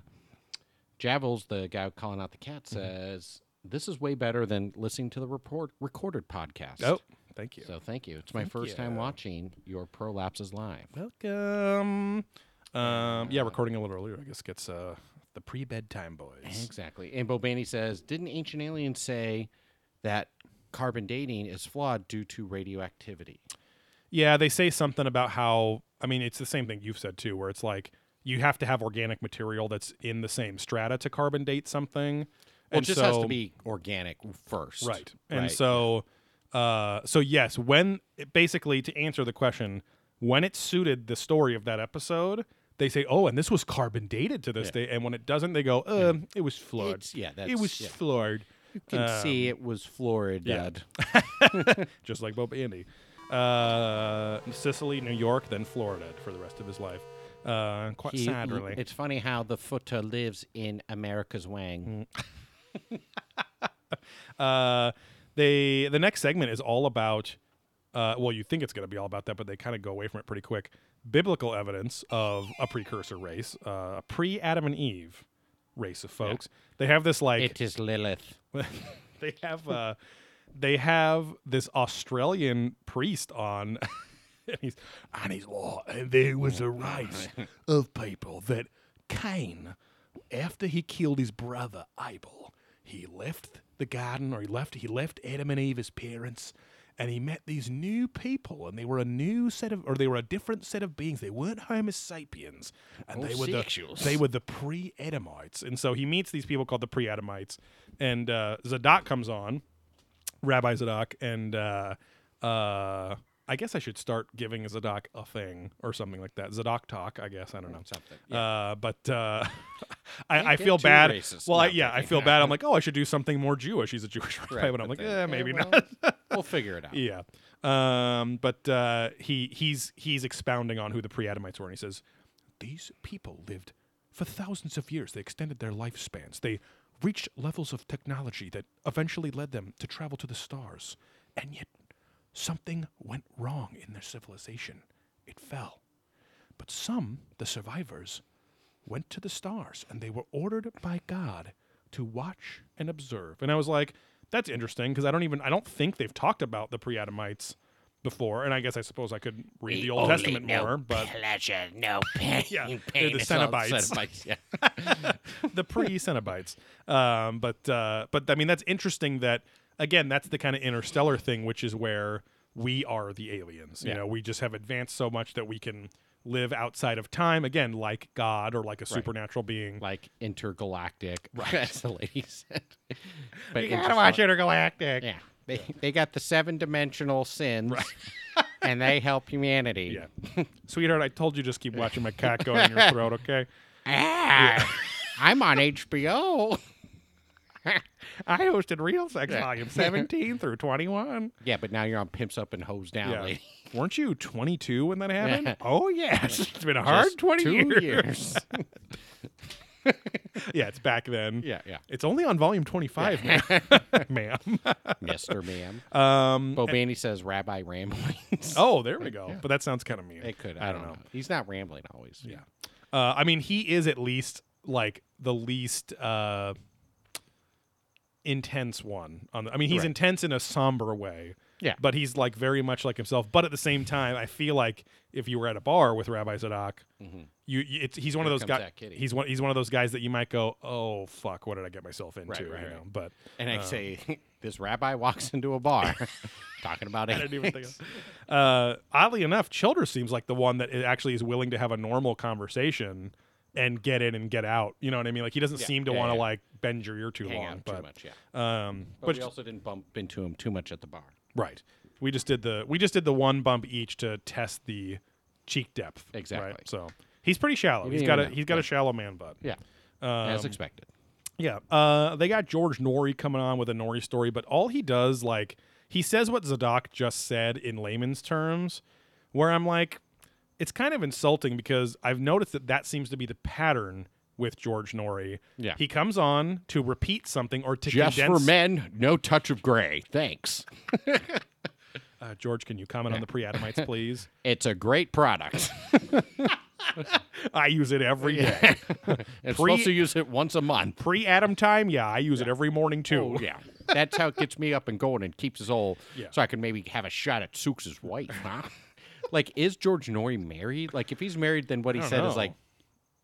[SPEAKER 3] Javels, the guy calling out the cat
[SPEAKER 2] Mm-hmm.
[SPEAKER 3] says this is way better than listening to the report recorded podcast.
[SPEAKER 2] Oh, thank you.
[SPEAKER 3] So thank you. It's my first time watching your prolapses live.
[SPEAKER 2] Welcome. Um, yeah, recording a little earlier, I guess, gets uh, the pre bedtime boys.
[SPEAKER 3] Exactly. And Bobani says, didn't ancient aliens say that carbon dating is flawed due to radioactivity?
[SPEAKER 2] Yeah, they say something about how, I mean, it's the same thing you've said too, where it's like you have to have organic material that's in the same strata to carbon date something.
[SPEAKER 3] Well,
[SPEAKER 2] And
[SPEAKER 3] it just has
[SPEAKER 2] so-
[SPEAKER 3] to be organic first.
[SPEAKER 2] Right. And
[SPEAKER 3] Right.
[SPEAKER 2] so, uh, so yes, when basically to answer the question, when it suited the story of that episode, they say, "Oh, and this was carbon dated to this day," and when it doesn't, they go, "Uh, it was floored."
[SPEAKER 3] It's- yeah,
[SPEAKER 2] it
[SPEAKER 3] that's-
[SPEAKER 2] was Uh,
[SPEAKER 3] yeah.
[SPEAKER 2] floored.
[SPEAKER 3] You can see
[SPEAKER 2] um,
[SPEAKER 3] it was Florida.
[SPEAKER 2] just like Bob Andy. Uh, Sicily, New York, then Florida for the rest of his life. Uh, quite [LAUGHS]
[SPEAKER 3] He-
[SPEAKER 2] sad,
[SPEAKER 3] he-
[SPEAKER 2] really.
[SPEAKER 3] It's funny how the footer lives in America's
[SPEAKER 2] Mm,
[SPEAKER 3] wang.
[SPEAKER 2] uh, they the next segment is all about. Uh, well, you think it's going to be all about that, but they kind of go away from it pretty quick. Biblical evidence of a precursor race, uh, a pre Adam and Eve race of folks. They have this like
[SPEAKER 3] It is Lilith.
[SPEAKER 2] [LAUGHS] they have uh they have this Australian priest on [LAUGHS] and he's and he's law and there was a race of people that Cain after he killed his brother Abel he left the garden or he left he left Adam and Eve as parents and he met these new people and they were a new set of or they were a different set of beings they weren't homo sapiens and they were the
[SPEAKER 3] Homosexuals.
[SPEAKER 2] they were the pre-Adamites. And so he meets these people called the pre-Adamites. And uh, Zadok comes on, Rabbi Zadok, and uh, uh, I guess I should start giving Zadok a thing or something like that. Zadok talk, I guess. I don't know.
[SPEAKER 3] Something,
[SPEAKER 2] Uh, but uh, [LAUGHS] I, I
[SPEAKER 3] get
[SPEAKER 2] feel
[SPEAKER 3] too
[SPEAKER 2] bad.
[SPEAKER 3] racist.
[SPEAKER 2] Well, I,
[SPEAKER 3] No, I'm
[SPEAKER 2] yeah, I
[SPEAKER 3] joking.
[SPEAKER 2] feel bad. I'm like, oh, I should do something more Jewish. He's a Jewish [LAUGHS] rabbi,
[SPEAKER 3] Right,
[SPEAKER 2] but I'm
[SPEAKER 3] but
[SPEAKER 2] like,
[SPEAKER 3] then-
[SPEAKER 2] eh, maybe
[SPEAKER 3] well,
[SPEAKER 2] not.
[SPEAKER 3] We'll figure
[SPEAKER 2] [LAUGHS]
[SPEAKER 3] it out.
[SPEAKER 2] Yeah. Um, but uh, he he's he's expounding on who the pre-Adamites were, and he says these people lived for thousands of years. They extended their lifespans. They reached levels of technology that eventually led them to travel to the stars, and yet something went wrong in their civilization. It fell. But some, the survivors, went to the stars and they were ordered by God to watch and observe. And I was like, that's interesting because I don't even, I don't think they've talked about the pre Adamites before. And I guess I suppose I could read the, Old
[SPEAKER 4] only
[SPEAKER 2] Testament
[SPEAKER 4] know
[SPEAKER 2] more, but
[SPEAKER 4] [LAUGHS] pleasure, no pain.
[SPEAKER 2] Yeah, they're
[SPEAKER 4] pain
[SPEAKER 2] the
[SPEAKER 4] is all
[SPEAKER 2] Cenobites.
[SPEAKER 3] Cenobites, yeah.
[SPEAKER 2] the pre Cenobites. Um, but, uh, but I mean, that's interesting that, again, that's the kind of interstellar thing, which is where we are the aliens. You
[SPEAKER 3] Yeah.
[SPEAKER 2] know, we just have advanced so much that we can live outside of time again, like God or like a supernatural being.
[SPEAKER 3] like
[SPEAKER 2] [LAUGHS]
[SPEAKER 3] intergalactic, right. [LAUGHS] as the lady said. But
[SPEAKER 2] Intergalactic.
[SPEAKER 3] Yeah, they they got the seven dimensional sins, [LAUGHS] and they help humanity.
[SPEAKER 2] Yeah.
[SPEAKER 3] [LAUGHS]
[SPEAKER 2] Sweetheart, I told you just keep watching my cat go in your throat, okay?
[SPEAKER 3] Ah, I'm on HBO.
[SPEAKER 2] I hosted Real Sex
[SPEAKER 3] [LAUGHS]
[SPEAKER 2] Volume 17 through 21.
[SPEAKER 3] yeah, but now you're on Pimps Up and Hose Down,
[SPEAKER 2] Yeah.
[SPEAKER 3] lady.
[SPEAKER 2] Weren't you 22 when that happened?
[SPEAKER 3] Yeah.
[SPEAKER 2] Oh, yes. [LAUGHS] It's been a hard
[SPEAKER 3] Just
[SPEAKER 2] 20
[SPEAKER 3] two
[SPEAKER 2] years.
[SPEAKER 3] years.
[SPEAKER 2] [LAUGHS] Yeah, it's back then.
[SPEAKER 3] [LAUGHS] Yeah, yeah.
[SPEAKER 2] It's only on volume 25, ma'am. [LAUGHS]
[SPEAKER 3] Mister Ma'am.
[SPEAKER 2] ma'am. Um,
[SPEAKER 3] Bobani says Rabbi ramblings.
[SPEAKER 2] oh, there we go. But that sounds kind of mean.
[SPEAKER 3] it could. I, don't know. He's not rambling always.
[SPEAKER 2] Yeah. Uh, I mean, he is at least like the least uh, intense one. On the, I mean, he's
[SPEAKER 3] Right.
[SPEAKER 2] intense in a somber way.
[SPEAKER 3] Yeah.
[SPEAKER 2] But he's like very much like himself. But at the same time, I feel like if you were at a bar with Rabbi Zadok, you, you it's, he's one
[SPEAKER 3] Here
[SPEAKER 2] of those
[SPEAKER 3] comes
[SPEAKER 2] guys.
[SPEAKER 3] Mm-hmm. that kitty.
[SPEAKER 2] He's one. He's one of those guys that you might go, "Oh fuck, what did I get myself into?"
[SPEAKER 3] right,
[SPEAKER 2] you
[SPEAKER 3] right.
[SPEAKER 2] know. But
[SPEAKER 3] And I say, [LAUGHS] this rabbi walks into a
[SPEAKER 2] [LAUGHS]
[SPEAKER 3] bar talking about
[SPEAKER 2] I
[SPEAKER 3] it.
[SPEAKER 2] didn't even think of. Uh, oddly enough, Childers seems like the one that i- actually is willing to have a normal conversation and get in and get out. You know what I mean? Like he doesn't seem to
[SPEAKER 3] yeah,
[SPEAKER 2] want to
[SPEAKER 3] yeah.
[SPEAKER 2] like bend your ear too
[SPEAKER 3] Hang
[SPEAKER 2] long.
[SPEAKER 3] out
[SPEAKER 2] but
[SPEAKER 3] too much, yeah.
[SPEAKER 2] um,
[SPEAKER 3] But,
[SPEAKER 2] but
[SPEAKER 3] we also didn't bump into him too much at the bar.
[SPEAKER 2] right, we just did the we just did the one bump each to test the cheek depth. right?
[SPEAKER 3] Exactly.
[SPEAKER 2] So he's pretty shallow.
[SPEAKER 3] You
[SPEAKER 2] He's
[SPEAKER 3] didn't
[SPEAKER 2] got a
[SPEAKER 3] even know.
[SPEAKER 2] he's got
[SPEAKER 3] Yeah.
[SPEAKER 2] a shallow man butt.
[SPEAKER 3] Yeah,
[SPEAKER 2] Um,
[SPEAKER 3] as expected.
[SPEAKER 2] Yeah. Uh, they got George Nori coming on with a Nori story, but all he does, like, he says what Zadok just said in layman's terms, where I'm like, it's kind of insulting because I've noticed that that seems to be the pattern with George Nori.
[SPEAKER 3] Yeah.
[SPEAKER 2] He comes on to repeat something or to
[SPEAKER 3] Just
[SPEAKER 2] condense.
[SPEAKER 3] for men, no touch of gray. Thanks.
[SPEAKER 2] Uh, George, can you comment on
[SPEAKER 3] [LAUGHS]
[SPEAKER 2] the pre-Adamites, please?
[SPEAKER 3] It's a great
[SPEAKER 2] [LAUGHS]
[SPEAKER 3] product.
[SPEAKER 2] I use it every day.
[SPEAKER 3] It's
[SPEAKER 2] Pre-
[SPEAKER 3] supposed to use it once a month.
[SPEAKER 2] Pre-Adam time, yeah, I use it every morning too.
[SPEAKER 3] Oh, yeah. That's how it gets me up and going and keeps us all
[SPEAKER 2] Yeah.
[SPEAKER 3] so I can maybe have a shot at Sooks' wife,
[SPEAKER 2] [LAUGHS]
[SPEAKER 3] huh? like, is George Nori married? Like, if he's married, then what he
[SPEAKER 2] don't
[SPEAKER 3] said
[SPEAKER 2] know.
[SPEAKER 3] is like,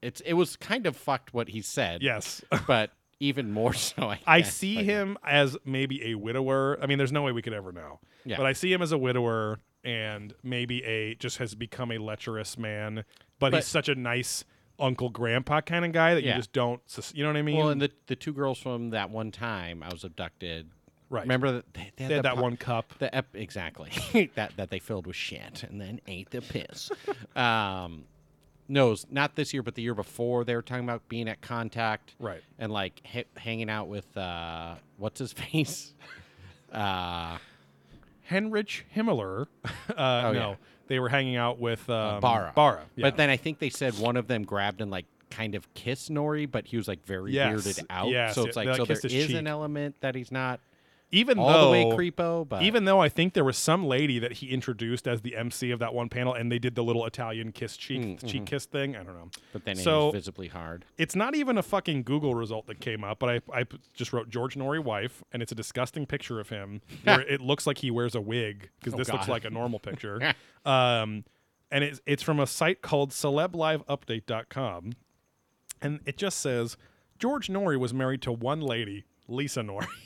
[SPEAKER 3] it's it was kind of fucked what he said.
[SPEAKER 2] [LAUGHS] Yes.
[SPEAKER 3] [LAUGHS] But even more so, I,
[SPEAKER 2] I
[SPEAKER 3] guess.
[SPEAKER 2] see
[SPEAKER 3] Like,
[SPEAKER 2] him as maybe a widower. I mean, there's no way we could ever know.
[SPEAKER 3] Yeah.
[SPEAKER 2] But I see him as a widower and maybe a just has become a lecherous man, but,
[SPEAKER 3] But-
[SPEAKER 2] he's such a nice uncle grandpa kind of guy that
[SPEAKER 3] Yeah.
[SPEAKER 2] you just don't sus- you know what I mean?
[SPEAKER 3] Well, and the, the two girls from that one time I was abducted.
[SPEAKER 2] Right.
[SPEAKER 3] Remember that they,
[SPEAKER 2] they had
[SPEAKER 3] the
[SPEAKER 2] that
[SPEAKER 3] po-
[SPEAKER 2] one cup.
[SPEAKER 3] The ep- exactly [LAUGHS] that that they filled with shit and then ate the
[SPEAKER 2] [LAUGHS]
[SPEAKER 3] piss. um, no, it's not this year, but the year before they were talking about being at contact,
[SPEAKER 2] Right.
[SPEAKER 3] And like ha- hanging out with uh, what's his [LAUGHS] face? Uh,
[SPEAKER 2] Henrich Himmler. [LAUGHS] Uh, no.
[SPEAKER 3] Oh, yeah. Uh,
[SPEAKER 2] They were hanging out with um,
[SPEAKER 3] Barra.
[SPEAKER 2] Barra. yeah.
[SPEAKER 3] But then I think they said one of them grabbed and like kind of kissed Nori, but he was like very
[SPEAKER 2] Yes,
[SPEAKER 3] weirded out.
[SPEAKER 2] yes,
[SPEAKER 3] so it's
[SPEAKER 2] yeah,
[SPEAKER 3] like
[SPEAKER 2] they, like,
[SPEAKER 3] so there
[SPEAKER 2] kissed
[SPEAKER 3] is
[SPEAKER 2] his cheek.
[SPEAKER 3] an element that he's not
[SPEAKER 2] even
[SPEAKER 3] all
[SPEAKER 2] though
[SPEAKER 3] the way creepo, but
[SPEAKER 2] even though I think there was some lady that he introduced as the MC of that one panel, and they did the little Italian kiss cheek
[SPEAKER 3] Mm, mm-hmm.
[SPEAKER 2] cheek kiss thing. I don't know.
[SPEAKER 3] but then
[SPEAKER 2] So-
[SPEAKER 3] it is visibly hard.
[SPEAKER 2] It's not even a fucking Google result that came up, but I, I p- just wrote George Nori wife, and it's a disgusting picture
[SPEAKER 3] [LAUGHS]
[SPEAKER 2] of him where it looks like he wears a wig because this looks
[SPEAKER 3] Oh, God.
[SPEAKER 2] like a
[SPEAKER 3] [LAUGHS]
[SPEAKER 2] normal picture. um, and it's, it's from a site called celebliveupdate.com. And it just says George Nori was married to one lady, Lisa Nori. [LAUGHS]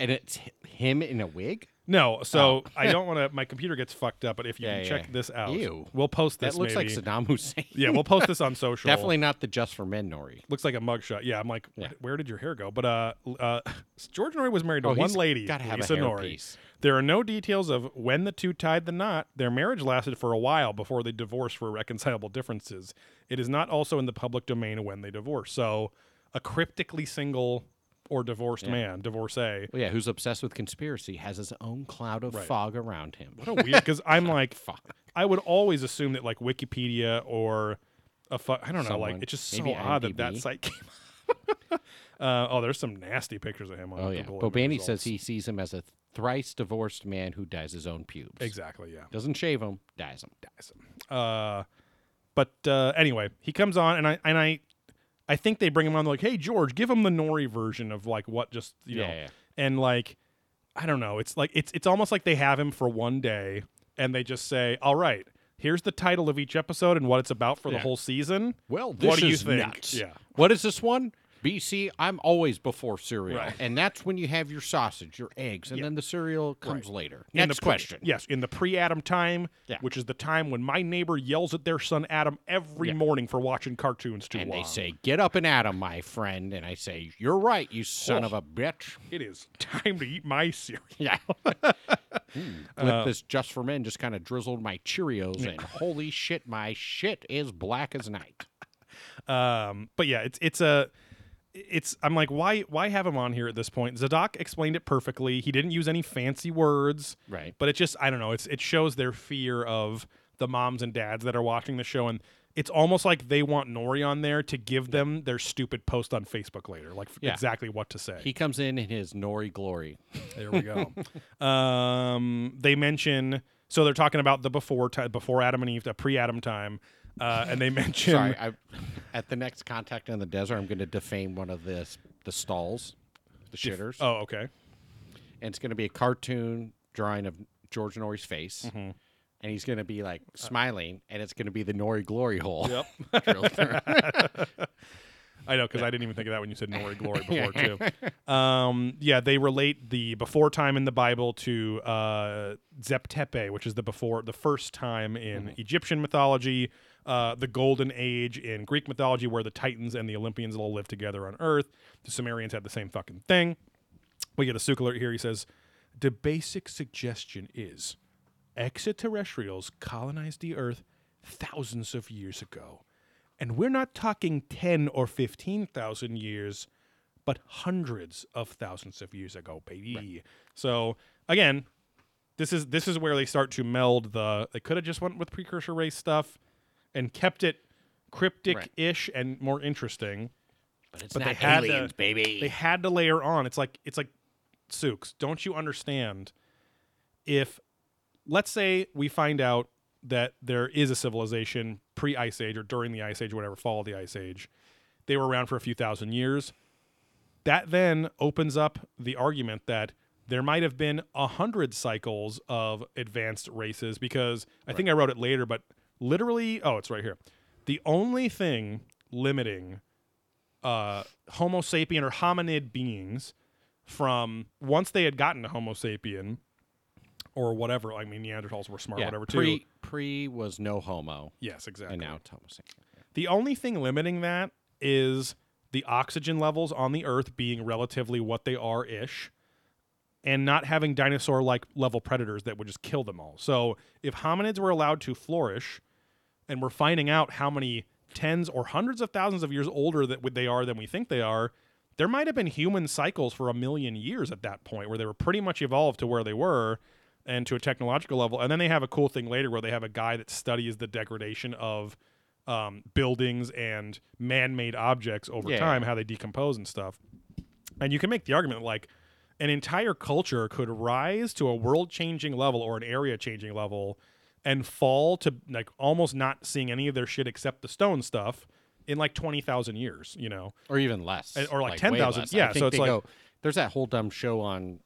[SPEAKER 3] And it's h- him in a wig.
[SPEAKER 2] no,
[SPEAKER 3] [LAUGHS]
[SPEAKER 2] so I don't want to. My computer gets fucked up, but if you
[SPEAKER 3] Oh. Yeah,
[SPEAKER 2] can
[SPEAKER 3] yeah.
[SPEAKER 2] check this out,
[SPEAKER 3] Ew.
[SPEAKER 2] we'll post
[SPEAKER 3] That
[SPEAKER 2] this.
[SPEAKER 3] looks
[SPEAKER 2] maybe.
[SPEAKER 3] like Saddam Hussein.
[SPEAKER 2] Yeah, we'll
[SPEAKER 3] [LAUGHS]
[SPEAKER 2] post this on social.
[SPEAKER 3] Definitely not the just for men Nori.
[SPEAKER 2] looks like a mugshot. Yeah, I'm like,
[SPEAKER 3] Yeah.
[SPEAKER 2] where did your hair go? But uh, l- uh, George Nori was married to
[SPEAKER 3] Oh,
[SPEAKER 2] one
[SPEAKER 3] he's
[SPEAKER 2] lady,
[SPEAKER 3] gotta have a
[SPEAKER 2] Lisa Nori.
[SPEAKER 3] hairpiece.
[SPEAKER 2] There are no details of when the two tied the knot. Their marriage lasted for a while before they divorced for irreconcilable differences. It is not also in the public domain when they divorced. So, a cryptically single or divorced man, divorcee.
[SPEAKER 3] Well, yeah, who's obsessed with conspiracy has his own cloud of fog around him.
[SPEAKER 2] What a weird because
[SPEAKER 3] [LAUGHS]
[SPEAKER 2] I'm like, I would always assume that like Wikipedia or a fu- I don't know, like
[SPEAKER 3] Someone.
[SPEAKER 2] it's just
[SPEAKER 3] Maybe
[SPEAKER 2] so odd that that
[SPEAKER 3] IMDb.
[SPEAKER 2] site came. up. [LAUGHS] uh, oh, there's some nasty pictures of him on.
[SPEAKER 3] Oh yeah,
[SPEAKER 2] Google
[SPEAKER 3] Bobani
[SPEAKER 2] image
[SPEAKER 3] says
[SPEAKER 2] results.
[SPEAKER 3] he sees him as a thrice divorced man who dyes his own pubes.
[SPEAKER 2] exactly yeah.
[SPEAKER 3] Doesn't shave him, dyes him.
[SPEAKER 2] Uh, but uh, anyway, he comes on, and I and I, I think they bring him on. Like, hey, George, give him the Nori version of like what just you know,
[SPEAKER 3] Yeah, yeah.
[SPEAKER 2] and like, I don't know. It's like it's it's almost like they have him for one day, and they just say, all right, here's the title of each episode and what it's about for the
[SPEAKER 3] Yeah.
[SPEAKER 2] whole season.
[SPEAKER 3] Well,
[SPEAKER 2] what do you think? Yeah.
[SPEAKER 3] What is this one? BC, I'm always before cereal,
[SPEAKER 2] Right.
[SPEAKER 3] and that's when you have your sausage, your eggs, and
[SPEAKER 2] Yeah.
[SPEAKER 3] then the cereal comes later.
[SPEAKER 2] In
[SPEAKER 3] Next
[SPEAKER 2] the pre-
[SPEAKER 3] question.
[SPEAKER 2] Yes, in the pre-Adam time,
[SPEAKER 3] Yeah.
[SPEAKER 2] which is the time when my neighbor yells at their son Adam every morning for watching cartoons too
[SPEAKER 3] and
[SPEAKER 2] long.
[SPEAKER 3] they say, "Get up and at 'em, my friend." And I say, "You're right, you son of a bitch."
[SPEAKER 2] it is time to eat my cereal. [LAUGHS]
[SPEAKER 3] Yeah. With Hmm.
[SPEAKER 2] Uh,
[SPEAKER 3] this just for men, just kind of drizzled my Cheerios, and holy shit, my shit is black as night.
[SPEAKER 2] Um, but yeah, it's it's a it's I'm like why why have him on here at this point? Zadok explained it perfectly. He didn't use any fancy words.
[SPEAKER 3] Right.
[SPEAKER 2] But it just I don't know, it's it shows their fear of the moms and dads that are watching the show and it's almost like they want Nori on there to give them their stupid post on Facebook later, like f-
[SPEAKER 3] Yeah.
[SPEAKER 2] exactly what to say.
[SPEAKER 3] He comes in in his Nori glory.
[SPEAKER 2] [LAUGHS] There we
[SPEAKER 3] [LAUGHS]
[SPEAKER 2] go. um, they mention so they're talking about the before time, before Adam and Eve, the pre-Adam time, uh, and they [LAUGHS] mention
[SPEAKER 3] Sorry, I, [LAUGHS] at the next contact in the desert, I'm going to defame one of the the stalls, the shitters,
[SPEAKER 2] oh okay,
[SPEAKER 3] and it's going to be a cartoon drawing of George Nori's face.
[SPEAKER 2] Mm-hmm.
[SPEAKER 3] And he's gonna be
[SPEAKER 2] Uh,
[SPEAKER 3] like smiling, and it's gonna be the Nori glory hole. Yep. drilled through.
[SPEAKER 2] I know because I didn't even think of that when you said Nori Glory before too. Um, yeah, they relate the before time in the Bible to uh, Zeptepe, which is the before the first time in Egyptian mythology, uh, the Golden Age in Greek mythology, where the Titans and the Olympians all live together on Earth. The Sumerians had the same fucking thing. We get a Sook alert here. He says, The basic suggestion is extraterrestrials colonized the Earth thousands of years ago. And we're not talking 10 or 15,000 years, but hundreds of thousands of years ago, baby. So, again, this is this is where they start to meld the they could have just went with precursor race stuff and kept it cryptic-ish and more interesting
[SPEAKER 3] But it's
[SPEAKER 2] but
[SPEAKER 3] not
[SPEAKER 2] they had
[SPEAKER 3] aliens,
[SPEAKER 2] to,
[SPEAKER 3] baby.
[SPEAKER 2] They had to layer on. It's like it's like Sooks, don't you understand? If let's say we find out that there is a civilization pre Ice Age or during the Ice Age, whatever, fall of the Ice Age, they were around for a few thousand years. That then opens up the argument that there might have been a hundred cycles of advanced races because I think I wrote it later, but literally, oh, it's right here. The only thing limiting uh, Homo sapien or hominid beings from once they had gotten to Homo sapien or whatever. I mean, Neanderthals were smart,
[SPEAKER 3] yeah,
[SPEAKER 2] whatever,
[SPEAKER 3] pre
[SPEAKER 2] too.
[SPEAKER 3] pre was no homo,
[SPEAKER 2] Yes, exactly.
[SPEAKER 3] and now it's homo sapien.
[SPEAKER 2] The only thing limiting that is the oxygen levels on the Earth being relatively what they are ish, and not having dinosaur like level predators that would just kill them all. So if hominids were allowed to flourish, and we're finding out how many tens or hundreds of thousands of years older that would- they are than we think they are, there might have been human cycles for a million years at that point where they were pretty much evolved to where they were and to a technological level. And then they have a cool thing later where they have a guy that studies the degradation of um, buildings and man-made objects over
[SPEAKER 3] Yeah.
[SPEAKER 2] time, how they decompose and stuff. And you can make the argument like an entire culture could rise to a world changing level or an area changing level and fall to like almost not seeing any of their shit except the stone stuff in like 20,000 years, you know?
[SPEAKER 3] or even less,
[SPEAKER 2] And- or like
[SPEAKER 3] way
[SPEAKER 2] 10,000.
[SPEAKER 3] less. I
[SPEAKER 2] Yeah,
[SPEAKER 3] think
[SPEAKER 2] so it's
[SPEAKER 3] they
[SPEAKER 2] like-
[SPEAKER 3] go- there's that whole dumb show on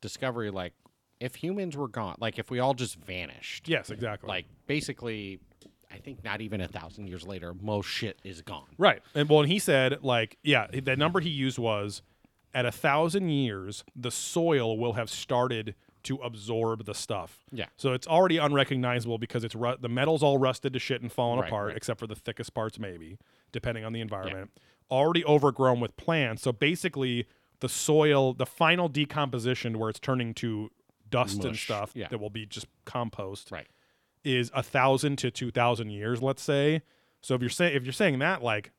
[SPEAKER 3] Discovery. Like, if humans were gone, like if we all just vanished,
[SPEAKER 2] Yes, exactly.
[SPEAKER 3] like basically, I think not even a thousand years later, most shit is gone.
[SPEAKER 2] Right. And well, and he said, like, yeah, the number he used was at a thousand years, the soil will have started to absorb the stuff.
[SPEAKER 3] Yeah.
[SPEAKER 2] So it's already unrecognizable because it's ru- the metal's all rusted to shit and fallen
[SPEAKER 3] Right,
[SPEAKER 2] apart,
[SPEAKER 3] right.
[SPEAKER 2] except for the thickest parts, maybe, depending on the environment. Already overgrown with plants. So basically, the soil, the final decomposition where it's turning to dust and
[SPEAKER 3] Mush.
[SPEAKER 2] stuff
[SPEAKER 3] Yeah.
[SPEAKER 2] that will be just compost
[SPEAKER 3] Right.
[SPEAKER 2] is a thousand to two thousand years, let's say. So if you're saying if you're saying that, like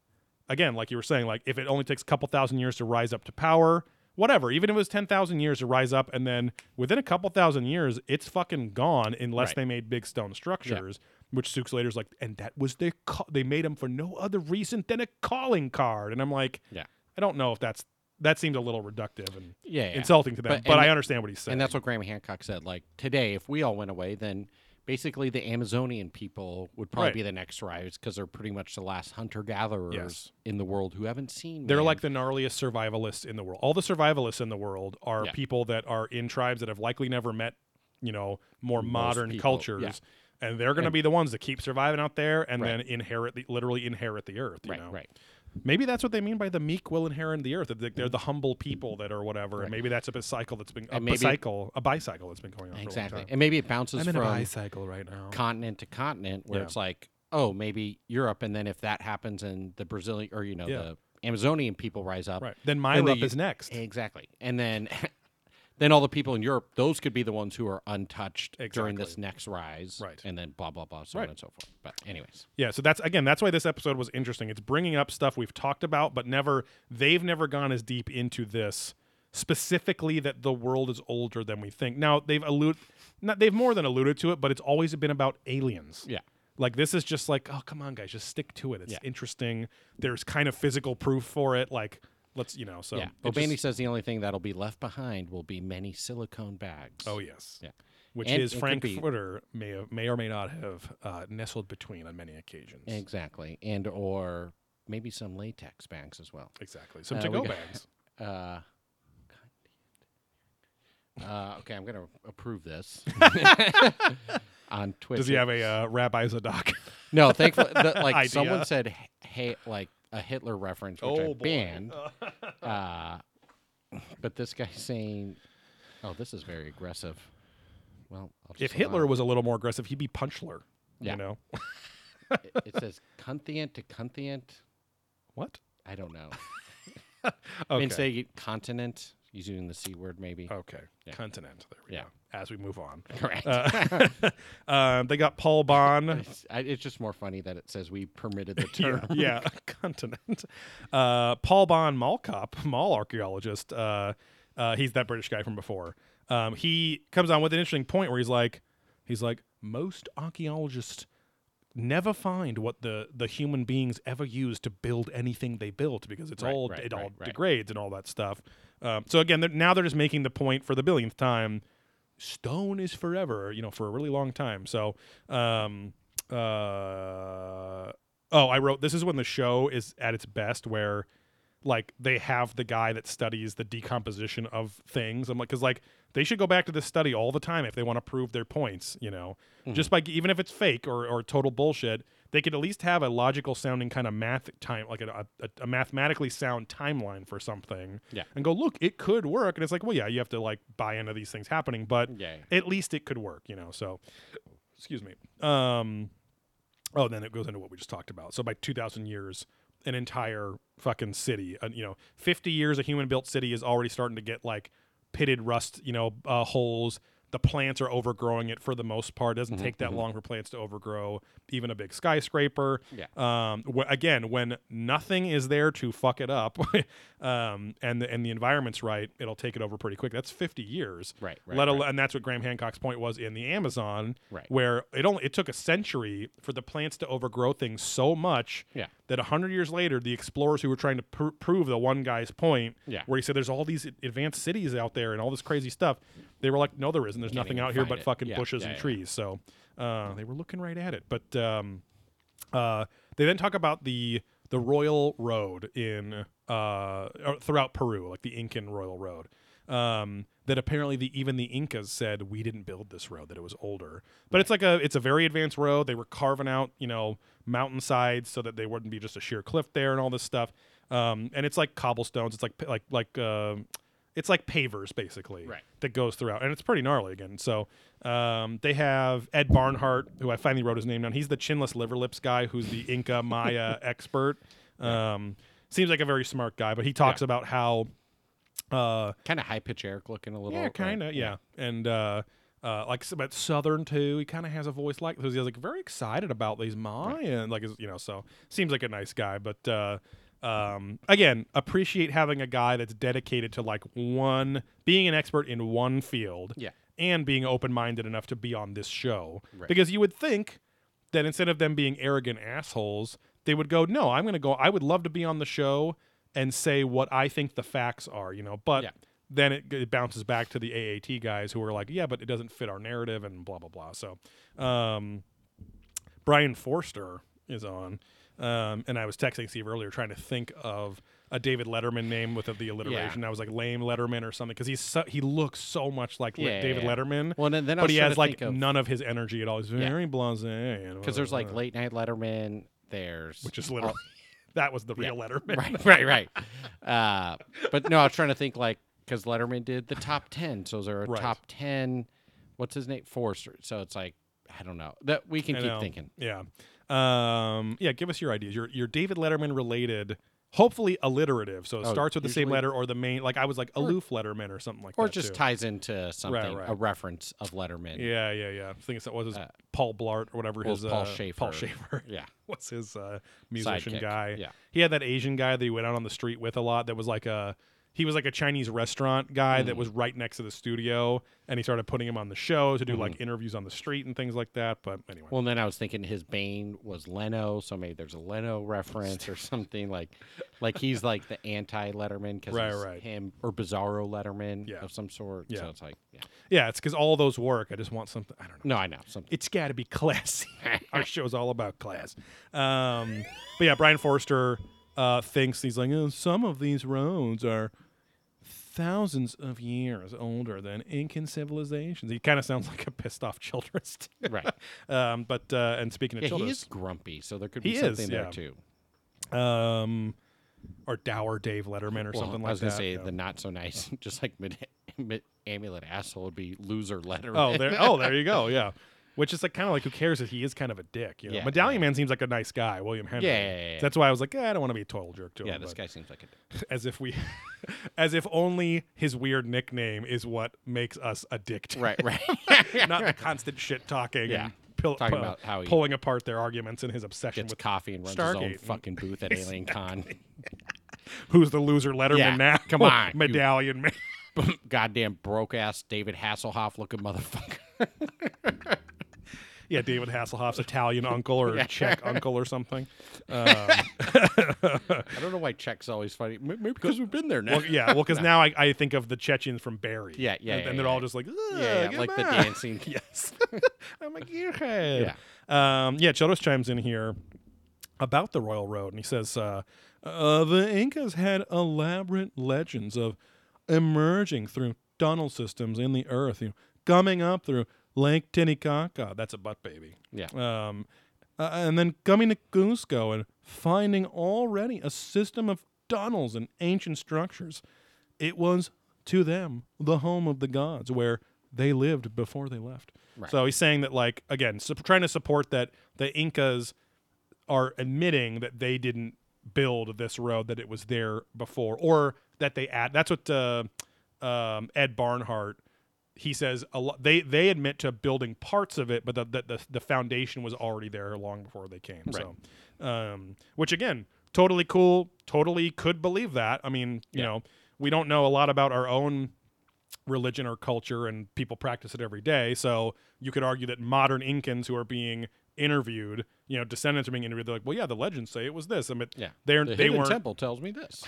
[SPEAKER 2] again, like you were saying, like if it only takes a couple thousand years to rise up to power, whatever, even if it was ten thousand years to rise up, and then within a couple thousand years, it's fucking gone unless
[SPEAKER 3] Right.
[SPEAKER 2] they made big stone structures. Which Sooks later's like, and that was their ca- they made them for no other reason than a calling card. And I'm like,
[SPEAKER 3] Yeah.
[SPEAKER 2] I don't know if that's that seems a little reductive and
[SPEAKER 3] Yeah, yeah.
[SPEAKER 2] insulting to them,
[SPEAKER 3] But-
[SPEAKER 2] but,
[SPEAKER 3] and
[SPEAKER 2] I
[SPEAKER 3] that-
[SPEAKER 2] understand what he's saying.
[SPEAKER 3] And that's what Graham Hancock said. Like today, if we all went away, then basically the Amazonian people would probably
[SPEAKER 2] Right.
[SPEAKER 3] be the next rise because they're pretty much the last hunter gatherers
[SPEAKER 2] Yes.
[SPEAKER 3] in the world who haven't seen.
[SPEAKER 2] They're
[SPEAKER 3] man.
[SPEAKER 2] like the gnarliest survivalists in the world. All the survivalists in the world are
[SPEAKER 3] Yeah.
[SPEAKER 2] people that are in tribes that have likely never met, you know, more modern
[SPEAKER 3] people,
[SPEAKER 2] cultures. And they're going to be the ones that keep surviving out there and then inherit the, literally inherit the earth, you
[SPEAKER 3] right,
[SPEAKER 2] know.
[SPEAKER 3] right.
[SPEAKER 2] Maybe that's what they mean by the meek will inherit the earth. that They're, they're the humble people that are whatever. And maybe that's a cycle that's been a
[SPEAKER 3] Mm. And maybe-
[SPEAKER 2] bicycle, a bicycle that's been going on for a
[SPEAKER 3] Exactly.
[SPEAKER 2] long time.
[SPEAKER 3] And maybe it bounces
[SPEAKER 2] I'm in a
[SPEAKER 3] from
[SPEAKER 2] bicycle right now.
[SPEAKER 3] continent to continent where
[SPEAKER 2] Yeah.
[SPEAKER 3] it's like, oh, maybe Europe. And then if that happens and the Brazilian or, you know,
[SPEAKER 2] Yeah.
[SPEAKER 3] the Amazonian people rise up.
[SPEAKER 2] Right. Then
[SPEAKER 3] then
[SPEAKER 2] my
[SPEAKER 3] the-
[SPEAKER 2] up is next.
[SPEAKER 3] Exactly. And then [LAUGHS] then all the people in Europe, those could be the ones who are untouched during this
[SPEAKER 2] Exactly.
[SPEAKER 3] next rise.
[SPEAKER 2] Right.
[SPEAKER 3] And then blah, blah, blah, so
[SPEAKER 2] Right.
[SPEAKER 3] on and so forth. But, anyways.
[SPEAKER 2] Yeah, so that's again, that's why this episode was interesting. It's bringing up stuff we've talked about, but never they've never gone as deep into this specifically that the world is older than we think. Now they've alluded, not they've more than alluded to it, but it's always been about aliens.
[SPEAKER 3] Yeah.
[SPEAKER 2] like this is just like, oh come on guys, just stick to it. It's
[SPEAKER 3] Yeah.
[SPEAKER 2] interesting. There's kind of physical proof for it. Like let's you know. So
[SPEAKER 3] yeah.
[SPEAKER 2] it
[SPEAKER 3] Bobaney
[SPEAKER 2] just-
[SPEAKER 3] says the only thing that'll be left behind will be many silicone bags.
[SPEAKER 2] oh yes.
[SPEAKER 3] Yeah.
[SPEAKER 2] Which
[SPEAKER 3] And
[SPEAKER 2] his
[SPEAKER 3] it could
[SPEAKER 2] Frank
[SPEAKER 3] be-
[SPEAKER 2] Footer may have, may or may not have uh, nestled between on many occasions.
[SPEAKER 3] Exactly. And or maybe some latex bags as well.
[SPEAKER 2] Exactly. Some
[SPEAKER 3] Uh,
[SPEAKER 2] to go
[SPEAKER 3] we got-
[SPEAKER 2] bags.
[SPEAKER 3] Uh, God damn it. uh, okay, I'm going to approve this on Twitter.
[SPEAKER 2] Does he have a uh, Rabbi Zadok?
[SPEAKER 3] No, thankfully,
[SPEAKER 2] [LAUGHS]
[SPEAKER 3] the, like
[SPEAKER 2] Idea.
[SPEAKER 3] someone said, h- hey, like a Hitler reference, which I
[SPEAKER 2] Oh, boy. [LAUGHS]
[SPEAKER 3] banned. uh, but this guy's saying, "Oh, this is very aggressive." Well, I'll just
[SPEAKER 2] if Hitler
[SPEAKER 3] allow
[SPEAKER 2] was a little more aggressive, he'd be Punchler.
[SPEAKER 3] Yeah.
[SPEAKER 2] You know
[SPEAKER 3] it. it, it says "cuntient" to "cuntient,"
[SPEAKER 2] what?
[SPEAKER 3] I don't know. I
[SPEAKER 2] Okay. Oh.
[SPEAKER 3] mean, say continent. He's using the c word, maybe.
[SPEAKER 2] okay.
[SPEAKER 3] Yeah.
[SPEAKER 2] Continent. There we
[SPEAKER 3] Yeah.
[SPEAKER 2] go. As we move on,
[SPEAKER 3] Correct.
[SPEAKER 2] uh, [LAUGHS] um, they got
[SPEAKER 3] [LAUGHS]
[SPEAKER 2] Paul Bond.
[SPEAKER 3] it's, I, it's just more funny that it says we permitted
[SPEAKER 2] [LAUGHS]
[SPEAKER 3] the
[SPEAKER 2] Yeah,
[SPEAKER 3] term.
[SPEAKER 2] yeah, continent. Uh, Paul Bond Mallcop, mall archaeologist. Uh, uh, he's that British guy from before. Um, he comes on with an interesting point where he's like, he's like, most archaeologists never find what the the human beings ever used to build anything they built because it's
[SPEAKER 3] Right,
[SPEAKER 2] all
[SPEAKER 3] right,
[SPEAKER 2] it all
[SPEAKER 3] right, right.
[SPEAKER 2] degrades and all that stuff. Um, so again, they're, now they're just making the point for the billionth time: stone is forever. You know, for a really long time. So, um, uh, oh, I wrote this is when the show is at its best, where like they have the guy that studies the decomposition of things. I'm like, because like they should go back to this study all the time if they want to prove their points. You know,
[SPEAKER 3] Mm-hmm.
[SPEAKER 2] just by even if it's fake or or total bullshit, they could at least have a logical sounding kind of math time, like a, a, a mathematically sound timeline for something.
[SPEAKER 3] Yeah.
[SPEAKER 2] and go look, it could work. And it's like, well, yeah, you have to like buy into these things happening, but
[SPEAKER 3] Yeah.
[SPEAKER 2] at least it could work. You know, so excuse me. Um, Oh, then it goes into what we just talked about. So by 2,000 years, an entire fucking city, uh, you know, 50 years, a human built city is already starting to get like pitted rust, you know, uh, holes. The plants are overgrowing it for the most part. It doesn't take that long for plants to overgrow even a big skyscraper.
[SPEAKER 3] Yeah.
[SPEAKER 2] Um, wh- again, when nothing is there to fuck it up [LAUGHS] um, and, the, and the environment's right, it'll take it over pretty quick. That's 50 years.
[SPEAKER 3] Right, right,
[SPEAKER 2] Let
[SPEAKER 3] right.
[SPEAKER 2] alone and that's what Graham Hancock's point was in the Amazon,
[SPEAKER 3] Right.
[SPEAKER 2] where it only it took a century for the plants to overgrow things so much
[SPEAKER 3] Yeah.
[SPEAKER 2] that a hundred years later, the explorers who were trying to pr- prove the one guy's point,
[SPEAKER 3] Yeah.
[SPEAKER 2] where he said there's all these ad- advanced cities out there and all this crazy stuff, they were like, no, there isn't. There's nothing
[SPEAKER 3] even
[SPEAKER 2] out here
[SPEAKER 3] find
[SPEAKER 2] but
[SPEAKER 3] it."
[SPEAKER 2] fucking
[SPEAKER 3] Yeah,
[SPEAKER 2] bushes
[SPEAKER 3] yeah,
[SPEAKER 2] and
[SPEAKER 3] yeah.
[SPEAKER 2] trees. So uh, they were looking right at it, but. Um, uh, they then talk about the the royal road in uh, or throughout Peru, like the Incan royal road. Um, that apparently the even the Incas said we didn't build this road; that it was older. But it's like a it's a very advanced road. They were carving out you know mountainsides so that they wouldn't be just a sheer cliff there and all this stuff. Um, and it's like cobblestones. It's like like like uh, it's like pavers basically
[SPEAKER 3] Right.
[SPEAKER 2] that goes throughout, and it's pretty gnarly again. So um, they have Ed Barnhart, who I finally wrote his name down. He's the chinless liver lips guy, who's the
[SPEAKER 3] [LAUGHS]
[SPEAKER 2] Inca Maya expert. Um, seems like a very smart guy, but he talks
[SPEAKER 3] Yeah.
[SPEAKER 2] about how uh,
[SPEAKER 3] Kind of high pitch Eric looking a little.
[SPEAKER 2] yeah,
[SPEAKER 3] right?
[SPEAKER 2] kind of. Yeah, and uh, uh, like s- but Southern too. He kind of has a voice like because he's like very excited about these Mayan. Like is- you know, so seems like a nice guy. But uh, um, again, appreciate having a guy that's dedicated to like one being an expert in one field.
[SPEAKER 3] Yeah.
[SPEAKER 2] and being open minded enough to be on this show
[SPEAKER 3] Right.
[SPEAKER 2] because you would think that instead of them being arrogant assholes, they would go, "No, I'm going to go. I would love to be on the show and say what I think the facts are." You know, but
[SPEAKER 3] Yeah.
[SPEAKER 2] then it, it bounces back to the AAT guys who are like, "Yeah, but it doesn't fit our narrative," and blah blah blah. So, um, Brian Forster is on, um, and I was texting Steve earlier trying to think of a David Letterman name with the alliteration. I was like lame Letterman or something because he's so, he looks so much like
[SPEAKER 3] Yeah, yeah,
[SPEAKER 2] David
[SPEAKER 3] yeah.
[SPEAKER 2] Letterman.
[SPEAKER 3] Well, then, then I
[SPEAKER 2] but
[SPEAKER 3] was
[SPEAKER 2] he
[SPEAKER 3] trying
[SPEAKER 2] has
[SPEAKER 3] to
[SPEAKER 2] like
[SPEAKER 3] think of,
[SPEAKER 2] none of his energy at all. He's very blasé. Uh,
[SPEAKER 3] because there's like late night Letterman. There's
[SPEAKER 2] which is literally [LAUGHS] That was the real
[SPEAKER 3] [LAUGHS]
[SPEAKER 2] Letterman.
[SPEAKER 3] right, right, right. Uh, but no, I was trying to think like because Letterman did the top ten, so is there a
[SPEAKER 2] Right.
[SPEAKER 3] top ten? What's his name? Forster. So it's like I don't know. That we can
[SPEAKER 2] I
[SPEAKER 3] keep
[SPEAKER 2] know.
[SPEAKER 3] thinking.
[SPEAKER 2] [LAUGHS] Yeah. Um, yeah, give us your ideas. Your your David Letterman related, hopefully alliterative. So it
[SPEAKER 3] Oh,
[SPEAKER 2] starts with the same
[SPEAKER 3] usually-
[SPEAKER 2] letter or the main like I was like aloof Letterman or something like
[SPEAKER 3] Or
[SPEAKER 2] that.
[SPEAKER 3] just
[SPEAKER 2] too.
[SPEAKER 3] ties into something,
[SPEAKER 2] right.
[SPEAKER 3] a reference of Letterman.
[SPEAKER 2] Yeah, yeah, yeah. I think it's what was his Paul Blart or whatever
[SPEAKER 3] Uh, well,
[SPEAKER 2] his
[SPEAKER 3] Paul
[SPEAKER 2] uh,
[SPEAKER 3] Schaefer.
[SPEAKER 2] Paul Schaefer. [LAUGHS]
[SPEAKER 3] Yeah.
[SPEAKER 2] What's his uh, musician
[SPEAKER 3] Sidekick,
[SPEAKER 2] guy?
[SPEAKER 3] yeah.
[SPEAKER 2] He had that Asian guy that he went out on the street with a lot that was like a he was like a Chinese restaurant guy that was right next to the studio and he started putting him on the show to do like interviews on the street and things like that. But anyway.
[SPEAKER 3] Well, and then I was thinking his Bane was Leno, so maybe there's a Leno reference
[SPEAKER 2] [LAUGHS]
[SPEAKER 3] or something like, like he's like the anti-Letterman because
[SPEAKER 2] Right, right.
[SPEAKER 3] him or Bizarro Letterman
[SPEAKER 2] Yeah.
[SPEAKER 3] of some sort.
[SPEAKER 2] Yeah.
[SPEAKER 3] So it's like, yeah.
[SPEAKER 2] yeah, it's because all those work. I just want something I don't know.
[SPEAKER 3] no, I know
[SPEAKER 2] [LAUGHS]
[SPEAKER 3] something.
[SPEAKER 2] it's got to be classy. [LAUGHS] Our show's all about class. Um, but yeah, Brian Forrester uh, thinks he's like, oh, some of these roads are thousands of years older than Incan civilizations. He kind of sounds like a pissed off [LAUGHS] Childress. too.
[SPEAKER 3] right.
[SPEAKER 2] um, but uh, and speaking of
[SPEAKER 3] Yeah, he
[SPEAKER 2] Childress,
[SPEAKER 3] is grumpy, so there could
[SPEAKER 2] He
[SPEAKER 3] be something
[SPEAKER 2] is, yeah.
[SPEAKER 3] there too.
[SPEAKER 2] um, or Dour Dave Letterman or
[SPEAKER 3] Well,
[SPEAKER 2] something like
[SPEAKER 3] I was
[SPEAKER 2] that.
[SPEAKER 3] gonna say
[SPEAKER 2] yeah.
[SPEAKER 3] the not so nice, [LAUGHS] just like mid, mid amulet asshole would be loser Letterman.
[SPEAKER 2] Oh, there. Oh, there you go. Yeah. Which is like kind of like who cares if he is kind of a dick. You know?
[SPEAKER 3] Yeah,
[SPEAKER 2] Medallion
[SPEAKER 3] yeah.
[SPEAKER 2] Man seems like a nice guy, William Henry.
[SPEAKER 3] Yeah, yeah, yeah, yeah.
[SPEAKER 2] That's why I was like, eh, I don't want to be a total jerk to
[SPEAKER 3] [LAUGHS]
[SPEAKER 2] him.
[SPEAKER 3] yeah, this
[SPEAKER 2] but-
[SPEAKER 3] guy seems like
[SPEAKER 2] [LAUGHS]
[SPEAKER 3] a.
[SPEAKER 2] as if we as if only his weird nickname is what makes us addicted
[SPEAKER 3] Right, right.
[SPEAKER 2] not the constant shit talking
[SPEAKER 3] Yeah.
[SPEAKER 2] and pill-
[SPEAKER 3] Talking
[SPEAKER 2] pu-
[SPEAKER 3] about how he-
[SPEAKER 2] pulling apart their arguments and his obsession
[SPEAKER 3] Gets
[SPEAKER 2] with
[SPEAKER 3] coffee and runs his own
[SPEAKER 2] Stargate.
[SPEAKER 3] fucking booth
[SPEAKER 2] [LAUGHS]
[SPEAKER 3] at Alien Con.
[SPEAKER 2] who's the loser letterman
[SPEAKER 3] Yeah,
[SPEAKER 2] now
[SPEAKER 3] come on,
[SPEAKER 2] [LAUGHS]
[SPEAKER 3] you-
[SPEAKER 2] medallion man
[SPEAKER 3] Goddamn broke ass David Hasselhoff looking motherfucker.
[SPEAKER 2] yeah david
[SPEAKER 3] [LAUGHS]
[SPEAKER 2] hasselhoff's italian uncle or czech uncle or something
[SPEAKER 3] I don't know why Czech's always funny. M- Maybe because we've been there now. [LAUGHS]
[SPEAKER 2] well, yeah well because now I, I think of the chechens from barry
[SPEAKER 3] Yeah, yeah,
[SPEAKER 2] and,
[SPEAKER 3] yeah,
[SPEAKER 2] and they're
[SPEAKER 3] yeah.
[SPEAKER 2] all just like
[SPEAKER 3] yeah, yeah,
[SPEAKER 2] "Ugh,
[SPEAKER 3] like the
[SPEAKER 2] come on." [LAUGHS]
[SPEAKER 3] dancing.
[SPEAKER 2] yes. I'm a gearhead. Yeah. Um, yeah, Childress chimes in here about the Royal Road, and he says uh, uh, the Incas had elaborate legends of emerging through tunnel systems in the earth, you know, coming up through Lake Titicaca. That's a butt baby.
[SPEAKER 3] Yeah.
[SPEAKER 2] Um, uh, and then coming to Cusco and finding already a system of tunnels and ancient structures. It was to them the home of the gods where they lived before they left.
[SPEAKER 3] Right.
[SPEAKER 2] So he's saying that, like, again, sup- trying to support that the Incas are admitting that they didn't build this road, that it was there before, or that they add. That's what uh, um, Ed Barnhart. He says a lot. They they admit to building parts of it, but the the, the, the foundation was already there long before they came. So, um, which again, totally cool. Totally could believe that. I mean, you know, we don't know a lot about our own religion or culture and people practice it every day. So you could argue that modern Incans who are being interviewed, you know, descendants are being interviewed, they're like, well, yeah, the legends say it was this. I mean,
[SPEAKER 3] Yeah.
[SPEAKER 2] they're,
[SPEAKER 3] The
[SPEAKER 2] they
[SPEAKER 3] Hidden
[SPEAKER 2] weren't
[SPEAKER 3] Temple tells me
[SPEAKER 2] [LAUGHS]
[SPEAKER 3] this.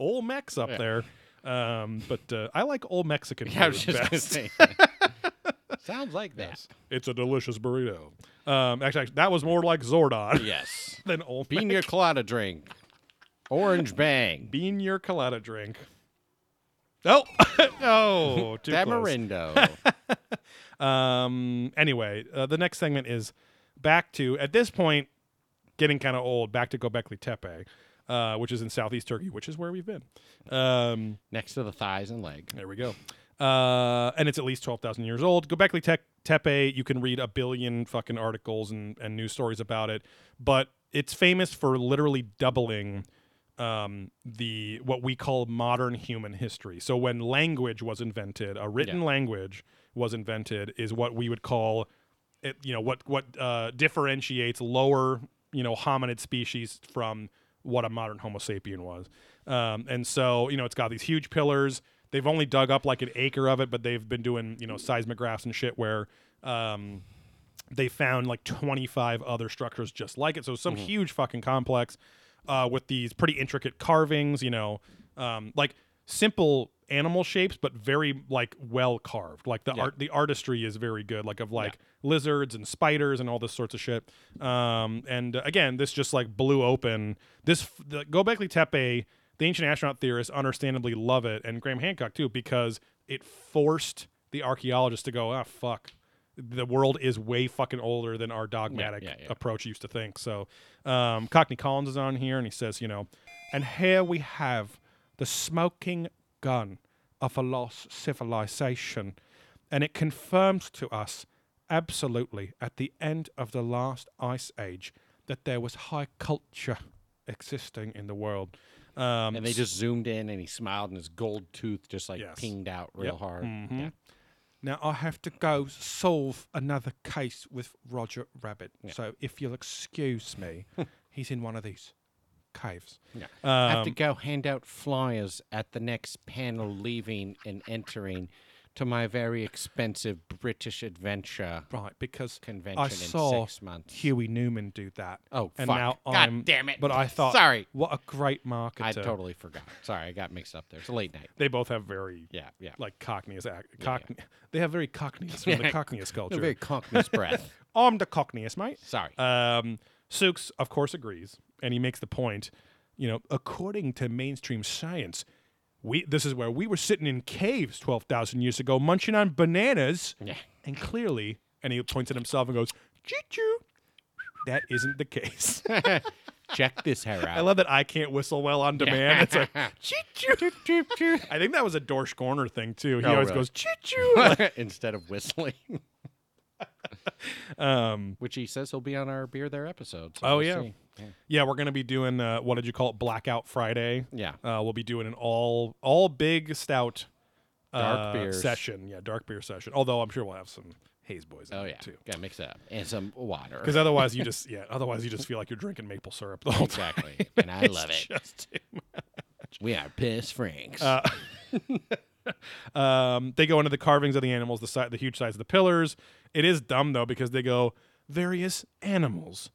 [SPEAKER 2] Olmecs up there. Um, but uh, I like old Mexican food
[SPEAKER 3] I was just
[SPEAKER 2] best.
[SPEAKER 3] gonna say.
[SPEAKER 2] [LAUGHS]
[SPEAKER 3] Sounds like that.
[SPEAKER 2] It's a delicious burrito. Um, actually, that was more like Zordon
[SPEAKER 3] Yes.
[SPEAKER 2] [LAUGHS] than old
[SPEAKER 3] Pina colada drink. Orange bang.
[SPEAKER 2] Bean your colada drink. [LAUGHS] Oh, oh, too close.
[SPEAKER 3] Tamarindo.
[SPEAKER 2] [LAUGHS] Um. Anyway, uh, the next segment is back to at this point, getting kind of old. Back to Göbekli Tepe, uh, which is in southeast Turkey, which is where we've been. Um.
[SPEAKER 3] Next to the thighs and leg.
[SPEAKER 2] There we go. Uh, and it's at least 12,000 years old. Göbekli Te- Tepe, you can read a billion fucking articles and, and news stories about it, but it's famous for literally doubling um, the what we call modern human history. So when language was invented, a written
[SPEAKER 3] Yeah.
[SPEAKER 2] language was invented is what we would call it, you know what what uh, differentiates lower you know hominid species from what a modern Homo sapien was, um, and so you know it's got these huge pillars. They've only dug up like an acre of it, but they've been doing you know seismographs and shit where um, they found like 25 other structures just like it. So some huge fucking complex uh, with these pretty intricate carvings, you know, um, like simple animal shapes, but very like well carved. Like the art, the artistry is very good, like of like lizards and spiders and all this sorts of shit. Um, and uh, again, this just like blew open this f- the Gobekli Tepe. The ancient astronaut theorists understandably love it, and Graham Hancock too, because it forced the archaeologists to go, ah, fuck the world is way fucking older than our dogmatic
[SPEAKER 3] yeah, yeah.
[SPEAKER 2] approach used to think. So, um, Cockney Collins is on here and he says, you know, and here we have the smoking gun of a lost civilization. And it confirms to us absolutely at the end of the last ice age that there was high culture existing in the world. Um,
[SPEAKER 3] And they just zoomed in, and he smiled, and his gold tooth just like
[SPEAKER 2] Yes.
[SPEAKER 3] pinged out real
[SPEAKER 2] Yep. Mm-hmm.
[SPEAKER 3] hard. Yeah.
[SPEAKER 2] Now I have to go solve another case with Roger Rabbit. So if you'll excuse
[SPEAKER 3] [LAUGHS]
[SPEAKER 2] me, he's in one of these caves.
[SPEAKER 3] Yeah. I have to
[SPEAKER 2] Um,
[SPEAKER 3] go hand out flyers at the next panel leaving and entering to my very expensive British adventure.
[SPEAKER 2] Right, because
[SPEAKER 3] Convention
[SPEAKER 2] I
[SPEAKER 3] in
[SPEAKER 2] saw
[SPEAKER 3] six months.
[SPEAKER 2] Huey Newman do that.
[SPEAKER 3] Oh,
[SPEAKER 2] and
[SPEAKER 3] fuck.
[SPEAKER 2] now
[SPEAKER 3] God
[SPEAKER 2] I'm,
[SPEAKER 3] damn it.
[SPEAKER 2] But I thought,
[SPEAKER 3] Sorry.
[SPEAKER 2] what a great marketer.
[SPEAKER 3] I totally forgot. Sorry, I got mixed up there. It's a late night.
[SPEAKER 2] They both have very
[SPEAKER 3] Yeah, yeah.
[SPEAKER 2] like Cockney as act. Cockney. They have very
[SPEAKER 3] [LAUGHS]
[SPEAKER 2] Cockneyism in the Cockneyist
[SPEAKER 3] A
[SPEAKER 2] culture.
[SPEAKER 3] very cockney's breath.
[SPEAKER 2] [LAUGHS] I'm the Cockneyist, mate.
[SPEAKER 3] Sorry.
[SPEAKER 2] Um, Sooks, of course, agrees, and he makes the point. You know, according to mainstream science, we this is where we were sitting in caves twelve thousand years ago, munching on bananas,
[SPEAKER 3] Yeah.
[SPEAKER 2] and clearly, and he points at himself and goes, "Choo choo." That isn't the case. [LAUGHS]
[SPEAKER 3] Check this hair
[SPEAKER 2] I
[SPEAKER 3] out.
[SPEAKER 2] love that I can't whistle well on demand. It's like,
[SPEAKER 3] [LAUGHS]
[SPEAKER 2] choo choo.
[SPEAKER 3] Choop, choop.
[SPEAKER 2] I think that was a Dorsch Corner thing too. He
[SPEAKER 3] Oh,
[SPEAKER 2] always
[SPEAKER 3] really?
[SPEAKER 2] goes choo choo.
[SPEAKER 3] [LAUGHS] Instead of whistling.
[SPEAKER 2] [LAUGHS] um,
[SPEAKER 3] Which he says he'll be on our Beer There episode. so
[SPEAKER 2] Oh,
[SPEAKER 3] we'll
[SPEAKER 2] yeah.
[SPEAKER 3] see. Yeah.
[SPEAKER 2] yeah, we're gonna be doing uh, what did you call it? Blackout Friday.
[SPEAKER 3] Yeah.
[SPEAKER 2] Uh, we'll be doing an all all big stout
[SPEAKER 3] Dark
[SPEAKER 2] uh,
[SPEAKER 3] beers.
[SPEAKER 2] session. Yeah, dark beer session. Although I'm sure we'll have some haze boys in
[SPEAKER 3] Oh,
[SPEAKER 2] it,
[SPEAKER 3] yeah.
[SPEAKER 2] too.
[SPEAKER 3] Gotta mix it up. And some water.
[SPEAKER 2] Because otherwise you just yeah, otherwise you just feel like you're drinking maple syrup the whole time.
[SPEAKER 3] Exactly. And
[SPEAKER 2] [LAUGHS]
[SPEAKER 3] I love it.
[SPEAKER 2] Just
[SPEAKER 3] We are piss Franks.
[SPEAKER 2] Um, they go into the carvings of the animals, the si- the huge size of the pillars. It is dumb though because they go various animals,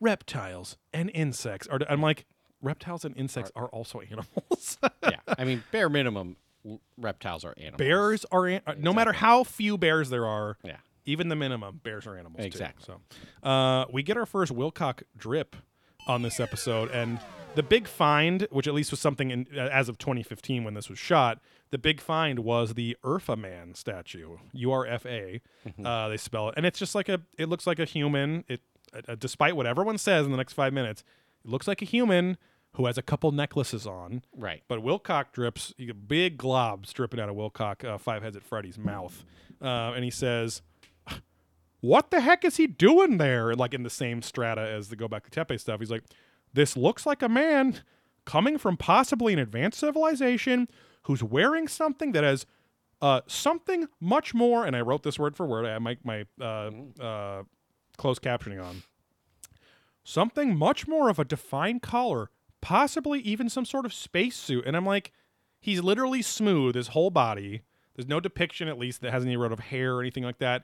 [SPEAKER 2] reptiles, and insects. Are I'm like reptiles and insects are also [LAUGHS] animals.
[SPEAKER 3] yeah. I mean, bare minimum, l- reptiles are animals.
[SPEAKER 2] bears are an- uh, no matter how few bears there are.
[SPEAKER 3] Yeah.
[SPEAKER 2] Even the minimum bears are animals. too.
[SPEAKER 3] Exactly.
[SPEAKER 2] So uh, we get our first Wilcock drip on this episode, and the big find, which at least was something in, uh, as of 2015 when this was shot, the big find was the Urfa Man statue, U R F A.
[SPEAKER 3] Mm-hmm.
[SPEAKER 2] Uh, They spell it, and it's just like a. It looks like a human. It, uh, despite what everyone says in the next five minutes, it looks like a human who has a couple necklaces on.
[SPEAKER 3] Right.
[SPEAKER 2] But Wilcock drips, you get big globs dripping out of Wilcock, uh, Five Heads at Freddy's mouth. Uh, and he says, What the heck is he doing there? Like in the same strata as the Go Back to Tepe stuff. He's like, This looks like a man coming from possibly an advanced civilization who's wearing something that has uh, something much more. And I wrote this word for word. I had my, my uh, uh, closed captioning on something much more of a defined collar, possibly even some sort of spacesuit. And I'm like, he's literally smooth, his whole body. There's no depiction, at least, that has any road of hair or anything like that.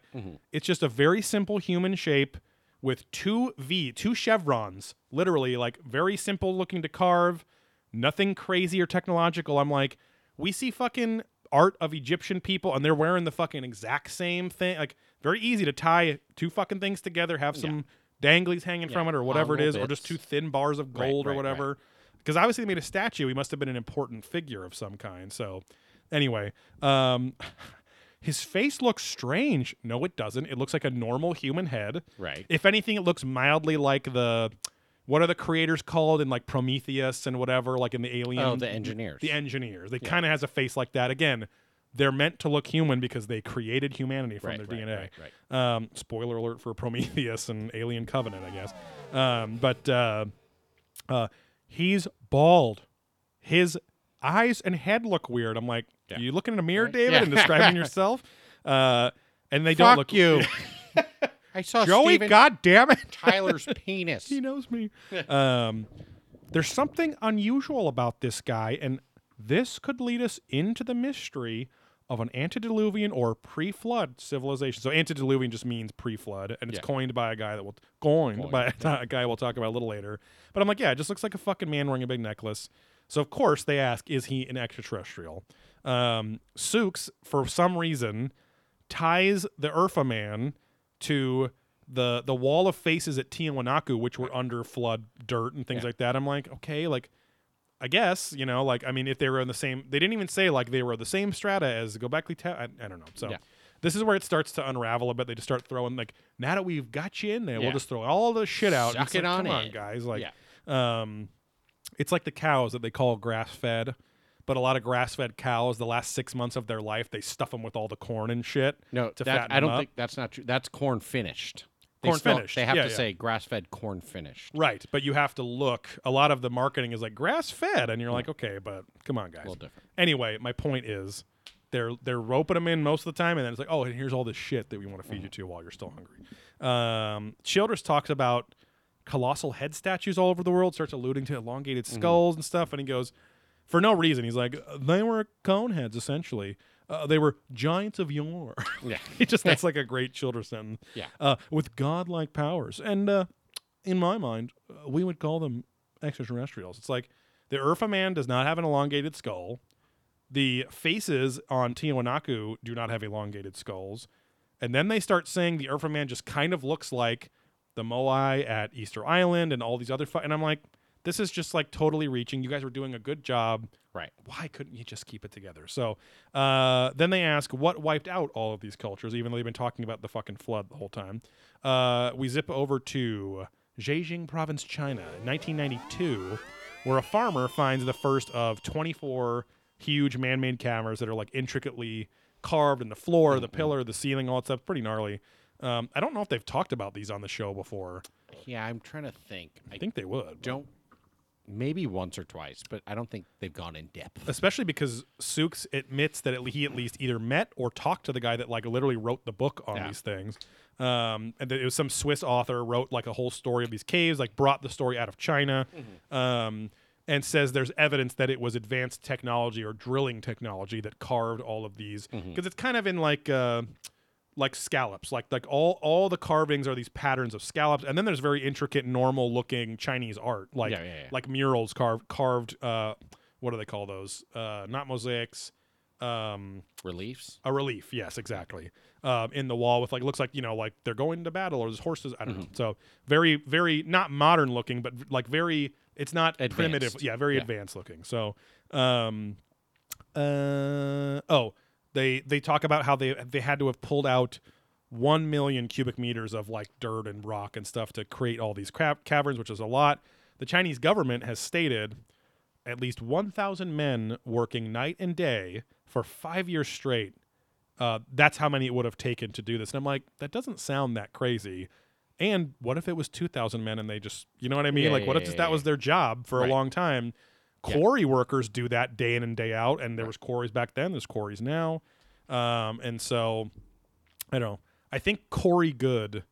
[SPEAKER 2] It's just a very simple human shape with two V, two chevrons, literally, like very simple looking to carve, nothing crazy or technological. I'm like, we see fucking art of Egyptian people and they're wearing the fucking exact same thing. Like, very easy to tie two fucking things together, have some danglies hanging from it or whatever it
[SPEAKER 3] Dongle
[SPEAKER 2] is, or just
[SPEAKER 3] bits.
[SPEAKER 2] two thin bars of
[SPEAKER 3] Right,
[SPEAKER 2] gold
[SPEAKER 3] right,
[SPEAKER 2] or
[SPEAKER 3] right.
[SPEAKER 2] whatever. Because obviously they made a statue. He must have been an important figure of some kind. So, anyway, um, [LAUGHS] his face looks strange. No, it doesn't. It looks like a normal human head.
[SPEAKER 3] Right.
[SPEAKER 2] If anything, it looks mildly like the what are the creators called in like Prometheus and whatever, like in the Alien.
[SPEAKER 3] Oh, the engineers.
[SPEAKER 2] The engineers. They kind of has a face like that. Again, they're meant to look human because they created humanity from
[SPEAKER 3] Right,
[SPEAKER 2] their
[SPEAKER 3] right,
[SPEAKER 2] DNA.
[SPEAKER 3] right,
[SPEAKER 2] Um, spoiler alert for Prometheus and Alien Covenant, I guess. Um, but uh, uh, he's bald. His eyes and head look weird. I'm like,
[SPEAKER 3] Yeah.
[SPEAKER 2] you looking in a mirror, David,
[SPEAKER 3] Yeah. [LAUGHS]
[SPEAKER 2] and describing yourself? Uh, and they don't
[SPEAKER 3] Fuck
[SPEAKER 2] look
[SPEAKER 3] you. [LAUGHS] I saw
[SPEAKER 2] [LAUGHS] Joey,
[SPEAKER 3] Steven
[SPEAKER 2] God damn it. [LAUGHS]
[SPEAKER 3] Tyler's penis.
[SPEAKER 2] He knows me. um, there's something unusual about this guy, and this could lead us into the mystery of an antediluvian or pre-flood civilization. So antediluvian just means pre-flood, and it's
[SPEAKER 3] Yeah.
[SPEAKER 2] coined by a guy that will coined,
[SPEAKER 3] Coined,
[SPEAKER 2] by a [LAUGHS] guy we'll talk about a little later. But I'm like, yeah, it just looks like a fucking man wearing a big necklace. So of course they ask, is he an extraterrestrial? Um, Sooks, for some reason, ties the Urfa man to the the wall of faces at Tiwanaku, which were under flood dirt and things
[SPEAKER 3] Yeah.
[SPEAKER 2] like that. I'm like, okay, like I guess you know, like I mean, if they were in the same, they didn't even say like they were the same strata as Gobekli Tepe. I, I don't know. So,
[SPEAKER 3] Yeah.
[SPEAKER 2] This is where it starts to unravel a bit. They just start throwing like, now that we've got you in there,
[SPEAKER 3] Yeah.
[SPEAKER 2] we'll just throw all the shit out. And
[SPEAKER 3] Suck
[SPEAKER 2] it's
[SPEAKER 3] it
[SPEAKER 2] like,
[SPEAKER 3] on
[SPEAKER 2] come on,
[SPEAKER 3] in."
[SPEAKER 2] guys. Like, um, it's like the cows that they call grass fed, but a lot of grass fed cows, the last six months of their life, they stuff them with all the corn and shit.
[SPEAKER 3] No,
[SPEAKER 2] to
[SPEAKER 3] that,
[SPEAKER 2] fatten
[SPEAKER 3] I
[SPEAKER 2] them
[SPEAKER 3] don't
[SPEAKER 2] up.
[SPEAKER 3] think that's not true. That's corn finished. They
[SPEAKER 2] Corn
[SPEAKER 3] spell-
[SPEAKER 2] finished.
[SPEAKER 3] They have
[SPEAKER 2] Yeah,
[SPEAKER 3] to
[SPEAKER 2] yeah.
[SPEAKER 3] say grass fed corn finished.
[SPEAKER 2] Right, but you have to look. A lot of the marketing is like grass fed, and you're like, okay, but come on, guys.
[SPEAKER 3] little different.
[SPEAKER 2] Anyway, my point is, they're they're roping them in most of the time, and then it's like, oh, and here's all this shit that we want to feed you to while you're still hungry. Um, Childress talks about colossal head statues all over the world, starts alluding to elongated skulls and stuff, and he goes for no reason. He's like, they were cone heads essentially. Uh, they were giants of yore. [LAUGHS]
[SPEAKER 3] Yeah.
[SPEAKER 2] it just that's like a great children's sentence.
[SPEAKER 3] Yeah.
[SPEAKER 2] Uh, with godlike powers, and uh, in my mind, uh, we would call them extraterrestrials. It's like the Urfa man does not have an elongated skull. The faces on Tiwanaku do not have elongated skulls. And then they start saying the Urfa man just kind of looks like the Moai at Easter Island and all these other. Fu- and I'm like, this is just like totally reaching. You guys were doing a good job
[SPEAKER 3] Right.
[SPEAKER 2] why couldn't you just keep it together? So uh, then they ask what wiped out all of these cultures, even though they've been talking about the fucking flood the whole time. Uh, we zip over to Zhejiang Province, China, 1992, where a farmer finds the first of 24 huge man made cameras that are like intricately carved in the floor, the pillar, the ceiling, all that stuff. Pretty gnarly. Um, I don't know if they've talked about these on the show before.
[SPEAKER 3] Yeah, I'm trying to think. I
[SPEAKER 2] I think they would.
[SPEAKER 3] don't. Maybe once or twice, but I don't think they've gone in depth.
[SPEAKER 2] especially because Sooks admits that at, he at least either met or talked to the guy that like literally wrote the book on
[SPEAKER 3] Yeah.
[SPEAKER 2] these things. Um, and that it was some Swiss author wrote like a whole story of these caves, like brought the story out of China, um, and says there's evidence that it was advanced technology or drilling technology that carved all of these because it's kind of in like. Uh, like scallops like like all all the carvings are these patterns of scallops and then there's very intricate normal looking chinese art like
[SPEAKER 3] Yeah, yeah, yeah.
[SPEAKER 2] like murals carved carved uh what do they call those uh not mosaics um
[SPEAKER 3] Reliefs.
[SPEAKER 2] a relief yes exactly um in the wall with like looks like you know like they're going to battle or there's horses i don't
[SPEAKER 3] Mm-hmm.
[SPEAKER 2] know so very very not modern looking but like very it's not primitive
[SPEAKER 3] Advanced.
[SPEAKER 2] yeah very
[SPEAKER 3] Yeah.
[SPEAKER 2] advanced looking so um uh oh they they talk about how they they had to have pulled out 1 million cubic meters of like dirt and rock and stuff to create all these cra- caverns which is a lot the chinese government has stated at least 1000 men working night and day for 5 years straight uh, that's how many it would have taken to do this and i'm like that doesn't sound that crazy and what if it was 2000 men and they just you know what i mean
[SPEAKER 3] Yeah,
[SPEAKER 2] like what
[SPEAKER 3] yeah,
[SPEAKER 2] if
[SPEAKER 3] yeah,
[SPEAKER 2] just that
[SPEAKER 3] yeah,
[SPEAKER 2] was their job for
[SPEAKER 3] Right.
[SPEAKER 2] a long time quarry workers do that day in and day out and there was quarries back then there's quarries now um, and so i don't know i think corey good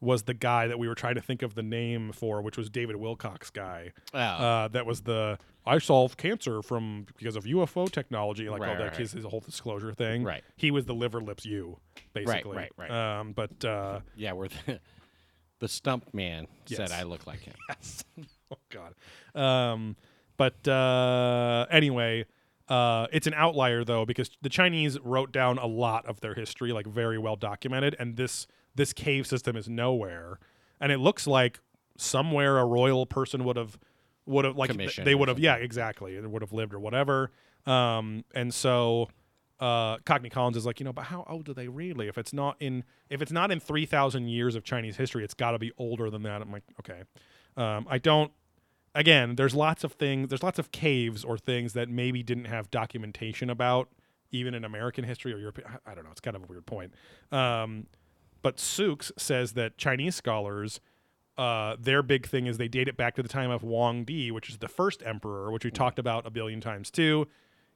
[SPEAKER 2] was the guy that we were trying to think of the name for which was david wilcox guy
[SPEAKER 3] Oh.
[SPEAKER 2] uh, that was the i solved cancer from because of ufo technology like
[SPEAKER 3] Right,
[SPEAKER 2] all that
[SPEAKER 3] right,
[SPEAKER 2] his, his whole disclosure thing
[SPEAKER 3] Right.
[SPEAKER 2] he was the liver lips you basically
[SPEAKER 3] right, right.
[SPEAKER 2] um, but uh,
[SPEAKER 3] yeah, where the, [LAUGHS] the stump man
[SPEAKER 2] Yes.
[SPEAKER 3] said I look like him.
[SPEAKER 2] [LAUGHS] oh god um but uh anyway uh it's an outlier though because the chinese wrote down a lot of their history like very well documented and this this cave system is nowhere and it looks like somewhere a royal person would have would have like th-
[SPEAKER 3] Commissioned
[SPEAKER 2] they
[SPEAKER 3] or
[SPEAKER 2] would have yeah exactly they would have lived or whatever um and so uh, Cockney Collins is like, you know, but how old are they really? If it's not in if it's not in three thousand years of Chinese history, it's got to be older than that. I'm like, okay, um, I don't. Again, there's lots of things. There's lots of caves or things that maybe didn't have documentation about, even in American history or European. I- I don't know. It's kind of a weird point. Um, but Sooks says that Chinese scholars, uh, their big thing is they date it back to the time of Wang Di, which is the first emperor, which we
[SPEAKER 3] Mm.
[SPEAKER 2] talked about a billion times too.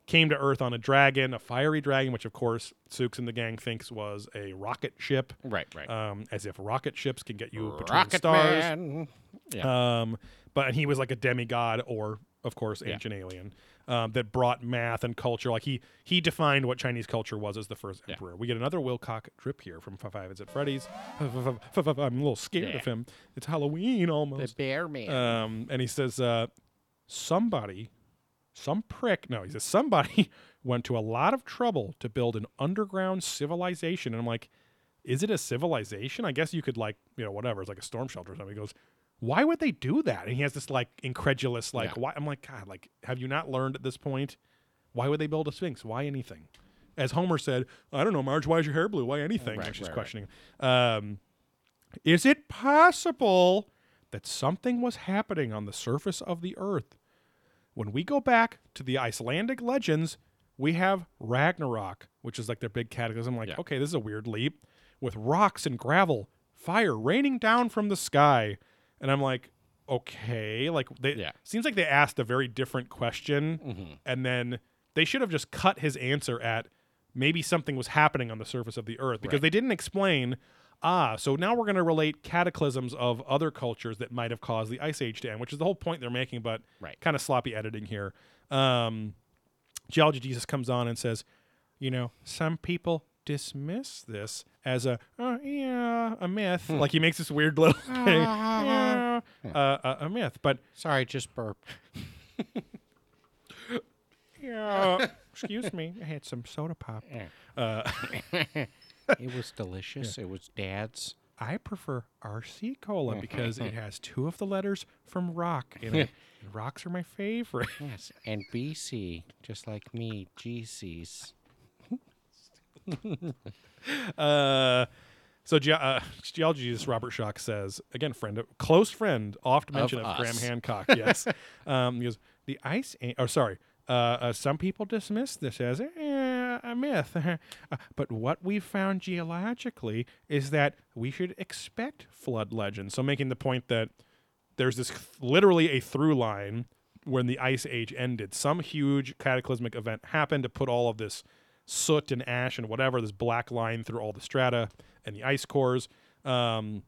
[SPEAKER 2] Came to Earth on a dragon, a fiery dragon, which of course Sooks and the gang thinks was a rocket ship.
[SPEAKER 3] Right,
[SPEAKER 2] [LAUGHS]
[SPEAKER 3] right.
[SPEAKER 2] Um, as if rocket ships can get you between
[SPEAKER 3] Mm. Rocket
[SPEAKER 2] stars.
[SPEAKER 3] man. Yeah.
[SPEAKER 2] Um, but he was like a demigod, or of course, ancient alien um, that brought math and culture. Like he he defined what Chinese culture was as the first emperor. We get another Wilcock drip here from Five Fives at Freddy's. I'm a little scared
[SPEAKER 3] Yeah.
[SPEAKER 2] of him. It's Halloween
[SPEAKER 3] the
[SPEAKER 2] almost.
[SPEAKER 3] bear [LAUGHS] man.
[SPEAKER 2] Um, and he says, uh, somebody, some prick. No, he says somebody [LAUGHS] went to a lot of trouble to build an underground civilization. And I'm like, is it a civilization? I guess you could like, you know, whatever. It's like a storm shelter or something. He goes, why would they do that? And he has this like incredulous, like,
[SPEAKER 3] Yeah.
[SPEAKER 2] why? I'm like, God, like, have you not learned at this point? Why would they build a sphinx? Why anything? as Homer said, I don't know, Marge, why is your hair blue? Why anything?
[SPEAKER 3] Right,
[SPEAKER 2] Like she's
[SPEAKER 3] right, right.
[SPEAKER 2] questioning. Um, is it possible that something was happening on the surface of the earth? When we go back to the Icelandic legends, we have Ragnarok, which is like their big cataclysm. Like,
[SPEAKER 3] Yeah.
[SPEAKER 2] okay, this is a weird leap with rocks and gravel, fire raining down from the sky. And I'm like, okay, like they
[SPEAKER 3] Yeah.
[SPEAKER 2] seems like they asked a very different question and then they should have just cut his answer at maybe something was happening on the surface of the earth because they didn't explain ah so now we're going to relate cataclysms of other cultures that might have caused the ice age to end which is the whole point they're making but
[SPEAKER 3] Right.
[SPEAKER 2] kind of sloppy editing here um, geology jesus comes on and says you know some people dismiss this as a oh, yeah a myth like he makes this weird little thing yeah, uh, a- a myth but
[SPEAKER 3] Sorry, just
[SPEAKER 2] [LAUGHS]
[SPEAKER 3] burped.
[SPEAKER 2] yeah, Uh, excuse me. I had some soda pop.
[SPEAKER 3] It was delicious. It was dad's.
[SPEAKER 2] I prefer RC cola because it has two of the letters from rock in it. And rocks are my favorite. [LAUGHS]
[SPEAKER 3] Yes. And BC, just like me, GC's.
[SPEAKER 2] Uh, so ge- uh, geologist Robert Schock says again, friend, close friend, oft mention of, Graham
[SPEAKER 3] us.
[SPEAKER 2] Hancock. Yes, um, he goes the ice. A- or sorry, uh, uh, some people dismiss this as eh, a myth, [LAUGHS] Uh, but what we've found geologically is that we should expect flood legends. So making the point that there's this literally a through line when the ice age ended some huge cataclysmic event happened to put all of this soot and ash and whatever this black line through all the strata and the ice cores um,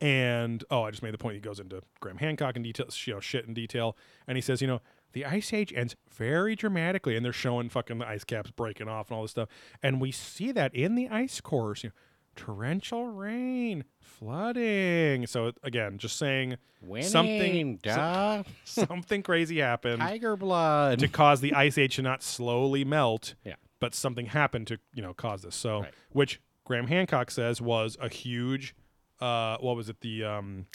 [SPEAKER 2] and oh, I just made the point. He goes into Graham Hancock in detail, you know, shit in detail, and he says, you know, the ice age ends very dramatically, and they're showing fucking the ice caps breaking off and all this stuff, and we see that in the ice cores, you know, torrential rain, flooding. So it- again, just saying
[SPEAKER 3] Winning,
[SPEAKER 2] something, so-
[SPEAKER 3] duh.
[SPEAKER 2] something crazy happened
[SPEAKER 3] Tiger blood.
[SPEAKER 2] to cause the ice age to not slowly melt.
[SPEAKER 3] Yeah.
[SPEAKER 2] But something happened to you know cause this. So
[SPEAKER 3] Right.
[SPEAKER 2] which Graham Hancock says was a huge, uh, what was it the um,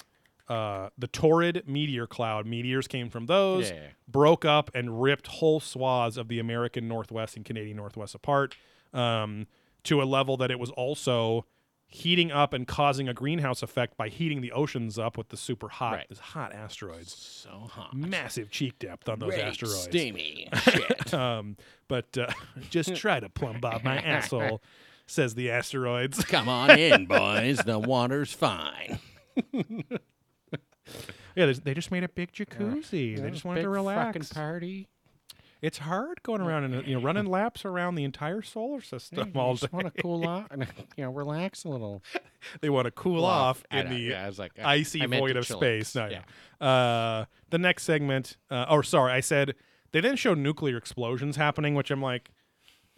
[SPEAKER 2] uh, the torrid meteor cloud. Meteors came from those,
[SPEAKER 3] Yeah, yeah, yeah.
[SPEAKER 2] broke up and ripped whole swaths of the American Northwest and Canadian Northwest apart um, to a level that it was also heating up and causing a greenhouse effect by heating the oceans up with the super hot,
[SPEAKER 3] Right.
[SPEAKER 2] these hot asteroids,
[SPEAKER 3] so hot.
[SPEAKER 2] massive cheek depth on those
[SPEAKER 3] Great
[SPEAKER 2] asteroids.
[SPEAKER 3] Steamy shit.
[SPEAKER 2] Um, but uh, [LAUGHS] just try to plumb
[SPEAKER 3] [LAUGHS]
[SPEAKER 2] bob my asshole, says the asteroids. [LAUGHS]
[SPEAKER 3] Come on in, boys. The water's [LAUGHS] fine.
[SPEAKER 2] yeah, they- they just made a big jacuzzi. they just wanted
[SPEAKER 3] Big Fucking
[SPEAKER 2] to relax.
[SPEAKER 3] party.
[SPEAKER 2] it's hard going around and you know
[SPEAKER 3] [LAUGHS]
[SPEAKER 2] running laps around the entire solar system all day.
[SPEAKER 3] Just
[SPEAKER 2] [LAUGHS]
[SPEAKER 3] want to cool off and you know relax a little.
[SPEAKER 2] they want to cool off
[SPEAKER 3] I
[SPEAKER 2] in
[SPEAKER 3] know,
[SPEAKER 2] the
[SPEAKER 3] yeah, I was like, I-
[SPEAKER 2] icy
[SPEAKER 3] I meant
[SPEAKER 2] void
[SPEAKER 3] to
[SPEAKER 2] of
[SPEAKER 3] chillax.
[SPEAKER 2] space. No,
[SPEAKER 3] Yeah.
[SPEAKER 2] no. Uh, the next segment, uh, or sorry, I said they didn't show nuclear explosions happening, which I'm like,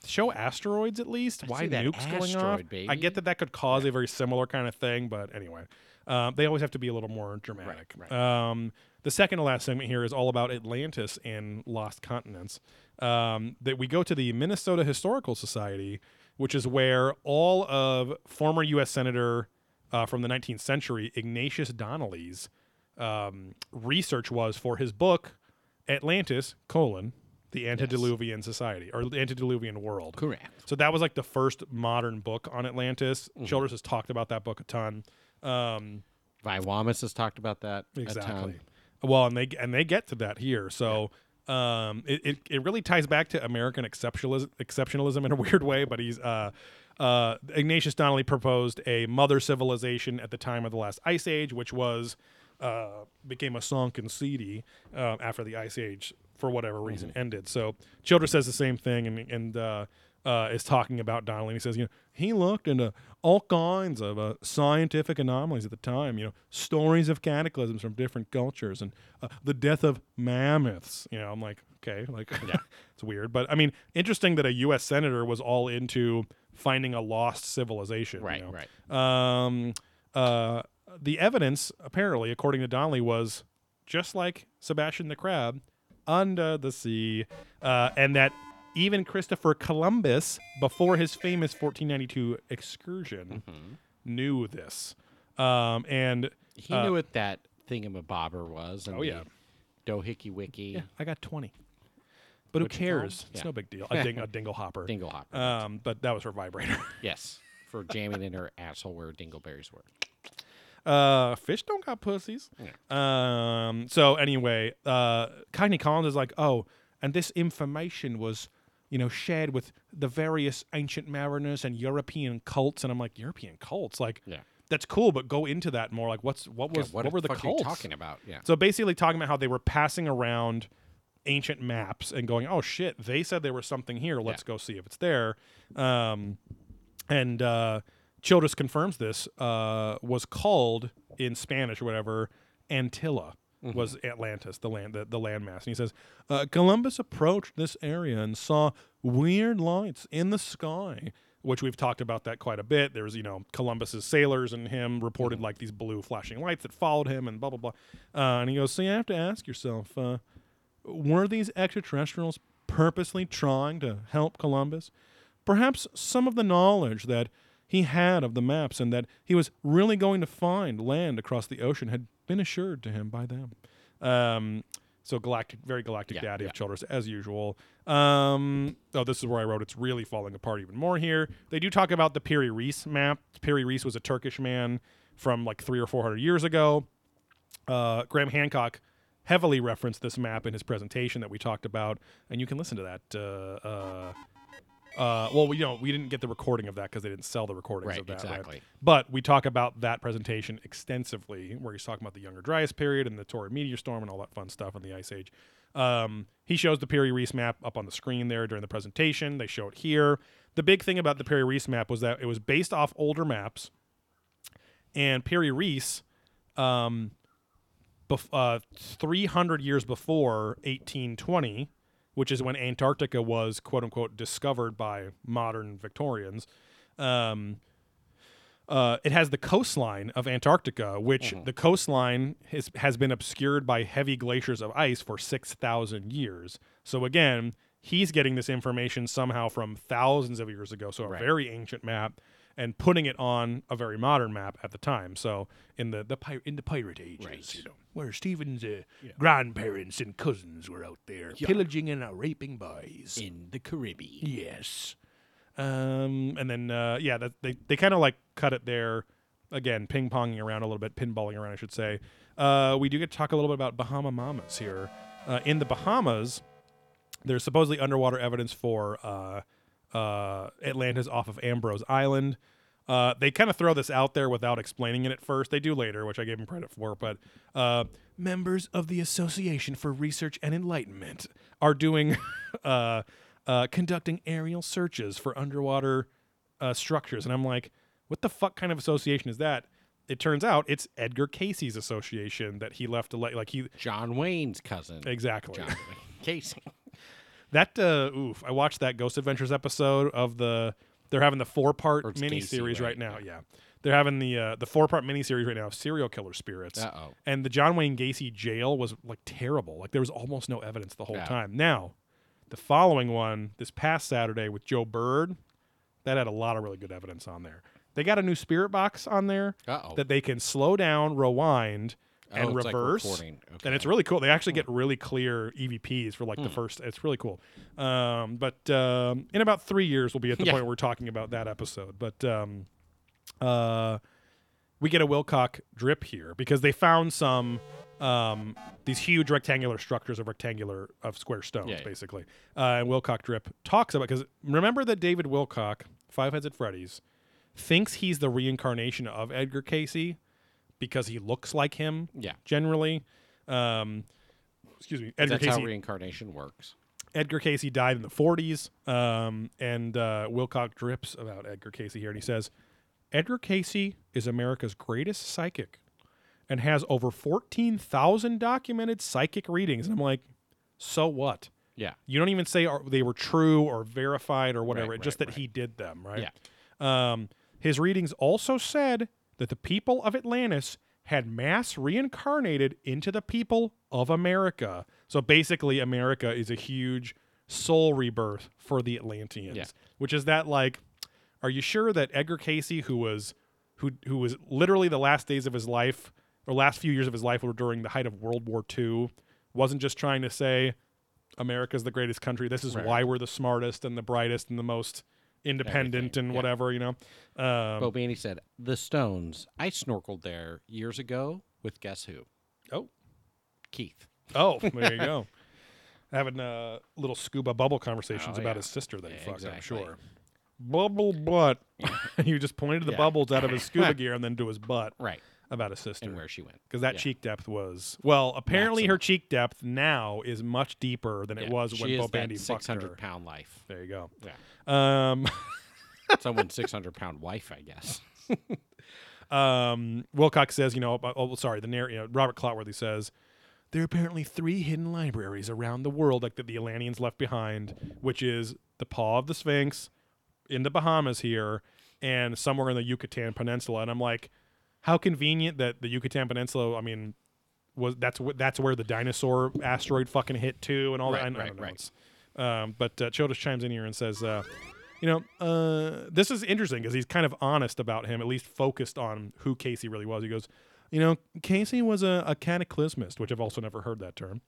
[SPEAKER 2] show asteroids at least. Why
[SPEAKER 3] see that
[SPEAKER 2] nukes going off?
[SPEAKER 3] asteroid,
[SPEAKER 2] I
[SPEAKER 3] baby.
[SPEAKER 2] get that that could cause a very similar kind of thing, but anyway, um, they always have to be a little more dramatic.
[SPEAKER 3] right.
[SPEAKER 2] Um, the second to last segment here is all about Atlantis and lost continents. Um, that we go to the Minnesota Historical Society, which is where all of former U.S. Senator uh, from the 19th century Ignatius Donnelly's um, research was for his book Atlantis: colon, the Antediluvian Society or the Antediluvian World.
[SPEAKER 3] Correct.
[SPEAKER 2] So that was like the first modern book on Atlantis. Childress has talked about that book a ton. Um,
[SPEAKER 3] Viwamis has talked about that a ton.
[SPEAKER 2] exactly. Well, and they and they get to that here. So um, it, it it really ties back to American exceptionalism, exceptionalism in a [LAUGHS] weird way. But he's uh, uh, Ignatius Donnelly proposed a mother civilization at the time of the last ice age, which was uh, became a sunken city uh, after the ice age for whatever reason ended. So Childress says the same thing, and and uh, uh, is talking about Donnelly. And he says, you know, he looked into all kinds of uh, scientific anomalies at the time. You know, stories of cataclysms from different cultures and uh, the death of mammoths. You know, I'm like, okay, like, [LAUGHS] it's weird, but I mean, interesting that a U.S. senator was all into finding a lost civilization. you
[SPEAKER 3] Right,
[SPEAKER 2] know?
[SPEAKER 3] right.
[SPEAKER 2] Um, uh, the evidence, apparently, according to Donnelly, was just like Sebastian the Crab, under the sea, uh, and that even Christopher Columbus, before his famous 1492 excursion,
[SPEAKER 3] Mm-hmm.
[SPEAKER 2] knew this. Um, and
[SPEAKER 3] He knew what that thingamabobber was. And
[SPEAKER 2] Oh, yeah.
[SPEAKER 3] Dohickey Wiki.
[SPEAKER 2] I got 20. But who cares? It's
[SPEAKER 3] Yeah.
[SPEAKER 2] no big deal.
[SPEAKER 3] [LAUGHS]
[SPEAKER 2] A, ding, a dingle hopper.
[SPEAKER 3] Dingle hopper.
[SPEAKER 2] Um, but that was her vibrator.
[SPEAKER 3] yes, for jamming in her asshole where dingleberries were.
[SPEAKER 2] Uh, fish don't got pussies. Um, so anyway, uh, Kiney Collins is like, oh, and this information was, you know, shared with the various ancient mariners and European cults. And I'm like, European cults, like,
[SPEAKER 3] Yeah.
[SPEAKER 2] that's cool, but go into that more. Like, what's what
[SPEAKER 3] Yeah,
[SPEAKER 2] [LAUGHS] was
[SPEAKER 3] what
[SPEAKER 2] what,
[SPEAKER 3] the
[SPEAKER 2] were the
[SPEAKER 3] fuck are you
[SPEAKER 2] cults
[SPEAKER 3] talking about? Yeah.
[SPEAKER 2] So basically, talking about how they were passing around ancient maps and going, "Oh shit, they said there was something here. Let's go see if it's there." Um, and uh, Childress confirms this uh, was called in Spanish or whatever Antilla. Was Atlantis the land the, the landmass? And he says uh, Columbus approached this area and saw weird lights in the sky, which we've talked about that quite a bit. There's you know Columbus's sailors and him reported like these blue flashing lights that followed him and blah blah blah. Uh, and he goes, so you have to ask yourself, uh, were these extraterrestrials purposely trying to help Columbus? Perhaps some of the knowledge that he had of the maps and that he was really going to find land across the ocean had been assured to him by them. Um, so galactic, very galactic
[SPEAKER 3] Yeah,
[SPEAKER 2] daddy
[SPEAKER 3] yeah.
[SPEAKER 2] of Childress as usual. Um, oh, this is where I wrote it's really falling apart even more here. They do talk about the Piri Reis map. Piri Reis was a Turkish man from like three or four hundred years ago uh, Graham Hancock heavily referenced this map in his presentation that we talked about, and you can listen to that. Uh, uh, uh, well, we you know we didn't get the recording of that because they didn't sell the recordings
[SPEAKER 3] Right,
[SPEAKER 2] of that.
[SPEAKER 3] exactly.
[SPEAKER 2] But we talk about that presentation extensively, where he's talking about the Younger Dryas period and the Torrid meteor storm and all that fun stuff and the Ice Age. Um, he shows the Piri Reis map up on the screen there during the presentation. They show it here. The big thing about the Piri Reis map was that it was based off older maps, and Piri Reis bef- uh, 300 years before 1820, which is when Antarctica was quote unquote discovered by modern Victorians. Um, uh, it has the coastline of Antarctica, which the coastline is, has been obscured by heavy glaciers of ice for 6,000 years. So, again, he's getting this information somehow from thousands of years ago. So, a very ancient map and putting it on a very modern map at the time. So, in the, the pir- in the pirate ages, you know, where Stephen's uh, grandparents and cousins were out there pillaging and uh, raping boys.
[SPEAKER 3] In the Caribbean.
[SPEAKER 2] Yes. Um, and then uh, yeah, that, they they kind of like cut it there again, ping ponging around a little bit, pinballing around, I should say. Uh, we do get to talk a little bit about Bahama Mamas here. Uh, in the Bahamas, there's supposedly underwater evidence for uh, uh, Atlantis off of Ambrose Island. Uh, they kind of throw this out there without explaining it at first. They do later, which I gave them credit for. But uh, members of the Association for Research and Enlightenment are doing, [LAUGHS] uh, uh, conducting aerial searches for underwater uh, structures. And I'm like, what the fuck kind of association is that? It turns out it's Edgar Casey's association that he left to let, like he
[SPEAKER 3] John Wayne's cousin.
[SPEAKER 2] exactly.
[SPEAKER 3] John
[SPEAKER 2] [LAUGHS]
[SPEAKER 3] Wayne. Casey.
[SPEAKER 2] That uh, oof, I watched that Ghost Adventures episode of the. They're having the four part
[SPEAKER 3] it's
[SPEAKER 2] mini series
[SPEAKER 3] Gacy,
[SPEAKER 2] right,
[SPEAKER 3] right?
[SPEAKER 2] now. Yeah, they're having the uh, the four part mini series right now of serial killer spirits.
[SPEAKER 3] Uh-oh.
[SPEAKER 2] And the John Wayne Gacy jail was like terrible. Like there was almost no evidence the whole
[SPEAKER 3] Yeah.
[SPEAKER 2] time. Now, the following one, this past Saturday with Joe Bird, that had a lot of really good evidence on there. They got a new spirit box on there
[SPEAKER 3] Uh-oh.
[SPEAKER 2] that they can slow down, rewind, and
[SPEAKER 3] Oh, it's like
[SPEAKER 2] reverse.
[SPEAKER 3] recording.
[SPEAKER 2] And it's really cool. They actually get really clear EVPs for like
[SPEAKER 3] Hmm.
[SPEAKER 2] the first. It's really cool. Um, but um, in about three years, we'll be at the
[SPEAKER 3] [LAUGHS] Yeah.
[SPEAKER 2] point where we're talking about that episode. But um, uh, we get a Wilcock drip here because they found some um, these huge rectangular structures of rectangular of square stones,
[SPEAKER 3] Yeah, yeah.
[SPEAKER 2] basically. Uh, and Wilcock drip talks about because remember that David Wilcock, Five Heads at Freddy's, thinks he's the reincarnation of Edgar Casey because he looks like him.
[SPEAKER 3] Yeah.
[SPEAKER 2] generally. Um, excuse me, Edgar
[SPEAKER 3] That's
[SPEAKER 2] Casey.
[SPEAKER 3] how reincarnation works.
[SPEAKER 2] Edgar Casey died in the 40s, um, and uh, Wilcock drips about Edgar Casey here, and he says, Edgar Casey is America's greatest psychic and has over 14,000 documented psychic readings. And I'm like, so what?
[SPEAKER 3] Yeah.
[SPEAKER 2] You don't even say are, they were true or verified or whatever,
[SPEAKER 3] Right,
[SPEAKER 2] just
[SPEAKER 3] right,
[SPEAKER 2] that he did them, right?
[SPEAKER 3] Yeah.
[SPEAKER 2] Um, his readings also said that the people of Atlantis had mass reincarnated into the people of America. So basically, America is a huge soul rebirth for the Atlanteans,
[SPEAKER 3] Yeah.
[SPEAKER 2] which is that like, are you sure that Edgar Casey, who was who who was literally the last days of his life or last few years of his life were during the height of World War II, wasn't just trying to say, America's the greatest country. This is why we're the smartest and the brightest and the most independent
[SPEAKER 3] Everything,
[SPEAKER 2] and
[SPEAKER 3] yeah.
[SPEAKER 2] whatever, you know. Um,
[SPEAKER 3] Bobani said, The Stones. I snorkeled there years ago with guess who?
[SPEAKER 2] oh,
[SPEAKER 3] Keith. [LAUGHS]
[SPEAKER 2] oh, there you go. Having uh, little scuba bubble conversations
[SPEAKER 3] Oh,
[SPEAKER 2] about
[SPEAKER 3] yeah.
[SPEAKER 2] his sister that he
[SPEAKER 3] Yeah,
[SPEAKER 2] fucked, I'm
[SPEAKER 3] exactly.
[SPEAKER 2] sure.
[SPEAKER 3] [LAUGHS]
[SPEAKER 2] Bubble butt. [LAUGHS] you just pointed the
[SPEAKER 3] Yeah.
[SPEAKER 2] bubbles out of his
[SPEAKER 3] [LAUGHS]
[SPEAKER 2] scuba gear and then to his butt
[SPEAKER 3] Right.
[SPEAKER 2] about his sister.
[SPEAKER 3] And where she went.
[SPEAKER 2] because that
[SPEAKER 3] Yeah.
[SPEAKER 2] cheek depth was well. Apparently, her
[SPEAKER 3] Maximum.
[SPEAKER 2] cheek depth now is much deeper than it
[SPEAKER 3] Yeah.
[SPEAKER 2] was
[SPEAKER 3] she
[SPEAKER 2] when
[SPEAKER 3] is
[SPEAKER 2] Bob
[SPEAKER 3] that
[SPEAKER 2] Bandy fucked
[SPEAKER 3] 600
[SPEAKER 2] her.
[SPEAKER 3] pound life.
[SPEAKER 2] There you
[SPEAKER 3] Yeah.
[SPEAKER 2] go. Um, [LAUGHS]
[SPEAKER 3] Someone's 600 pound wife, I guess.
[SPEAKER 2] um, Wilcox says, you know, oh, oh, sorry, the narr- you know, Robert Clotworthy says there are apparently three hidden libraries around the world, like that the Atlanteans left behind, which is the Paw of the Sphinx in the Bahamas here, and somewhere in the Yucatan Peninsula. And I'm like, how convenient that the Yucatan Peninsula. I mean, was that's wh- that's where the dinosaur asteroid fucking hit too, and all
[SPEAKER 3] Right,
[SPEAKER 2] that. I, I
[SPEAKER 3] right,
[SPEAKER 2] don't know.
[SPEAKER 3] right.
[SPEAKER 2] It's- Um, but uh, Childress chimes in here and says. Uh, you know, uh, this is interesting because he's kind of honest about him, at least focused on who Casey really was. He goes, you know, Casey was a, a cataclysmist, which I've also never heard that term.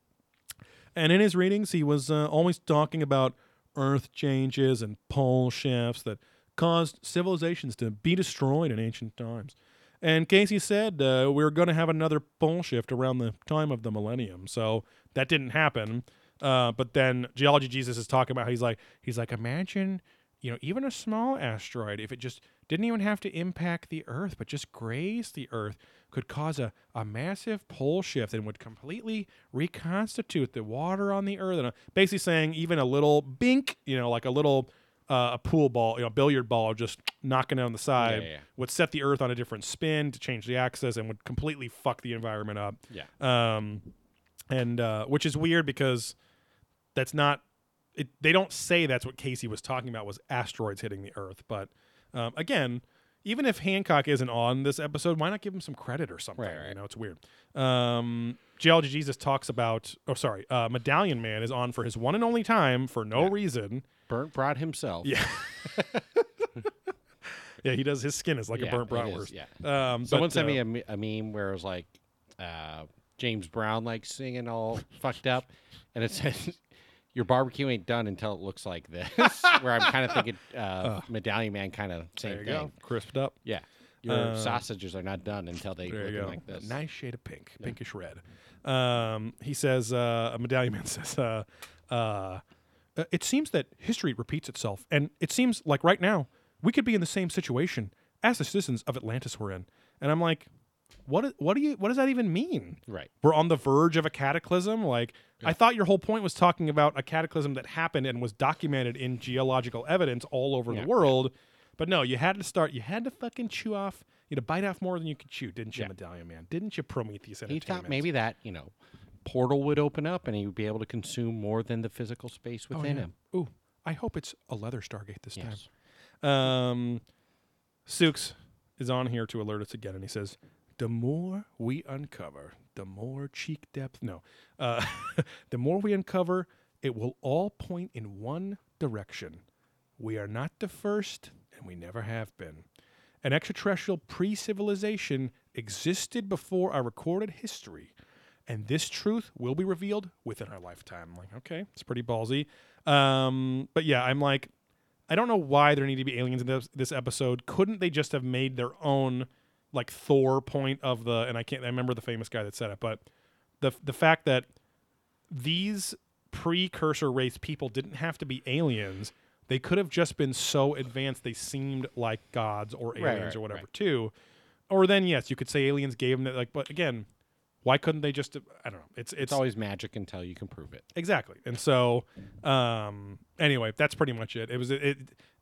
[SPEAKER 2] And in his readings, he was uh, always talking about earth changes and pole shifts that caused civilizations to be destroyed in ancient times. And Casey said uh, we were going to have another pole shift around the time of the millennium. So that didn't happen. Uh, but then geology Jesus is talking about how he's like he's like imagine you know even a small asteroid if it just didn't even have to impact the Earth but just grazed the Earth could cause a, a massive pole shift and would completely reconstitute the water on the Earth. And uh, basically saying even a little bink, you know, like a little uh, a pool ball, you know, billiard ball, just knocking it on the side
[SPEAKER 3] Yeah, yeah, yeah.
[SPEAKER 2] would set the Earth on a different spin to change the axis and would completely fuck the environment up.
[SPEAKER 3] Yeah.
[SPEAKER 2] Um, and uh, which is weird because that's not. It, they don't say that's what Casey was talking about was asteroids hitting the Earth, but um, again, even if Hancock isn't on this episode, why not give him some credit or something?
[SPEAKER 3] Right, right.
[SPEAKER 2] You know, it's weird. Um, Geology Jesus talks about. Oh, sorry, uh, Medallion Man is on for his one and only time for no reason.
[SPEAKER 3] Burnt Broad himself.
[SPEAKER 2] Yeah. Yeah, he does. His skin is like a
[SPEAKER 3] Yeah,
[SPEAKER 2] burnt
[SPEAKER 3] it
[SPEAKER 2] bratwurst.
[SPEAKER 3] is, yeah.
[SPEAKER 2] Um,
[SPEAKER 3] Someone
[SPEAKER 2] but,
[SPEAKER 3] sent
[SPEAKER 2] uh,
[SPEAKER 3] me a, me- a meme where it was like uh, James Brown like singing all
[SPEAKER 2] [LAUGHS]
[SPEAKER 3] fucked up, and it said, [LAUGHS] "Your barbecue ain't done until it looks like this." [LAUGHS] where I'm
[SPEAKER 2] [LAUGHS]
[SPEAKER 3] kind of thinking uh, Medallion Man kind of same
[SPEAKER 2] There you
[SPEAKER 3] thing.
[SPEAKER 2] go, crisped up.
[SPEAKER 3] Yeah, your
[SPEAKER 2] Uh,
[SPEAKER 3] sausages are not done until they
[SPEAKER 2] There you
[SPEAKER 3] look
[SPEAKER 2] go.
[SPEAKER 3] like this.
[SPEAKER 2] Nice shade of pink, pinkish red. Um, he says, uh, a medallion [LAUGHS] man says, uh, uh, uh, it seems that history repeats itself, and it seems like right now we could be in the same situation as the citizens of Atlantis were in. And I'm like, what? i- What do you? What does that even mean?
[SPEAKER 3] Right.
[SPEAKER 2] We're on the verge of a cataclysm. Like I thought, your whole point was talking about a cataclysm that happened and was documented in geological evidence all over
[SPEAKER 3] Yeah,
[SPEAKER 2] the world. But no, you had to start. You had to fucking chew off. You had to bite off more than you could chew, didn't you, Medallion Man? Didn't you, Prometheus
[SPEAKER 3] He
[SPEAKER 2] Entertainment?
[SPEAKER 3] thought maybe that you know portal would open up and he would be able to consume more than the physical space
[SPEAKER 2] Oh,
[SPEAKER 3] within
[SPEAKER 2] yeah.
[SPEAKER 3] him.
[SPEAKER 2] Ooh, I hope it's a leather Stargate this
[SPEAKER 3] Yes.
[SPEAKER 2] time. Um, Sooks is on here to alert us again, and he says, "The more we uncover, the more cheek depth. No, uh, [LAUGHS] the more we uncover, it will all point in one direction. We are not the first, and we never have been. An extraterrestrial pre-civilization existed before our recorded history." and this truth will be revealed within our lifetime. I'm like, okay, it's pretty ballsy. Um, but yeah, I'm like, I don't know why there need to be aliens in this, this episode. Couldn't they just have made their own like Thor point of the? And I can't. I remember the famous guy that said it, but the the fact that these precursor race people didn't have to be aliens. They could have just been so advanced they seemed like gods or aliens
[SPEAKER 3] Right, right,
[SPEAKER 2] or whatever
[SPEAKER 3] right.
[SPEAKER 2] too. Or then yes, you could say aliens gave them that like but again, why couldn't they just I don't know. It's it's,
[SPEAKER 3] It's always magic until you can prove it.
[SPEAKER 2] exactly. And so um anyway, that's pretty much it. It was it, it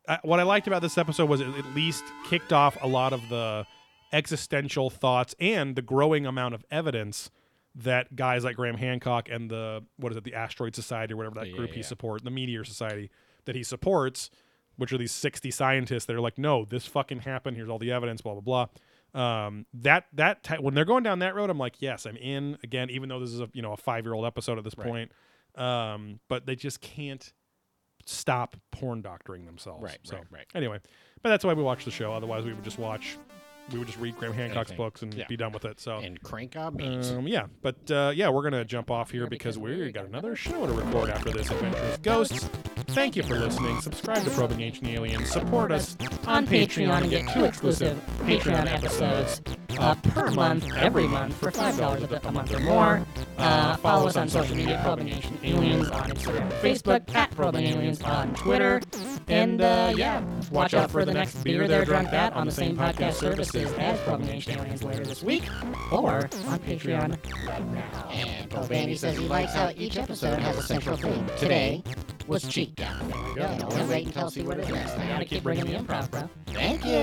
[SPEAKER 2] I, what I liked about this episode was it at least kicked off a lot of the existential thoughts and the growing amount of evidence that guys like Graham Hancock and the what is it the asteroid society or whatever that
[SPEAKER 3] Yeah,
[SPEAKER 2] group he
[SPEAKER 3] yeah.
[SPEAKER 2] supports the meteor society that he supports which are these 60 scientists that are like no this fucking happened here's all the evidence blah blah blah um that that ti- when they're going down that road I'm like yes I'm in again even though this is a you know a 5 year old episode at this point um but they just can't stop porn doctoring themselves
[SPEAKER 3] Right,
[SPEAKER 2] so
[SPEAKER 3] right, right.
[SPEAKER 2] anyway but that's why we watch the show otherwise we would just watch we would just read Graham Hancock's
[SPEAKER 3] Anything.
[SPEAKER 2] books and
[SPEAKER 3] Yeah.
[SPEAKER 2] be done with it. So
[SPEAKER 3] and crank our meat.
[SPEAKER 2] um, yeah, but uh, yeah, we're gonna jump off here because we got another show to record after this Adventurous Ghosts. Thank you for listening. Subscribe to Probing Ancient Aliens. Support us
[SPEAKER 1] on Patreon and get two exclusive Patreon episodes uh, per month, every month, for $5 a month or more. Uh, follow us on social media, Probing Ancient Aliens on Instagram and Facebook, at Probing Aliens on Twitter. And uh, yeah, watch out for the next Beer There Drunk That on the same podcast services as Probing Ancient Aliens later this week or on Patreon right now.
[SPEAKER 4] And Bobani says he likes how each episode has a central theme. Today was cheat death.
[SPEAKER 1] There we
[SPEAKER 4] Yeah,
[SPEAKER 1] go.
[SPEAKER 4] don't wait and tell us what it is.
[SPEAKER 1] I gotta keep bringing the improv, bro.
[SPEAKER 4] Thank you.